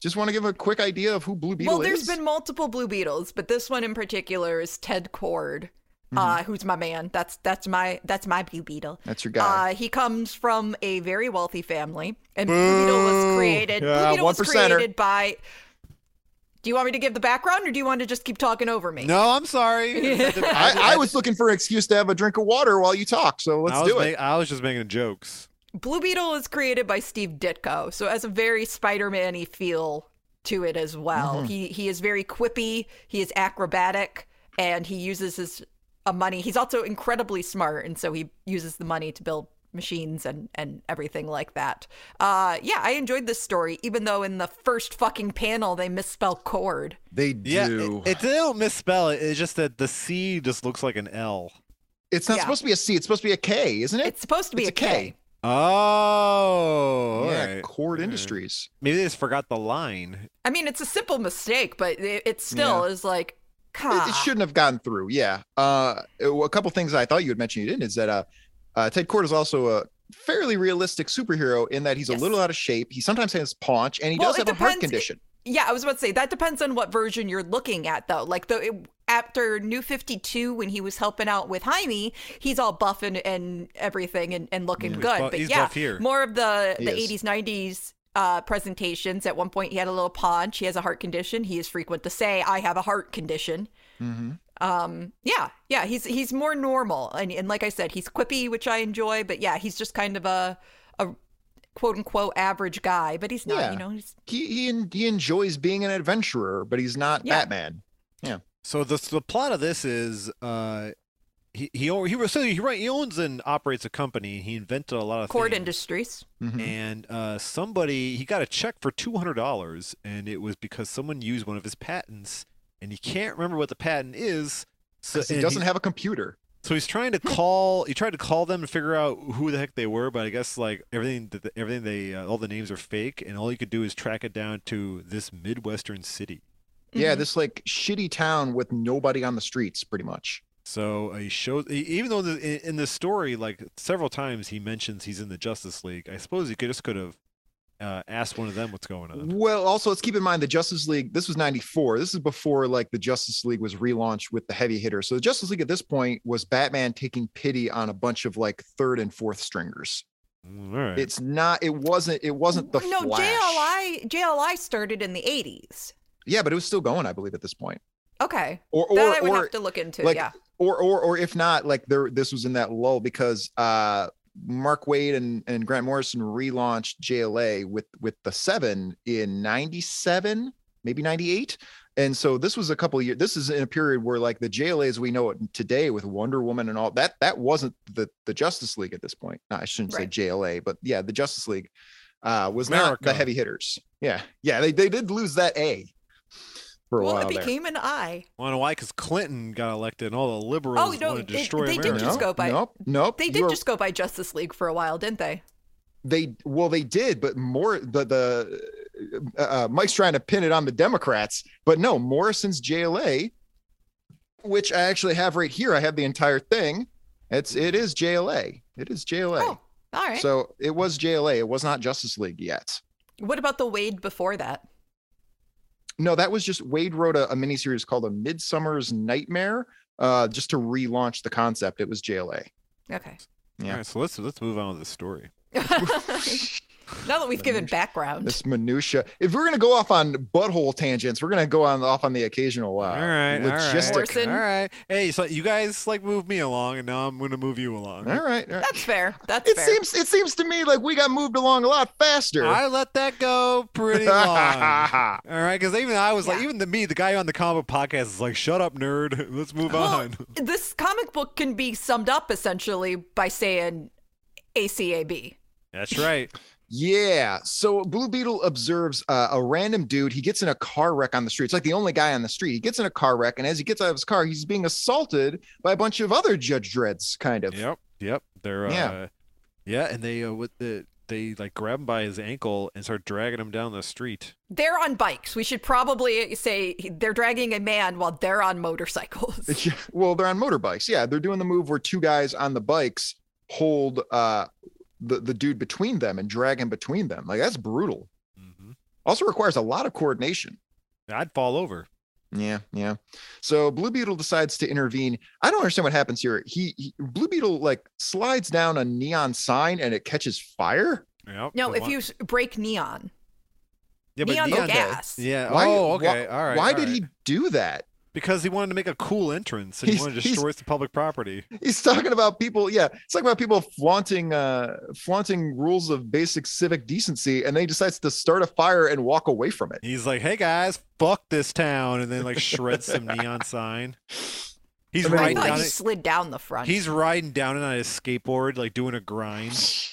Speaker 4: Just want to give a quick idea of who Blue Beetle
Speaker 5: well, there's
Speaker 4: is.
Speaker 5: been multiple Blue Beetles, but this one in particular is Ted Cord, uh, who's my man. That's that's my that's my Blue Beetle.
Speaker 4: Mm-hmm. That's your guy.
Speaker 5: Uh, he comes from a very wealthy family, and Blue Beetle was created.
Speaker 4: Yeah,
Speaker 5: Blue Beetle was
Speaker 4: one percenter.
Speaker 5: created by. Do you want me to give the background, or do you want to just keep talking over me?
Speaker 3: No, I'm sorry.
Speaker 4: I, I was looking for an excuse to have a drink of water while you talk, so
Speaker 3: I
Speaker 4: let's
Speaker 3: was
Speaker 4: do it.
Speaker 3: ma- I was just making jokes.
Speaker 5: Blue Beetle was created by Steve Ditko, so as a very Spider-Man-y feel to it as well.
Speaker 4: Mm-hmm.
Speaker 5: He he is very quippy, he is acrobatic, and he uses his uh, money. He's also incredibly smart, and so he uses the money to build machines and and everything like that. Uh, yeah, I enjoyed this story, even though in the first fucking panel they misspell cord.
Speaker 4: They
Speaker 3: Yeah,
Speaker 4: do.
Speaker 3: it, it- they don't misspell it. It's just that the C just looks like an L.
Speaker 4: it's not
Speaker 5: yeah.
Speaker 4: supposed to be a C. It's supposed to be a K, isn't it?
Speaker 5: It's supposed to be
Speaker 4: It's
Speaker 5: a K.
Speaker 3: Oh,
Speaker 4: yeah,
Speaker 3: alright.
Speaker 4: Cord Industries.
Speaker 3: Maybe they just forgot the line.
Speaker 5: I mean, it's a simple mistake, but it, it still is like,
Speaker 4: It,
Speaker 5: God.
Speaker 4: it shouldn't have gotten through. Yeah. Uh, a couple things I thought you would mention you didn't is that uh, uh, Ted Cord is also a fairly realistic superhero in that he's
Speaker 5: Yes.
Speaker 4: a little out of shape. He sometimes has paunch, and he
Speaker 5: Well,
Speaker 4: does
Speaker 5: it
Speaker 4: have a heart
Speaker 5: depends-
Speaker 4: condition.
Speaker 5: Yeah, I was about to say that depends on what version you're looking at, though. Like the it, after New Fifty Two, when he was helping out with Jaime, he's all buff and, and everything and, and looking good.
Speaker 3: bu-
Speaker 5: but
Speaker 3: he's
Speaker 5: yeah,
Speaker 3: buff here.
Speaker 5: more of the
Speaker 4: He
Speaker 5: the
Speaker 4: is.
Speaker 5: eighties nineties uh, presentations. At one point, he had a little paunch. He has a heart condition. He is frequent to say, "I have a heart condition."
Speaker 4: Mhm.
Speaker 5: Um, yeah, yeah, he's he's more normal, and and like I said, he's quippy, which I enjoy. But yeah, he's just kind of a a quote unquote average guy, but he's not.
Speaker 4: Yeah.
Speaker 5: You know, he's
Speaker 4: He he, en- he enjoys being an adventurer, but he's not
Speaker 5: Yeah.
Speaker 4: Batman.
Speaker 3: So the the plot of this is uh, he he o- he so he, right, he owns and operates a company. He invented a lot of
Speaker 5: Cord
Speaker 3: things.
Speaker 5: Industries.
Speaker 4: Mhm.
Speaker 3: and uh, somebody he got a check for two hundred dollars, and it was because someone used one of his patents, and he can't remember what the patent is. So
Speaker 4: 'Cause he
Speaker 3: and
Speaker 4: doesn't have a computer.
Speaker 3: So he's trying to
Speaker 5: Hmm.
Speaker 3: call. He tried to call them to figure out who the heck they were, but I guess like everything, that the- everything they, uh, all the names are fake, and all you could do is track it down to this midwestern city.
Speaker 5: Mm-hmm.
Speaker 4: Yeah, this like shitty town with nobody on the streets, pretty much.
Speaker 3: So uh, he shows, e- even though the, in, in the story, like several times he mentions he's in the Justice League. I suppose he could just could have uh, asked one of them what's going on.
Speaker 4: Well, also let's keep in mind the Justice League. This was '94. This is before like the Justice League was relaunched with the heavy hitter. So the Justice League at this point was Batman taking pity on a bunch of like third and fourth stringers.
Speaker 5: Mm-hmm.
Speaker 3: Mm, All right.
Speaker 4: It's not. It wasn't. It wasn't the
Speaker 5: no
Speaker 4: Flash.
Speaker 5: JLI JLI started in the eighties.
Speaker 4: Yeah, but it was still going, I believe, at this point.
Speaker 5: Okay,
Speaker 4: Or
Speaker 5: that I
Speaker 4: or
Speaker 5: would
Speaker 4: or
Speaker 5: have to look into.
Speaker 4: like
Speaker 5: yeah,
Speaker 4: or or or if not, like there this was in that lull because uh Mark Wade and, and Grant Morrison relaunched JLA with with the seven in '97, maybe '98, and so this was a couple of years. This is in a period where like the JLA as we know it today with Wonder Woman and all that that wasn't the the Justice League at this point. No, I shouldn't
Speaker 5: Right.
Speaker 4: say JLA, but yeah, the Justice League uh, was not the
Speaker 3: America.
Speaker 4: heavy hitters. Yeah, yeah, they they did lose that A for a
Speaker 5: well,
Speaker 4: while
Speaker 5: it
Speaker 4: there.
Speaker 5: became an I.
Speaker 3: Wanna know why? Because Clinton got elected, and all the liberals
Speaker 5: Oh, no,
Speaker 3: want to
Speaker 5: they-
Speaker 3: destroy
Speaker 5: they did
Speaker 3: America.
Speaker 5: just go by-
Speaker 4: Nope, nope.
Speaker 5: They
Speaker 4: you
Speaker 5: did
Speaker 4: are-
Speaker 5: just go by Justice League for a while, didn't they?
Speaker 4: they well they did but more the the uh, uh, mike's trying to pin it on the democrats but no morrison's jla which i actually have right here i have the entire thing it's it is jla it is jla
Speaker 5: Oh, all right.
Speaker 4: so it was jla it was not justice league yet
Speaker 5: what about the Wade before that?
Speaker 4: no that was just wade wrote a, a miniseries called a midsummer's nightmare uh just to relaunch the concept it was jla
Speaker 5: Okay.
Speaker 4: Yeah.
Speaker 3: All right, so let's let's move on with the story.
Speaker 5: now that we've given background,
Speaker 4: this minutia if we're gonna go off on butthole tangents we're gonna go on off on the occasional uh,
Speaker 3: all right,
Speaker 4: logistic
Speaker 3: all right,
Speaker 5: Morrison.
Speaker 3: all right. Hey, so you guys like move me along, and now I'm gonna move you along.
Speaker 4: All right. all right.
Speaker 5: that's fair. That's
Speaker 4: It
Speaker 5: fair.
Speaker 4: seems it seems to me like we got moved along a lot faster.
Speaker 3: I um, let that go pretty long. All right, because even I was like,
Speaker 5: Yeah.
Speaker 3: even to me, the guy on the comic book podcast is like, "Shut up, nerd. Let's move
Speaker 5: well,
Speaker 3: on."
Speaker 5: this comic book can be summed up essentially by saying ACAB.
Speaker 3: That's right.
Speaker 4: yeah. So Blue Beetle observes uh, a random dude. He gets in a car wreck on the street. It's like the only guy on the street. He gets in a car wreck, and as he gets out of his car, he's being assaulted by a bunch of other Judge Dreads, kind of.
Speaker 3: Yep, yep. They're
Speaker 4: Yeah.
Speaker 3: uh, yeah, and they uh, with the they like grab him by his ankle and start dragging him down the street.
Speaker 5: They're on bikes. We should probably say they're dragging a man while they're on motorcycles.
Speaker 4: Yeah, well, they're on motorbikes. Yeah, they're doing the move where two guys on the bikes hold uh, the the dude between them and drag him between them. Like that's brutal.
Speaker 3: hmm
Speaker 4: Also requires a lot of coordination.
Speaker 3: I'd fall over.
Speaker 4: Yeah, yeah. So Blue Beetle decides to intervene. I don't understand what happens here. He, he Blue Beetle like slides down a neon sign and it catches fire.
Speaker 3: Yep,
Speaker 5: No,
Speaker 3: but
Speaker 5: if
Speaker 3: why-
Speaker 5: you s- break neon,
Speaker 3: yeah,
Speaker 5: neon will
Speaker 3: neon-
Speaker 5: gas.
Speaker 3: Yeah.
Speaker 4: Why-
Speaker 3: oh,
Speaker 4: why-
Speaker 3: okay. all right.
Speaker 4: Why
Speaker 3: all
Speaker 4: did
Speaker 3: right.
Speaker 4: he do that?
Speaker 3: Because he wanted to make a cool entrance and he
Speaker 4: He's-
Speaker 3: wanted to
Speaker 4: he's-
Speaker 3: destroy the public property.
Speaker 4: He's talking about people. Yeah, it's like about people flaunting uh flaunting rules of basic civic decency, and then he decides to start a fire and walk away from it.
Speaker 3: He's like, "Hey guys, fuck this town," and then like shreds some neon sign. He's
Speaker 4: I mean,
Speaker 5: I
Speaker 3: riding
Speaker 5: thought
Speaker 3: down.
Speaker 5: he
Speaker 3: it-
Speaker 5: slid down the front.
Speaker 3: He's riding down it on his skateboard, like doing a grind.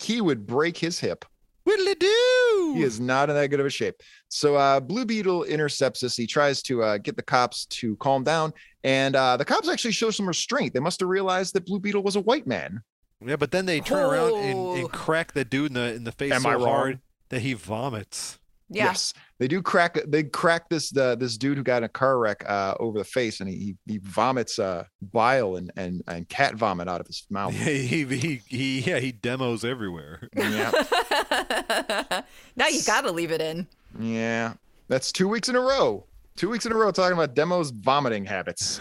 Speaker 4: He would break his hip.
Speaker 3: Whittly do.
Speaker 4: He is not in that good of a shape. So uh, Blue Beetle intercepts this. He tries to uh, get the cops to calm down, and uh, the cops actually show some restraint. They must have realized that Blue Beetle was a white man.
Speaker 3: Yeah, but then they turn around and,
Speaker 5: Oh.
Speaker 3: and crack the dude in the in the face
Speaker 4: Am
Speaker 3: so
Speaker 4: I wrong?
Speaker 3: hard that he vomits.
Speaker 5: yeah.
Speaker 4: Yes, they do crack. They crack this the this dude who got in a car wreck uh, over the face, and he he vomits uh, bile and and and cat vomit out of his mouth.
Speaker 3: Yeah, he, he he yeah he demos everywhere.
Speaker 4: yeah,
Speaker 5: now you gotta leave it in.
Speaker 4: yeah. That's two weeks in a row. Two weeks in a row talking about demos vomiting habits.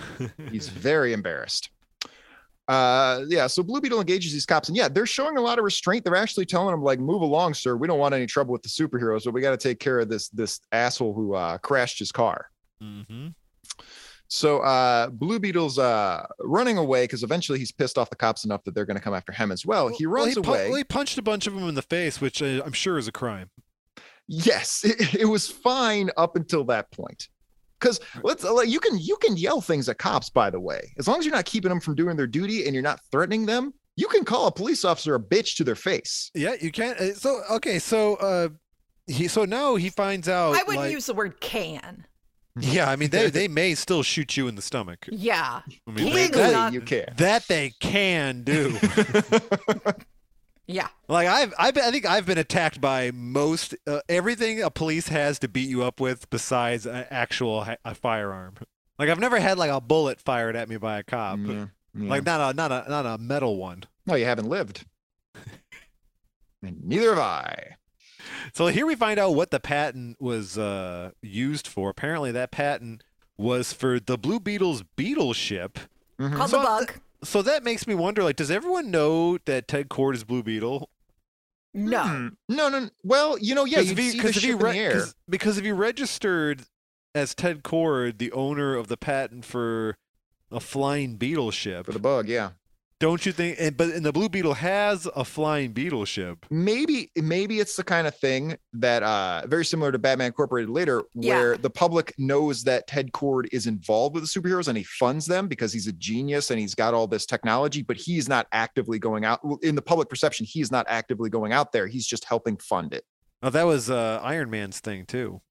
Speaker 4: He's very embarrassed. Uh, yeah. So Blue Beetle engages these cops, and yeah, they're showing a lot of restraint. They're actually telling him like, "Move along, sir. We don't want any trouble with the superheroes, but we got to take care of this this asshole who uh, crashed his car."
Speaker 3: hmm
Speaker 4: So uh, Blue Beetle's uh, running away because eventually he's pissed off the cops enough that they're going to come after him as well. Oh, He runs
Speaker 3: he pu-
Speaker 4: away.
Speaker 3: well, he punched a bunch of them in the face, which uh, I'm sure is a crime.
Speaker 4: yes, it, it was fine up until that point. Because let's like, you can you can yell things at cops. By the way, as long as you're not keeping them from doing their duty and you're not threatening them, you can call a police officer a bitch to their face.
Speaker 3: Yeah, you can't. uh, So okay, so uh, he so now he finds out.
Speaker 5: I wouldn't
Speaker 3: Oh, like-
Speaker 5: use the word can.
Speaker 3: Yeah, I mean they they may still shoot you in the stomach.
Speaker 5: Yeah.
Speaker 3: I mean, they-
Speaker 5: Legally,
Speaker 3: that,
Speaker 4: Legally,
Speaker 5: not-
Speaker 4: you can.
Speaker 3: that they can do.
Speaker 5: Yeah.
Speaker 3: Like I've, I've, I think I've been attacked by most uh, everything a police has to beat you up with, besides an actual ha- a firearm. Like I've never had like a bullet fired at me by a cop,
Speaker 4: Yeah, Mm-hmm. Mm,
Speaker 3: uh,
Speaker 4: yeah.
Speaker 3: like not a not a not a metal one.
Speaker 4: no, you haven't lived. and neither have I.
Speaker 3: So here we find out what the patent was uh, used for. Apparently, that patent was for the Blue Beetle's beetle ship.
Speaker 4: Mhm.
Speaker 5: Called
Speaker 3: Mm-hmm. So- uh,
Speaker 5: the bug.
Speaker 3: So that makes me wonder, like, does everyone know that Ted Cord is Blue Beetle?
Speaker 5: No.
Speaker 3: mm-hmm.
Speaker 4: Hmm. No, no. no. Well, you know, yeah,
Speaker 3: Because
Speaker 4: you
Speaker 3: if
Speaker 4: see
Speaker 3: you-
Speaker 4: the
Speaker 3: because if
Speaker 4: ship
Speaker 3: you
Speaker 4: in
Speaker 3: re-
Speaker 4: the air.
Speaker 3: 'cause- because if you registered as Ted Cord, the owner of the patent for a flying beetle ship,
Speaker 4: For the bug, yeah.
Speaker 3: don't you think? And, but and the Blue Beetle has a flying beetle ship.
Speaker 4: Maybe, maybe it's the kind of thing that uh very similar to Batman Incorporated later,
Speaker 5: Yeah.
Speaker 4: where the public knows that Ted Cord is involved with the superheroes and he funds them because he's a genius and he's got all this technology, but he's not actively going out well, in the public perception, he's not actively going out there, he's just helping fund it.
Speaker 3: Oh, that was uh, Iron Man's thing too.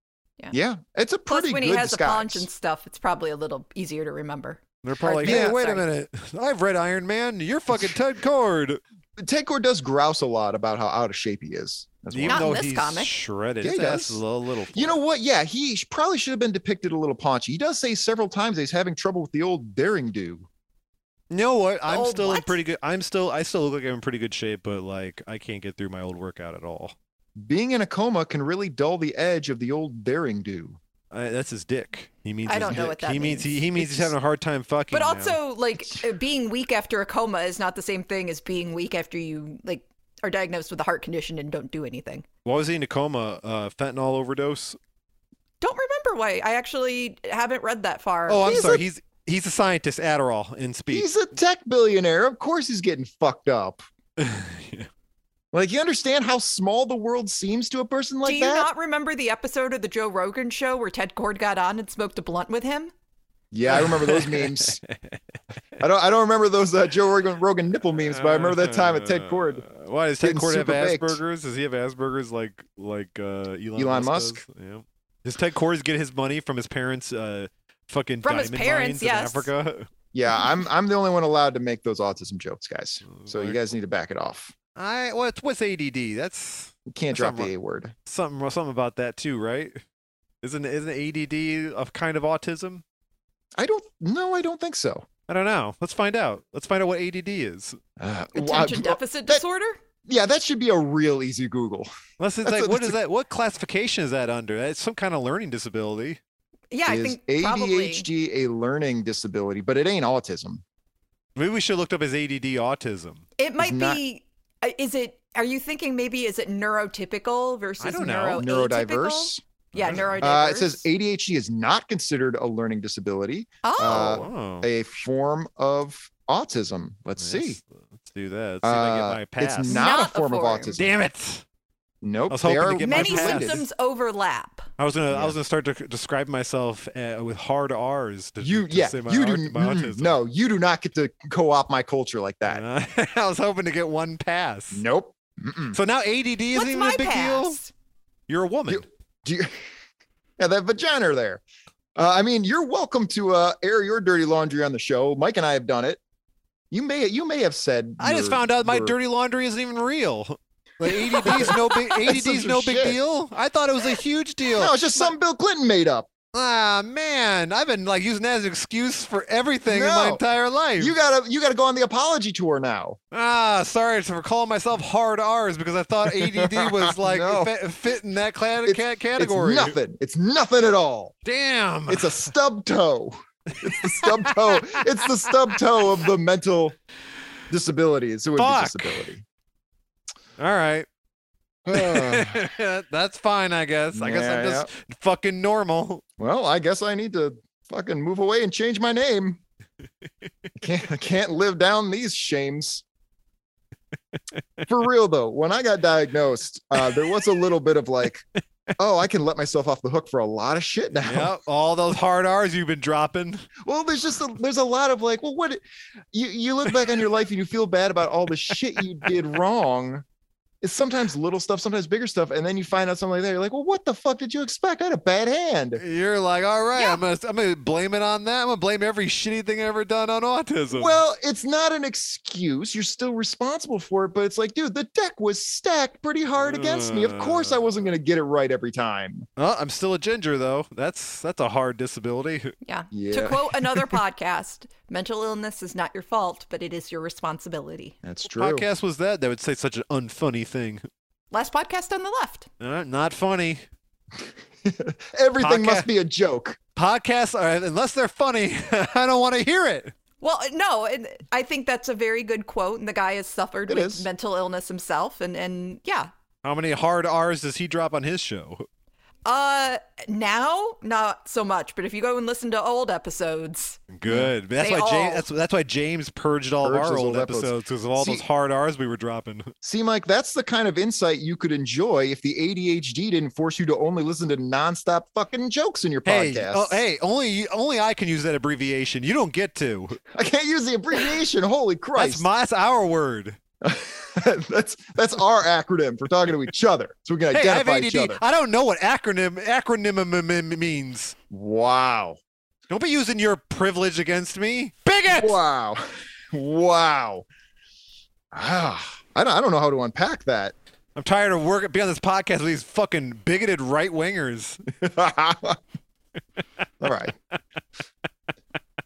Speaker 4: Yeah. It's a
Speaker 5: Plus,
Speaker 4: pretty
Speaker 5: when
Speaker 4: good
Speaker 5: he has a
Speaker 4: disguise.
Speaker 5: paunch and stuff, it's probably a little easier to remember.
Speaker 3: They're probably like,
Speaker 4: Yeah,
Speaker 3: hey, wait a
Speaker 5: sorry.
Speaker 3: minute, I've read Iron Man. You're fucking Ted Cord.
Speaker 4: Ted Cord does grouse a lot about how out of shape he is. as well.
Speaker 3: Even
Speaker 5: Not in
Speaker 3: though
Speaker 5: this
Speaker 3: he's
Speaker 5: comic.
Speaker 3: shredded,
Speaker 4: Yeah, he
Speaker 3: his ass
Speaker 4: does.
Speaker 3: is a little.
Speaker 4: You know what? Yeah, he sh- probably should have been depicted a little paunchy. He does say several times that he's having trouble with the old daring do.
Speaker 3: You know what? I'm
Speaker 5: Oh,
Speaker 3: still in
Speaker 5: what?
Speaker 3: pretty good. I'm still. I still look like I'm in pretty good shape, but like I can't get through my old workout at all.
Speaker 4: Being in a coma can really dull the edge of the old daring do.
Speaker 3: Uh, that's his dick. He means.
Speaker 5: I
Speaker 3: his
Speaker 5: don't know
Speaker 3: dick.
Speaker 5: what that
Speaker 3: he means. He, he means he's
Speaker 4: It's-
Speaker 3: having a hard time fucking.
Speaker 5: But
Speaker 3: now.
Speaker 5: also, like, uh, being weak after a coma is not the same thing as being weak after you, like, are diagnosed with a heart condition and don't do anything.
Speaker 3: why was he in a coma? Uh, fentanyl overdose.
Speaker 5: Don't remember why. I actually haven't read that far.
Speaker 3: Oh, I'm
Speaker 4: He's
Speaker 3: sorry.
Speaker 4: a-
Speaker 3: he's he's a scientist. Adderall in speed.
Speaker 4: He's a tech billionaire. Of course, he's getting fucked up.
Speaker 3: Yeah.
Speaker 4: Like, you understand how small the world seems to a person like
Speaker 5: do you
Speaker 4: that?
Speaker 5: not remember the episode of the Joe Rogan show where Ted Cord got on and smoked a blunt with him?
Speaker 4: yeah, I remember those memes. I don't. I don't remember those uh, Joe Rogan, Rogan nipple memes, but I remember that time at Ted Cord.
Speaker 3: Uh, Why does Ted
Speaker 4: Getting
Speaker 3: Cord have
Speaker 4: super baked.
Speaker 3: Asperger's? Does he have Asperger's like like uh, Elon,
Speaker 4: Elon
Speaker 3: does? Yeah. Does Ted Cord get his money from his parents? Uh, fucking
Speaker 5: From his
Speaker 3: diamond
Speaker 5: parents,
Speaker 3: mines in
Speaker 5: yes.
Speaker 3: Africa.
Speaker 4: Yeah, I'm. I'm the only one allowed to make those autism jokes, guys. So you guys need to back it off.
Speaker 3: I well, it's, what's ADD? That's
Speaker 4: You
Speaker 3: That's
Speaker 4: can't drop
Speaker 3: not
Speaker 4: the A word.
Speaker 3: something something about that too, right? Isn't isn't ADD a kind of autism?
Speaker 4: I don't. No, I don't think so.
Speaker 3: I don't know. Let's find out. Let's find out what ADD is.
Speaker 4: Uh, why-
Speaker 5: Attention deficit
Speaker 4: that-
Speaker 5: disorder?
Speaker 4: yeah, that should be a real easy Google.
Speaker 3: Unless it's
Speaker 4: That's
Speaker 3: like,
Speaker 4: a-
Speaker 3: what
Speaker 4: that's
Speaker 3: is that? What classification is that under? That's some kind of learning disability.
Speaker 5: yeah, I
Speaker 4: is
Speaker 5: think probably.
Speaker 4: ADHD a learning disability? But it ain't autism.
Speaker 3: Maybe we should have looked up his ADD autism.
Speaker 5: It might
Speaker 4: not-
Speaker 5: be. uh, Is it? Are you thinking maybe is it neurotypical versus
Speaker 3: don't know.
Speaker 5: neuro
Speaker 4: Neurodiverse.
Speaker 5: Yeah, neurodiverse.
Speaker 4: Uh, it says ADHD is not considered a learning disability,
Speaker 5: Oh,
Speaker 4: uh,
Speaker 3: oh,
Speaker 4: a form of autism. Let's see.
Speaker 3: Let's, let's do that. Let's see if I
Speaker 4: Uh,
Speaker 3: get my pass.
Speaker 4: It's not,
Speaker 5: Not
Speaker 4: a form
Speaker 5: a
Speaker 4: of
Speaker 5: form.
Speaker 4: autism.
Speaker 3: Damn it!
Speaker 4: Nope.
Speaker 3: I was
Speaker 4: they
Speaker 3: hoping
Speaker 4: are
Speaker 3: to get my
Speaker 5: many
Speaker 3: pass.
Speaker 4: related.
Speaker 5: symptoms overlap.
Speaker 3: I was gonna.
Speaker 4: Yeah.
Speaker 3: I was gonna start to c- describe myself uh, with hard R's. To,
Speaker 4: You
Speaker 3: to
Speaker 4: yeah.
Speaker 3: say my
Speaker 4: You
Speaker 3: art-
Speaker 4: do
Speaker 3: my
Speaker 4: mm,
Speaker 3: autism.
Speaker 4: no. You do not get to co-opt my culture like that.
Speaker 3: Uh, I was hoping to get one pass.
Speaker 4: Nope. Mm-mm.
Speaker 3: So now ADD isn't
Speaker 5: What's
Speaker 3: even
Speaker 5: my
Speaker 3: a big deal.
Speaker 5: pass?
Speaker 3: You're a woman.
Speaker 4: You- Do you, yeah, that vagina there. Uh, I mean, you're welcome to uh, air your dirty laundry on the show. Mike and I have done it. You may you may have said
Speaker 3: I just
Speaker 4: your-
Speaker 3: found out my
Speaker 4: your-
Speaker 3: dirty laundry isn't even real. Like ADD is no big. ADD is
Speaker 4: such
Speaker 3: no
Speaker 4: a
Speaker 3: big
Speaker 4: shit.
Speaker 3: deal. I thought it was a huge deal.
Speaker 4: No, it's just something Bill Clinton made up.
Speaker 3: Ah man, I've been like using that as an excuse for everything in my
Speaker 4: No.
Speaker 3: entire life.
Speaker 4: You gotta you gotta go on the apology tour now.
Speaker 3: ah, sorry for calling myself hard R's because I thought ADD was like
Speaker 4: No.
Speaker 3: fit, fit in that cla-
Speaker 4: It's-
Speaker 3: ca- category.
Speaker 4: It's nothing. It's nothing at all.
Speaker 3: Damn.
Speaker 4: It's a stub toe. It's the stub toe. It's the stub toe of the mental disability. So it would
Speaker 3: Fuck.
Speaker 4: be disability.
Speaker 3: All right.
Speaker 4: Uh,
Speaker 3: That's fine, I guess. I guess I'm
Speaker 4: Yeah,
Speaker 3: just fucking normal.
Speaker 4: well, I guess I need to fucking move away and change my name. I can't I can't live down these shames. For real though, when I got diagnosed, uh, there was a little bit of like, oh, I can let myself off the hook for a lot of shit now.
Speaker 3: Yep. All those hard R's you've been dropping.
Speaker 4: Well, there's just a, there's a lot of like, well, what you you look back on your life and you feel bad about all the shit you did wrong. It's sometimes little stuff, sometimes bigger stuff, and then you find out something like that. You're like, well, what the fuck did you expect? I had a bad hand.
Speaker 3: You're like, all right,
Speaker 5: Yeah.
Speaker 3: I'm gonna I'm gonna blame it on that. I'm gonna blame every shitty thing I ever done on autism.
Speaker 4: Well, it's not an excuse. You're still responsible for it, but it's like, dude, the deck was stacked pretty hard against me. Of course, I wasn't gonna get it right every time.
Speaker 3: Oh, I'm still a ginger though. That's that's a hard disability.
Speaker 5: Yeah.
Speaker 4: Yeah.
Speaker 5: To quote another podcast, mental illness is not your fault, but it is your responsibility.
Speaker 4: That's true.
Speaker 3: Podcast was that that would say such an unfunny thing.
Speaker 5: Last podcast on the left.
Speaker 3: Uh, not funny.
Speaker 4: Everything
Speaker 3: Podca-
Speaker 4: must be a joke.
Speaker 3: Podcasts are unless they're funny, I don't want to hear it.
Speaker 5: Well, uh, no, and I think that's a very good quote, and the guy has suffered
Speaker 4: It
Speaker 5: with
Speaker 4: is.
Speaker 5: mental illness himself, and and yeah,
Speaker 3: How many hard R's does he drop on his show?
Speaker 5: uh, now not so much, but if you go and listen to old episodes,
Speaker 3: Good. That's
Speaker 5: They
Speaker 3: why
Speaker 5: all-
Speaker 3: James. That's, that's why James purged all
Speaker 4: Purged
Speaker 3: of our
Speaker 4: those
Speaker 3: old
Speaker 4: old episodes.
Speaker 3: episodes because of all
Speaker 4: See-
Speaker 3: those hard R's we were dropping.
Speaker 4: See, Mike, that's the kind of insight you could enjoy if the ADHD didn't force you to only listen to nonstop fucking jokes in your podcast.
Speaker 3: oh, hey, only only I can use that abbreviation. You don't get to.
Speaker 4: I can't use the abbreviation. Holy
Speaker 3: That's
Speaker 4: Christ.
Speaker 3: my that's our word.
Speaker 4: That's, that's our acronym for talking to each other. So we can
Speaker 3: Hey, I have
Speaker 4: identify each
Speaker 3: ADD.
Speaker 4: other.
Speaker 3: I don't know what acronym acronym m- m- means.
Speaker 4: Wow.
Speaker 3: Don't be using your privilege against me, bigot.
Speaker 4: Wow. Wow. Ah, I don't, I don't know how to unpack that.
Speaker 3: I'm tired of working being on this podcast with these fucking bigoted right wingers.
Speaker 4: All right.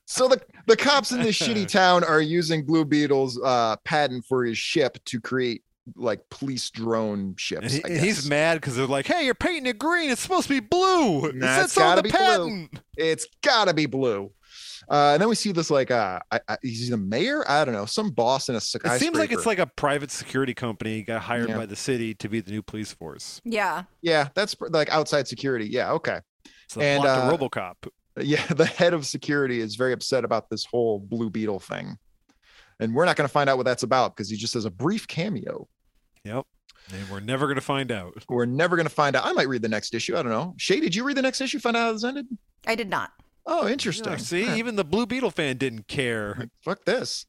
Speaker 4: So the, the cops in this shitty town are using Blue Beetle's uh, patent for his ship to create like police drone
Speaker 3: And,
Speaker 4: ships.
Speaker 3: he-
Speaker 4: I
Speaker 3: and he's
Speaker 4: guess.
Speaker 3: mad because they're like, "Hey, you're painting it green. It's supposed to be blue.
Speaker 4: Nah,
Speaker 3: it said
Speaker 4: it's
Speaker 3: so on the
Speaker 4: gotta be blue.
Speaker 3: patent."
Speaker 4: It's gotta be blue. Uh, and then we see this like uh, I, I, he's the mayor. I don't know, some boss in a skyscraper.
Speaker 3: It seems like it's like a private security company got hired
Speaker 4: Yeah.
Speaker 3: by the city to be the new police force.
Speaker 5: yeah,
Speaker 4: yeah, that's pr- like outside security. Yeah, okay.
Speaker 3: It's the
Speaker 4: And, uh,
Speaker 3: plot to RoboCop.
Speaker 4: Yeah, the head of security is very upset about this whole Blue Beetle thing, and we're not gonna find out what that's about because he just has a brief cameo.
Speaker 3: And we're never gonna find out.
Speaker 4: We're never gonna find out. I might read the next issue. I don't know. Shay, did you read the next issue? Find out how this ended.
Speaker 5: I did not.
Speaker 4: Oh, interesting.
Speaker 3: Yeah, see,
Speaker 4: All right,
Speaker 3: even the Blue Beetle fan didn't care.
Speaker 4: fuck this.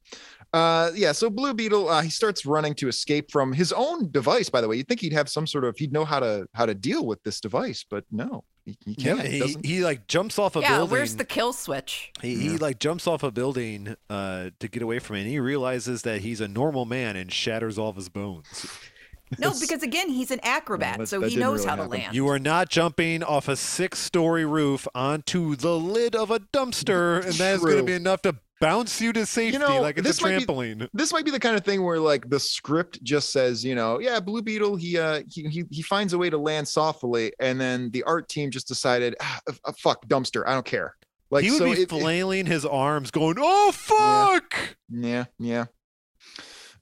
Speaker 4: Uh, yeah. So Blue Beetle, uh, he starts running to escape from his own device. By the way, you'd think he'd have some sort of he'd know how to how to deal with this device, but no, he, he can't. He
Speaker 3: he,
Speaker 4: doesn't.
Speaker 3: he like jumps off a
Speaker 5: yeah,
Speaker 3: building.
Speaker 5: where's the kill switch?
Speaker 3: He, he like jumps off a building uh, to get away from it. And he realizes that he's a normal man and shatters all of his bones.
Speaker 5: No,
Speaker 4: That's-
Speaker 5: because again, he's an acrobat,
Speaker 4: that-
Speaker 5: so
Speaker 4: that
Speaker 5: he
Speaker 4: didn't
Speaker 5: knows
Speaker 4: really
Speaker 5: how to
Speaker 4: happen.
Speaker 5: land.
Speaker 3: You are not jumping off a six-story roof onto the lid of a dumpster, and that is going to
Speaker 4: True.
Speaker 3: be enough to bounce you to safety
Speaker 4: know,
Speaker 3: like it's a
Speaker 4: this might be-
Speaker 3: trampoline.
Speaker 4: this might be the kind of thing where like the script just says, you know, yeah, Blue Beetle, he uh he he, he finds a way to land softly, and then the art team just decided, ah, f- uh, fuck dumpster, I don't care. Like
Speaker 3: he would
Speaker 4: so,
Speaker 3: be
Speaker 4: it- it-
Speaker 3: flailing his arms, going, "Oh fuck!"
Speaker 4: yeah, yeah.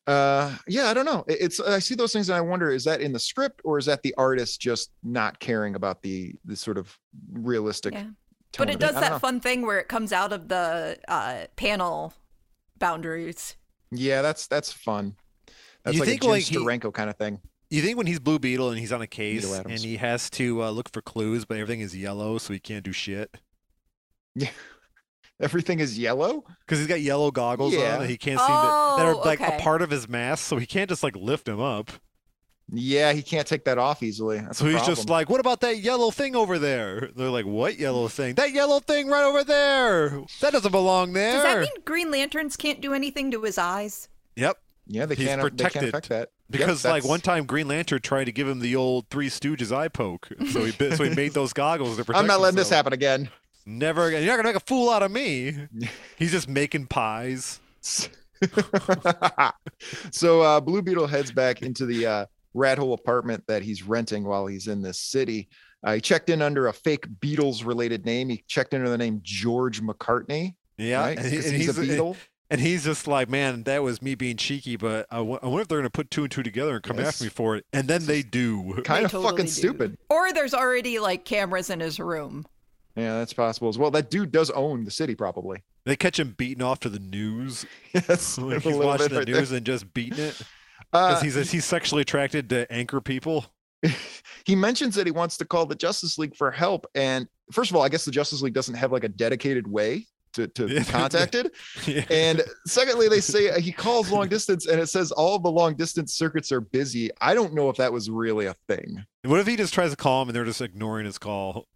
Speaker 4: Uh, yeah, I don't know. It- It's I see those things and I wonder is that in the script or is that the artist just not caring about the the sort of realistic?
Speaker 5: Yeah.
Speaker 4: tone
Speaker 5: But it
Speaker 4: of
Speaker 5: does
Speaker 4: I don't
Speaker 5: that
Speaker 4: know.
Speaker 5: fun thing where it comes out of the uh, panel boundaries.
Speaker 4: Yeah, that's that's fun. That's
Speaker 3: You
Speaker 4: like
Speaker 3: think,
Speaker 4: a Jim
Speaker 3: like, he-
Speaker 4: Steranko kind of thing.
Speaker 3: You think when he's Blue Beetle and he's on a case and
Speaker 4: Adams.
Speaker 3: he has to uh, look for clues, but everything is yellow, so he can't do shit
Speaker 4: Everything is yellow.
Speaker 3: because he's got yellow goggles
Speaker 4: Yeah.
Speaker 3: on and he can't seem to. They're
Speaker 5: Oh,
Speaker 3: like a
Speaker 5: okay.
Speaker 3: part of his mask, so he can't just like lift him up.
Speaker 4: Yeah, he can't take that off easily. That's
Speaker 3: so
Speaker 4: a
Speaker 3: he's just
Speaker 4: problem.
Speaker 3: like, "What about that yellow thing over there?" They're like, "What yellow thing? That yellow thing right over there. That doesn't belong there."
Speaker 5: Does that mean Green Lanterns can't do anything to his eyes?
Speaker 3: yep.
Speaker 4: yeah, they
Speaker 3: he's
Speaker 4: can't they
Speaker 3: protected
Speaker 4: can't affect that Yep,
Speaker 3: Because like
Speaker 4: that's-
Speaker 3: one time Green Lantern tried to give him the old Three Stooges eye poke, and so he bit, so he made those goggles to protect.
Speaker 4: I'm not letting this
Speaker 3: himself.
Speaker 4: happen again.
Speaker 3: Never again. You're not gonna make a fool out of me. He's just making pies.
Speaker 4: so uh, Blue Beetle heads back into the uh, rat hole apartment that he's renting while he's in this city. Uh, he checked in under a fake Beatles related name. He checked in under the name George McCartney.
Speaker 3: Yeah,
Speaker 4: right?
Speaker 3: and, he-
Speaker 4: 'Cause
Speaker 3: and
Speaker 4: he's,
Speaker 3: he's
Speaker 4: a Beatle.
Speaker 3: and he's just like, man, that was me being cheeky, but I wo- I wonder if they're gonna put two and two together and come
Speaker 4: Yes.
Speaker 3: after me for it. And then they do.
Speaker 5: They
Speaker 4: Kind of
Speaker 5: totally
Speaker 4: fucking
Speaker 5: do.
Speaker 4: stupid.
Speaker 5: Or there's already like cameras in his room.
Speaker 4: Yeah, that's possible as well. That dude does own the city, probably.
Speaker 3: They catch him beating off to the news.
Speaker 4: Yes,
Speaker 3: Like
Speaker 4: a
Speaker 3: he's
Speaker 4: little
Speaker 3: watching
Speaker 4: bit
Speaker 3: the
Speaker 4: right there.
Speaker 3: news and just beating it
Speaker 4: Uh,
Speaker 3: because he's he's sexually attracted to anchor people.
Speaker 4: he mentions that he wants to call the Justice League for help. And first of all, I guess the Justice League doesn't have like a dedicated way to, to
Speaker 3: Yeah.
Speaker 4: be contacted.
Speaker 3: Yeah.
Speaker 4: And secondly, they say he calls long distance and it says all the long distance circuits are busy. I don't know if that was really a thing.
Speaker 3: What if he just tries to call him and they're just ignoring his call?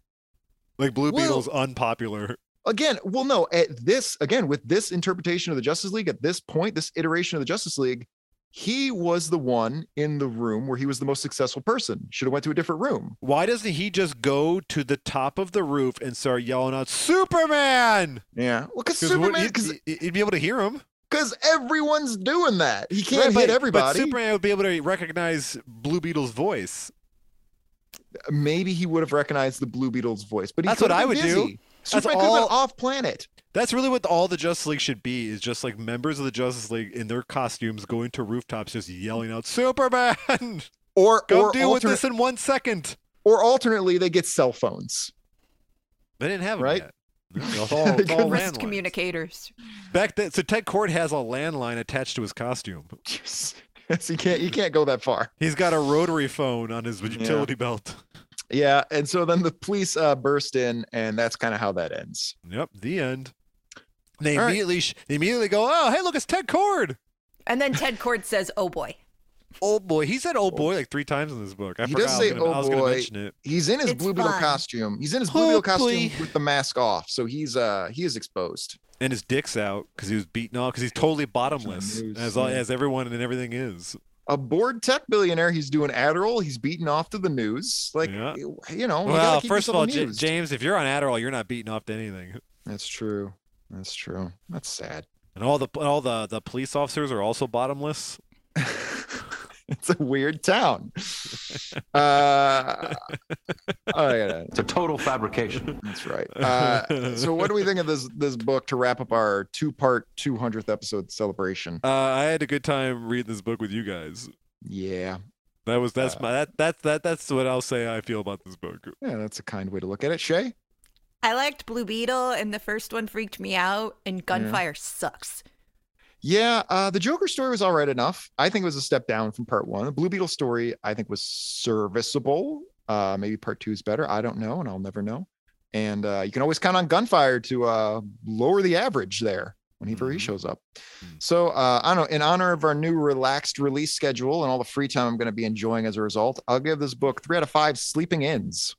Speaker 3: Like Blue
Speaker 4: Well-
Speaker 3: Beetle's unpopular.
Speaker 4: Again, well, no, at this, again, with this interpretation of the Justice League, at this point, this iteration of the Justice League, he was the one in the room where he was the most successful person. Should have went to a different room.
Speaker 3: Why doesn't he just go to the top of the roof and start yelling out Superman?
Speaker 4: Yeah. Well, because
Speaker 3: Because
Speaker 4: Superman, because
Speaker 3: he'd, he'd be able to hear him.
Speaker 4: everyone's doing that. He can't
Speaker 3: Right,
Speaker 4: hit
Speaker 3: but-
Speaker 4: everybody.
Speaker 3: But Superman would be able to recognize Blue Beetle's voice.
Speaker 4: maybe he would have recognized the Blue Beetle's voice. But he
Speaker 3: That's what
Speaker 4: could have
Speaker 3: I
Speaker 4: been
Speaker 3: would do.
Speaker 4: busy.
Speaker 3: That's
Speaker 4: Superman could have been
Speaker 3: all-
Speaker 4: off planet.
Speaker 3: That's really what all the Justice League should be is just like members of the Justice League in their costumes going to rooftops just yelling out Superman.
Speaker 4: Or
Speaker 3: Go
Speaker 4: or,
Speaker 3: deal with
Speaker 4: alternate-
Speaker 3: this in one second.
Speaker 4: or alternately, they get cell phones.
Speaker 3: They didn't have 'em
Speaker 4: Right?
Speaker 3: yet. It's all, it's
Speaker 4: Oh,
Speaker 3: all
Speaker 5: Wrist
Speaker 3: landlines.
Speaker 5: communicators.
Speaker 3: Back then, so Ted Cord has a landline attached to his costume.
Speaker 4: Yes, you can't you can't go that far.
Speaker 3: He's got a rotary phone on his utility belt.
Speaker 4: Yeah, and so then the police uh, burst in, and that's kind of how that ends.
Speaker 3: Yep, the end. They
Speaker 4: All right.
Speaker 3: immediately sh- they immediately go, oh hey look it's Ted Cord.
Speaker 5: And then Ted Cord says, "Oh boy."
Speaker 3: Oh boy, he said oh boy like three times in this book. I
Speaker 4: He
Speaker 3: forgot
Speaker 4: does
Speaker 3: I
Speaker 4: say,
Speaker 3: was, gonna,
Speaker 4: "Oh,
Speaker 3: I was gonna
Speaker 4: boy."
Speaker 3: mention it.
Speaker 4: He's in his
Speaker 5: It's
Speaker 4: Blue Beetle
Speaker 5: fun.
Speaker 4: costume. He's in his Blue Beetle costume
Speaker 3: Hopefully.
Speaker 4: with the mask off, so he's uh he is exposed.
Speaker 3: And his dick's out because he was beaten off because he's totally bottomless
Speaker 4: news,
Speaker 3: as all,
Speaker 4: yeah.
Speaker 3: as everyone and everything is.
Speaker 4: A bored tech billionaire. He's doing Adderall. He's beaten off to the news. Like
Speaker 3: Yeah.
Speaker 4: you know. you gotta
Speaker 3: well,
Speaker 4: keep
Speaker 3: first of
Speaker 4: yourself
Speaker 3: all, J-
Speaker 4: amused.
Speaker 3: James, if you're on Adderall, you're not beaten off to anything.
Speaker 4: That's true. That's true. That's sad.
Speaker 3: And all the all the the police officers are also bottomless.
Speaker 4: It's a weird town. uh, oh, yeah,
Speaker 7: It's a total fabrication.
Speaker 4: that's right. Uh, so, what do we think of this this book to wrap up our two part two hundredth episode celebration?
Speaker 3: Uh, I had a good time reading this book with you guys.
Speaker 4: Yeah,
Speaker 3: That was that's my that that that that's what I'll say I feel about this book.
Speaker 4: yeah, that's a kind way to look at it. Shay,
Speaker 5: I liked Blue Beetle, and the first one freaked me out. And Gunfire sucks.
Speaker 4: yeah, uh, the Joker story was all right enough. I think it was a step down from part one. The Blue Beetle story, I think, was serviceable. Uh, maybe part two is better. I don't know, and I'll never know. And uh, you can always count on Gunfire to uh, lower the average there whenever he
Speaker 3: Mhm.
Speaker 4: shows up. So uh, I don't know. In honor of our new relaxed release schedule and all the free time I'm going to be enjoying as a result, I'll give this book three out of five sleeping ins.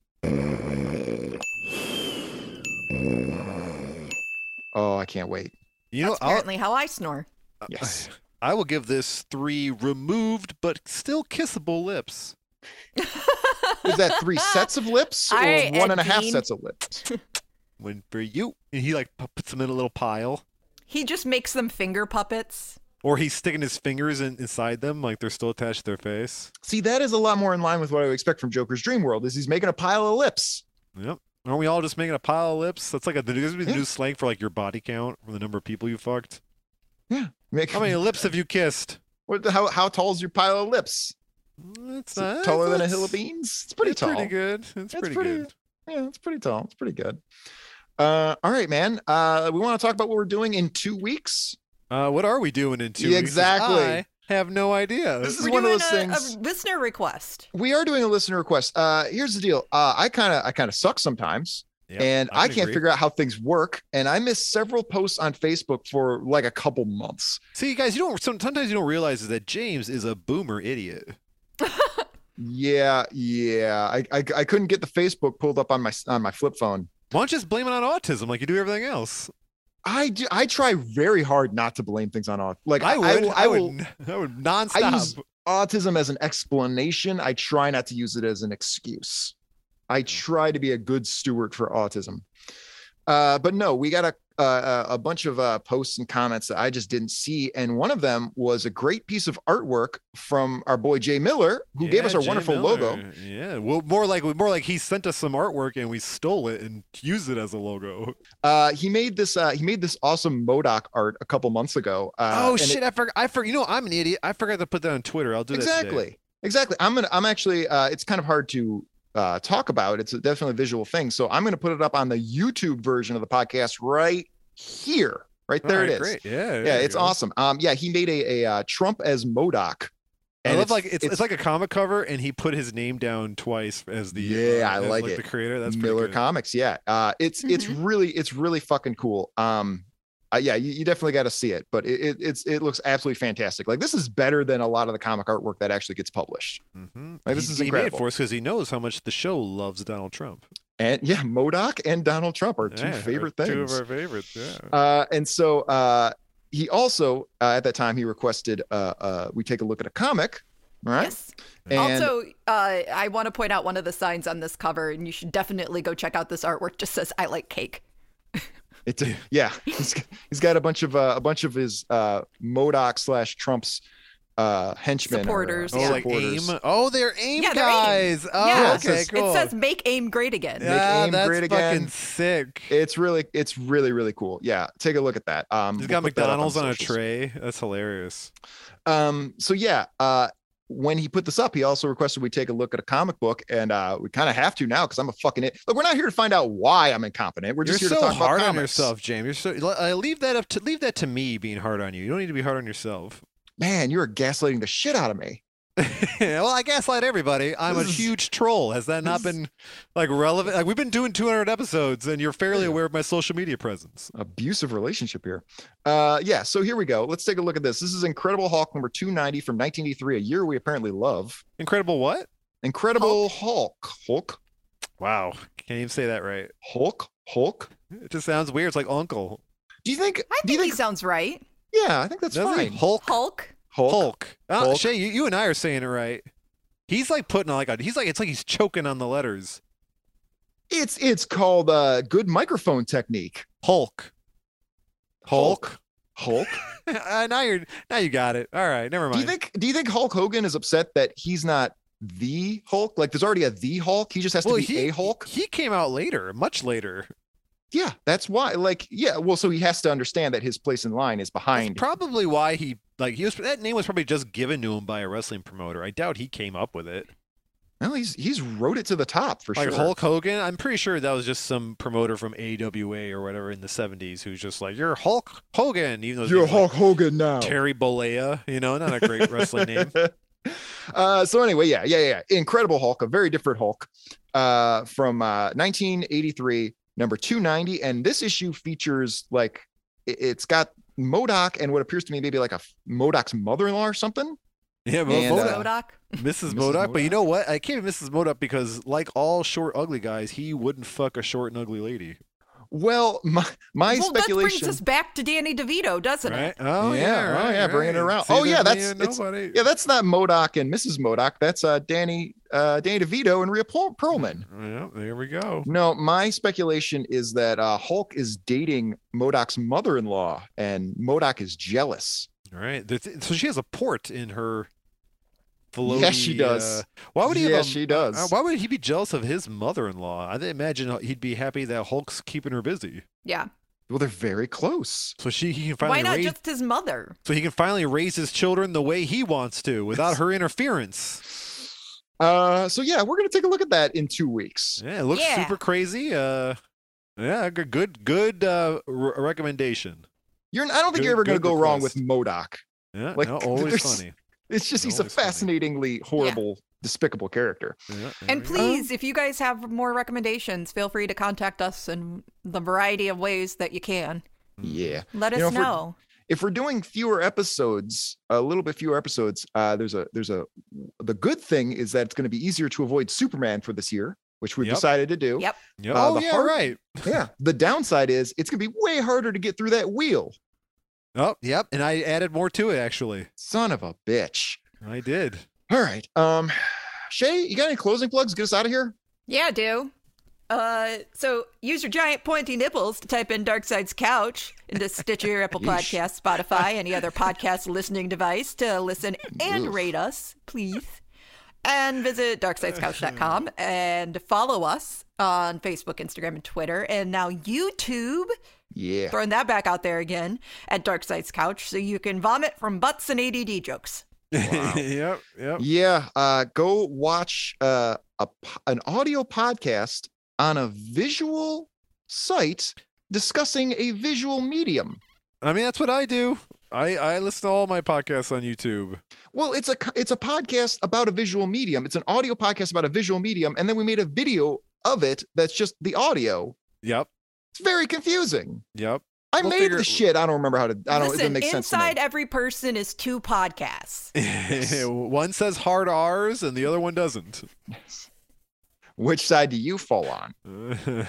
Speaker 4: Oh, I can't wait.
Speaker 3: You know,
Speaker 5: That's
Speaker 3: I'll,
Speaker 5: apparently how I snore.
Speaker 4: Yes.
Speaker 3: I will give this three removed but still kissable lips.
Speaker 4: Is that three sets of lips or
Speaker 5: All
Speaker 4: one
Speaker 5: right,
Speaker 4: and a half
Speaker 5: Ed Gein.
Speaker 4: sets of lips?
Speaker 3: One for you, and he like p- puts them in a little pile.
Speaker 5: He just makes them finger puppets.
Speaker 3: Or he's sticking his fingers in, inside them, like they're still attached to their face.
Speaker 4: See, that is a lot more in line with what I would expect from Joker's Dream World. Is he's making a pile of lips?
Speaker 3: Yep. Aren't we all just making a pile of lips? That's like a the, this would be the new slang for like your body count or the number of people you fucked.
Speaker 4: Make,
Speaker 3: How many lips have you kissed?
Speaker 4: what, how how tall is your pile of lips?
Speaker 3: It's
Speaker 4: Is it taller than a hill of beans? It's pretty
Speaker 3: it's
Speaker 4: tall.
Speaker 3: Pretty good. It's pretty,
Speaker 4: pretty-
Speaker 3: good.
Speaker 4: Yeah, it's pretty tall. It's pretty good. Uh, all right, man. Uh, we want to talk about what we're doing in two weeks.
Speaker 3: Uh, what are we doing in two
Speaker 4: Yeah,
Speaker 3: weeks?
Speaker 4: exactly.
Speaker 3: I have no idea.
Speaker 4: This is
Speaker 5: We're
Speaker 4: one of
Speaker 5: doing
Speaker 4: those
Speaker 5: a,
Speaker 4: things.
Speaker 5: a listener request.
Speaker 4: we are doing a listener request. Uh, here's the deal. Uh, I kind of I kind of suck sometimes,
Speaker 3: Yep,
Speaker 4: and
Speaker 3: I
Speaker 4: I,
Speaker 3: can
Speaker 4: can't
Speaker 3: agree.
Speaker 4: figure out how things work. And I missed several posts on Facebook for like a couple months.
Speaker 3: See, you guys, you don't. some- Sometimes you don't realize is that James is a boomer idiot.
Speaker 4: Yeah, yeah. I, I I couldn't get the Facebook pulled up on my on my flip phone.
Speaker 3: Why don't you just blame it on autism like you do everything else?
Speaker 4: I do, I try very hard not to blame things on autism. Like
Speaker 3: I would.
Speaker 4: will-
Speaker 3: I, would. n- I would nonstop.
Speaker 4: I use autism as an explanation. I try not to use it as an excuse. I try to be a good steward for autism. Uh, but no, we got a, a, a bunch of uh, posts and comments that I just didn't see. And one of them was a great piece of artwork from our boy Jay Miller, who gave
Speaker 3: Yeah,
Speaker 4: us our
Speaker 3: Jay
Speaker 4: wonderful
Speaker 3: Miller.
Speaker 4: logo.
Speaker 3: Yeah. Well, more like more like he sent us some artwork and we stole it and used it as a logo.
Speaker 4: Uh, he made this. Uh, he made this awesome Modoc art a couple months ago. Uh,
Speaker 3: oh
Speaker 4: and it-
Speaker 3: shit! I forgot. I forgot. You know, I'm an idiot. I forgot to put that on Twitter. I'll do that. today.
Speaker 4: exactly exactly i'm gonna i'm actually uh it's kind of hard to uh talk about it's a definitely a visual thing so i'm gonna put it up on the youtube version of the podcast right here right
Speaker 3: All
Speaker 4: there
Speaker 3: right,
Speaker 4: it is
Speaker 3: Great. Yeah. there
Speaker 4: yeah
Speaker 3: you
Speaker 4: it's
Speaker 3: go.
Speaker 4: awesome um yeah he made a, a uh, trump as modoc
Speaker 3: I love like it's, it's like a comic cover and he put his name down twice as the uh,
Speaker 4: Yeah, I
Speaker 3: as,
Speaker 4: like it.
Speaker 3: the creator. That's pretty
Speaker 4: miller
Speaker 3: good.
Speaker 4: comics yeah uh it's it's
Speaker 5: Mm-hmm.
Speaker 4: really it's really fucking cool um uh, yeah, you, you definitely got to see it, but it, it it's it looks absolutely fantastic. Like this is better than a lot of the comic artwork that actually gets published.
Speaker 3: Mhm.
Speaker 4: Like, this
Speaker 3: he,
Speaker 4: is
Speaker 3: he made it
Speaker 4: incredible.
Speaker 3: for us because he knows how much the show loves Donald Trump.
Speaker 4: And yeah, Modoc and Donald Trump are two
Speaker 3: Yeah,
Speaker 4: favorite
Speaker 3: or
Speaker 4: things.
Speaker 3: Two of our favorites. Yeah.
Speaker 4: Uh, and so uh, he also uh, at that time he requested uh, uh, we take a look at a comic, right?
Speaker 5: Yes.
Speaker 4: And
Speaker 5: also, uh, I want to point out one of the signs on this cover, and you should definitely go check out this artwork. Just says "I like cake."
Speaker 4: it's yeah, he's, he's got a bunch of uh, a bunch of his uh, Modoc slash Trump's uh, henchmen or, uh,
Speaker 5: Supporters,
Speaker 3: Oh,
Speaker 5: yeah.
Speaker 3: like
Speaker 4: supporters.
Speaker 3: aim. Oh, they're aim
Speaker 5: Yeah, they're AIM.
Speaker 3: guys. Oh,
Speaker 5: yeah,
Speaker 4: it
Speaker 3: okay,
Speaker 4: says-
Speaker 3: cool.
Speaker 5: It says "Make aim great again."
Speaker 4: Yeah.
Speaker 3: yeah,
Speaker 4: AIM
Speaker 3: that's
Speaker 4: great again.
Speaker 3: fucking sick.
Speaker 4: It's really it's really really cool. Yeah, take a look at that. Um,
Speaker 3: He's
Speaker 4: we'll
Speaker 3: got
Speaker 4: put that up
Speaker 3: McDonald's on a
Speaker 4: socials.
Speaker 3: tray. That's hilarious.
Speaker 4: Um, so yeah, uh, when he put this up, he also requested we take a look at a comic book, and uh, we kind of have to now because I'm a fucking it. Look, we're not here to find out why I'm incompetent. We're just
Speaker 3: You're
Speaker 4: here
Speaker 3: so
Speaker 4: to talk
Speaker 3: hard
Speaker 4: about
Speaker 3: on
Speaker 4: comics.
Speaker 3: yourself, James. You're so le- uh, leave that up to leave that to me being hard on you. You don't need to be hard on yourself.
Speaker 4: Man, you are gaslighting the shit out of me.
Speaker 3: well, I gaslight everybody. I'm a
Speaker 4: This is-
Speaker 3: huge troll. Has that not
Speaker 4: this
Speaker 3: been like relevant? Like we've been doing 200 episodes, and you're fairly aware of my social media presence.
Speaker 4: abusive relationship here. Uh, yeah, so here we go. Let's take a look at this. This is Incredible Hulk number 290 from 1983, a year we apparently love.
Speaker 3: Incredible what?
Speaker 4: Incredible Hulk. Hulk.
Speaker 3: Wow, can't even say that right.
Speaker 4: Hulk. Hulk.
Speaker 3: It just sounds weird. It's like uncle.
Speaker 4: Do you think?
Speaker 5: I
Speaker 4: do you
Speaker 5: think he sounds right.
Speaker 4: yeah, I think that's
Speaker 3: Doesn't he?
Speaker 4: fine.
Speaker 3: Hulk.
Speaker 5: Hulk.
Speaker 4: Hulk.
Speaker 3: Hulk. Uh,
Speaker 4: Hulk.
Speaker 3: Shay, you, you and I are saying it right. He's like putting on like a, he's like it's like he's choking on the letters.
Speaker 4: It's it's called uh, good microphone technique.
Speaker 3: Hulk. Hulk.
Speaker 4: Hulk.
Speaker 3: Uh, now you're now you got it. All right, never mind.
Speaker 4: do you think? Do you think Hulk Hogan is upset that he's not the Hulk? Like, there's already a the Hulk. He just has
Speaker 3: Well,
Speaker 4: to be
Speaker 3: he-
Speaker 4: a Hulk.
Speaker 3: he came out later, much later.
Speaker 4: Yeah, that's why. Like, yeah. Well, so he has to understand that his place in line is behind
Speaker 3: That's probably why he like he was that name was probably just given to him by a wrestling promoter. I doubt he came up with it.
Speaker 4: Well, he's he's rode it to the top for
Speaker 3: like
Speaker 4: sure.
Speaker 3: Hulk Hogan, I'm pretty sure that was just some promoter from AWA or whatever in the 70s who's just like, "You're Hulk Hogan," even though his name's, like,
Speaker 4: Hogan now.
Speaker 3: Terry Bollea, you know, not a great wrestling name.
Speaker 4: Uh, so anyway, yeah, yeah, yeah. Incredible Hulk, a very different Hulk uh, from uh, 1983, number 290, and this issue features like it- it's got Modoc and what appears to me maybe like a f- Modoc's mother-in-law or something.
Speaker 3: Yeah, but
Speaker 4: And,
Speaker 3: Modoc-
Speaker 4: uh,
Speaker 5: Modoc.
Speaker 3: Mrs.
Speaker 4: Mrs.
Speaker 3: Modoc, but you
Speaker 4: Modoc.
Speaker 3: know what? I can't be Mrs. Modoc because, like all short, ugly guys, he wouldn't fuck a short and ugly lady.
Speaker 4: Well, my my
Speaker 5: well, that
Speaker 4: speculation.
Speaker 5: brings us back to Danny DeVito, doesn't
Speaker 3: right?
Speaker 5: it?
Speaker 3: Oh yeah,
Speaker 4: oh
Speaker 3: right,
Speaker 4: yeah, bringing it
Speaker 3: right.
Speaker 4: around.
Speaker 3: See,
Speaker 4: oh yeah,
Speaker 3: there's me
Speaker 4: that's
Speaker 3: and
Speaker 4: it's,
Speaker 3: nobody.
Speaker 4: yeah, that's not Modoc and Mrs. Modoc. That's uh, Danny uh, Danny DeVito and Rhea Perl- Perlman.
Speaker 3: Yeah, there we go.
Speaker 4: No, my speculation is that uh, Hulk is dating Modoc's mother-in-law, and Modoc is jealous.
Speaker 3: All right. The th- so she has a port in her.
Speaker 4: Yeah, she
Speaker 3: floaty,
Speaker 4: does.
Speaker 3: uh, why would he?
Speaker 4: Yeah,
Speaker 3: have a-
Speaker 4: she does.
Speaker 3: uh, why would he be jealous of his mother-in-law? I imagine he'd be happy that Hulk's keeping her busy,
Speaker 5: Yeah.
Speaker 4: Well, they're very close.
Speaker 3: so she he can finally
Speaker 5: Why not
Speaker 3: raise,
Speaker 5: just his mother?
Speaker 3: so he can finally raise his children the way he wants to without her interference.
Speaker 4: Uh, so yeah, we're gonna take a look at that in two weeks.
Speaker 3: Yeah, it looks
Speaker 5: Yeah.
Speaker 3: super crazy. Uh, yeah, good, good, good uh, re- recommendation.
Speaker 4: You're, I don't think
Speaker 3: Good-
Speaker 4: you're ever gonna
Speaker 3: good
Speaker 4: go wrong with
Speaker 3: request.
Speaker 4: Modoc.
Speaker 3: Yeah,
Speaker 4: Like,
Speaker 3: no, always
Speaker 4: there's-
Speaker 3: funny.
Speaker 4: It's just he's a
Speaker 3: Always funny.
Speaker 4: fascinatingly horrible, despicable character.
Speaker 3: Yeah, there
Speaker 5: And
Speaker 3: we go.
Speaker 5: please, if you guys have more recommendations, feel free to contact us in the variety of ways that you can.
Speaker 3: Hmm.
Speaker 4: Yeah.
Speaker 5: Let us
Speaker 4: You know, if we're-
Speaker 5: know.
Speaker 4: If we're doing fewer episodes, a little bit fewer episodes, uh, there's a there's a the good thing is that it's going to be easier to avoid Superman for this year, which we've
Speaker 3: Yep.
Speaker 4: decided to do.
Speaker 5: Yep.
Speaker 3: Yep.
Speaker 4: uh,
Speaker 3: oh
Speaker 4: the
Speaker 3: yeah,
Speaker 4: hard-
Speaker 3: right.
Speaker 4: Yeah. The downside is it's going to be way harder to get through that wheel.
Speaker 3: Oh, yep. And I added more to it actually.
Speaker 4: Son of a bitch.
Speaker 3: I did.
Speaker 4: All right. Um, Shay, you got any closing plugs? Get us out of here.
Speaker 5: Yeah, I do. Uh, so use your giant pointy nipples to type in Dark Side's Couch into Stitcher, Apple
Speaker 4: Yeesh.
Speaker 5: Podcasts, Spotify, any other podcast listening device to listen and
Speaker 4: Oof.
Speaker 5: rate us, please. And visit darksidescouch.com and follow us on Facebook, Instagram, and Twitter, and now YouTube.
Speaker 4: Yeah.
Speaker 5: Throwing that back out there again at Dark Side's Couch, so you can vomit from butts and ADD jokes.
Speaker 3: yep. Yep.
Speaker 4: Yeah, uh, go watch uh, a po- an audio podcast on a visual site discussing a visual medium.
Speaker 3: I mean, that's what I do. I I listen to all my podcasts on YouTube.
Speaker 4: Well, it's a co- it's a podcast about a visual medium. It's an audio podcast about a visual medium, and then we made a video of it that's just the audio.
Speaker 3: Yep.
Speaker 4: It's very confusing.
Speaker 3: Yep.
Speaker 4: I
Speaker 3: We'll
Speaker 4: made
Speaker 3: figure-
Speaker 4: the shit. I don't remember how to. I don't. it
Speaker 5: Listen,
Speaker 4: doesn't make sense. To me.
Speaker 5: inside every person is two podcasts.
Speaker 3: one says hard R's and the other one doesn't.
Speaker 4: Which side do you fall on?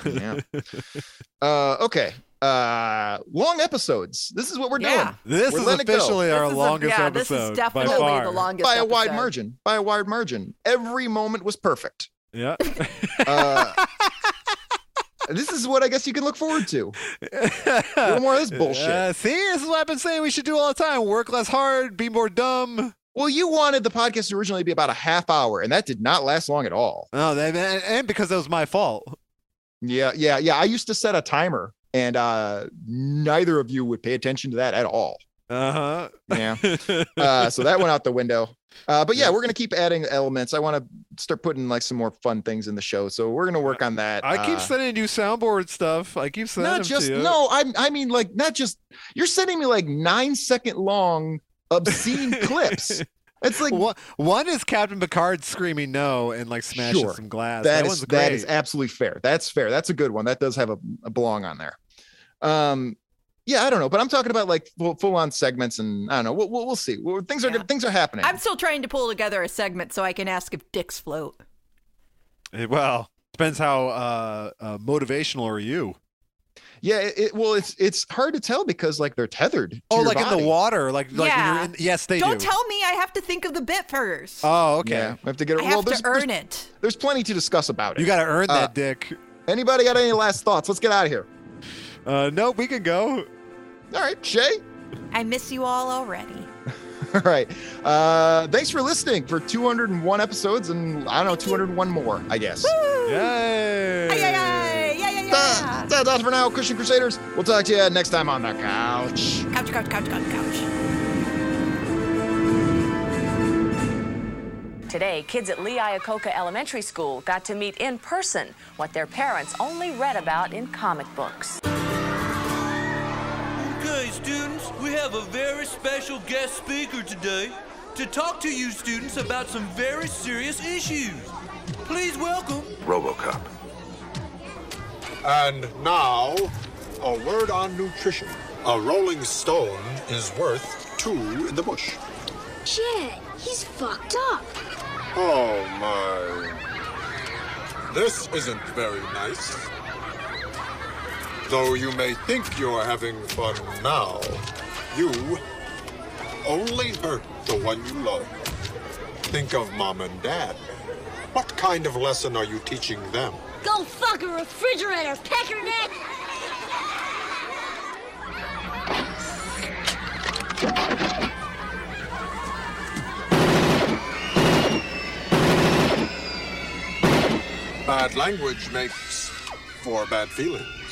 Speaker 4: Yeah. uh, okay. Uh, long episodes. This is what we're doing.
Speaker 5: Yeah.
Speaker 3: This
Speaker 4: We're
Speaker 3: is
Speaker 4: letting it go.
Speaker 3: officially our
Speaker 5: This is a-
Speaker 3: longest
Speaker 5: yeah,
Speaker 3: episode
Speaker 5: This is
Speaker 3: by
Speaker 5: definitely
Speaker 3: far.
Speaker 5: the longest
Speaker 4: by a wide
Speaker 5: episode.
Speaker 4: margin. By a wide margin. Every moment was perfect.
Speaker 3: yeah.
Speaker 4: Uh, this is what I guess you can look forward to. A little more of this bullshit.
Speaker 3: Uh, see, this is what I've been saying we should do all the time. Work less hard, be more dumb.
Speaker 4: well, you wanted the podcast to originally be about a half hour, and that did not last long at all.
Speaker 3: Oh, that, and, and because that was my fault.
Speaker 4: Yeah, yeah, yeah. I used to set a timer, and uh, neither of you would pay attention to that at all. Uh-huh.
Speaker 3: Uh
Speaker 4: Yeah.
Speaker 3: huh.
Speaker 4: Uh, so that went out the window. Uh, but yeah, we're gonna keep adding elements. I want to start putting like some more fun things in the show. So we're gonna work on that.
Speaker 3: I keep
Speaker 4: Uh,
Speaker 3: sending you soundboard stuff. I keep sending
Speaker 4: not
Speaker 3: them
Speaker 4: just
Speaker 3: to you.
Speaker 4: no i i mean like not just you're sending me like nine second long obscene clips it's like
Speaker 3: one, one is Captain Picard screaming no and like smashing
Speaker 4: Sure.
Speaker 3: some glass.
Speaker 4: that
Speaker 3: one's
Speaker 4: is
Speaker 3: great.
Speaker 4: that is absolutely fair that's fair that's a good one that does have a, a belong on there um yeah i don't know but i'm talking about like full, full on segments and i don't know we'll, we'll, we'll see well, things are
Speaker 5: Yeah.
Speaker 4: things are happening
Speaker 5: I'm still trying to pull together a segment so I can ask if dicks float.
Speaker 3: Eh, well, depends how uh, uh, motivational are you.
Speaker 4: yeah it, it- well it's it's hard to tell because like they're tethered to
Speaker 3: Oh,
Speaker 4: your
Speaker 3: like in
Speaker 4: body.
Speaker 3: the water, like like when
Speaker 5: Yeah.
Speaker 3: you're in, yes, they
Speaker 5: Don't
Speaker 3: do.
Speaker 5: tell me I have to think of the bit first.
Speaker 3: Oh, okay.
Speaker 4: yeah we have to get
Speaker 5: I
Speaker 4: it
Speaker 5: have
Speaker 4: Uh, well
Speaker 5: to
Speaker 4: there's,
Speaker 5: earn
Speaker 4: there's,
Speaker 5: it.
Speaker 4: there's plenty to discuss about it
Speaker 3: You got to earn
Speaker 4: Uh,
Speaker 3: that dick.
Speaker 4: anybody got any last thoughts let's get out of here
Speaker 3: Uh, nope, we can go.
Speaker 4: all right shay
Speaker 5: I miss you all already.
Speaker 4: All right. Uh, thanks for listening for 201 episodes and I don't know, 201 more, I guess.
Speaker 3: Yay!
Speaker 5: Ay, ay, ay. Yeah, yeah, yeah.
Speaker 4: That- That's all for now, Christian Crusaders. We'll talk to you next time on the couch.
Speaker 5: Couch, couch, couch, couch, couch.
Speaker 8: Today, kids at Lee Iacocca Elementary School got to meet in person what their parents only read about in comic books.
Speaker 9: Okay, students, we have a very special guest speaker today to talk to you students about some very serious issues. Please welcome
Speaker 1: Robocop.
Speaker 10: And now, a word on nutrition. A rolling stone is worth two in the bush.
Speaker 11: Shit, he's fucked up.
Speaker 10: Oh my. This isn't very nice. Though you may think you're having fun now, you only hurt the one you love. Think of mom and dad. What kind of lesson are you teaching them?
Speaker 11: Go fuck a refrigerator, pecker neck!
Speaker 10: Bad language makes for bad feelings.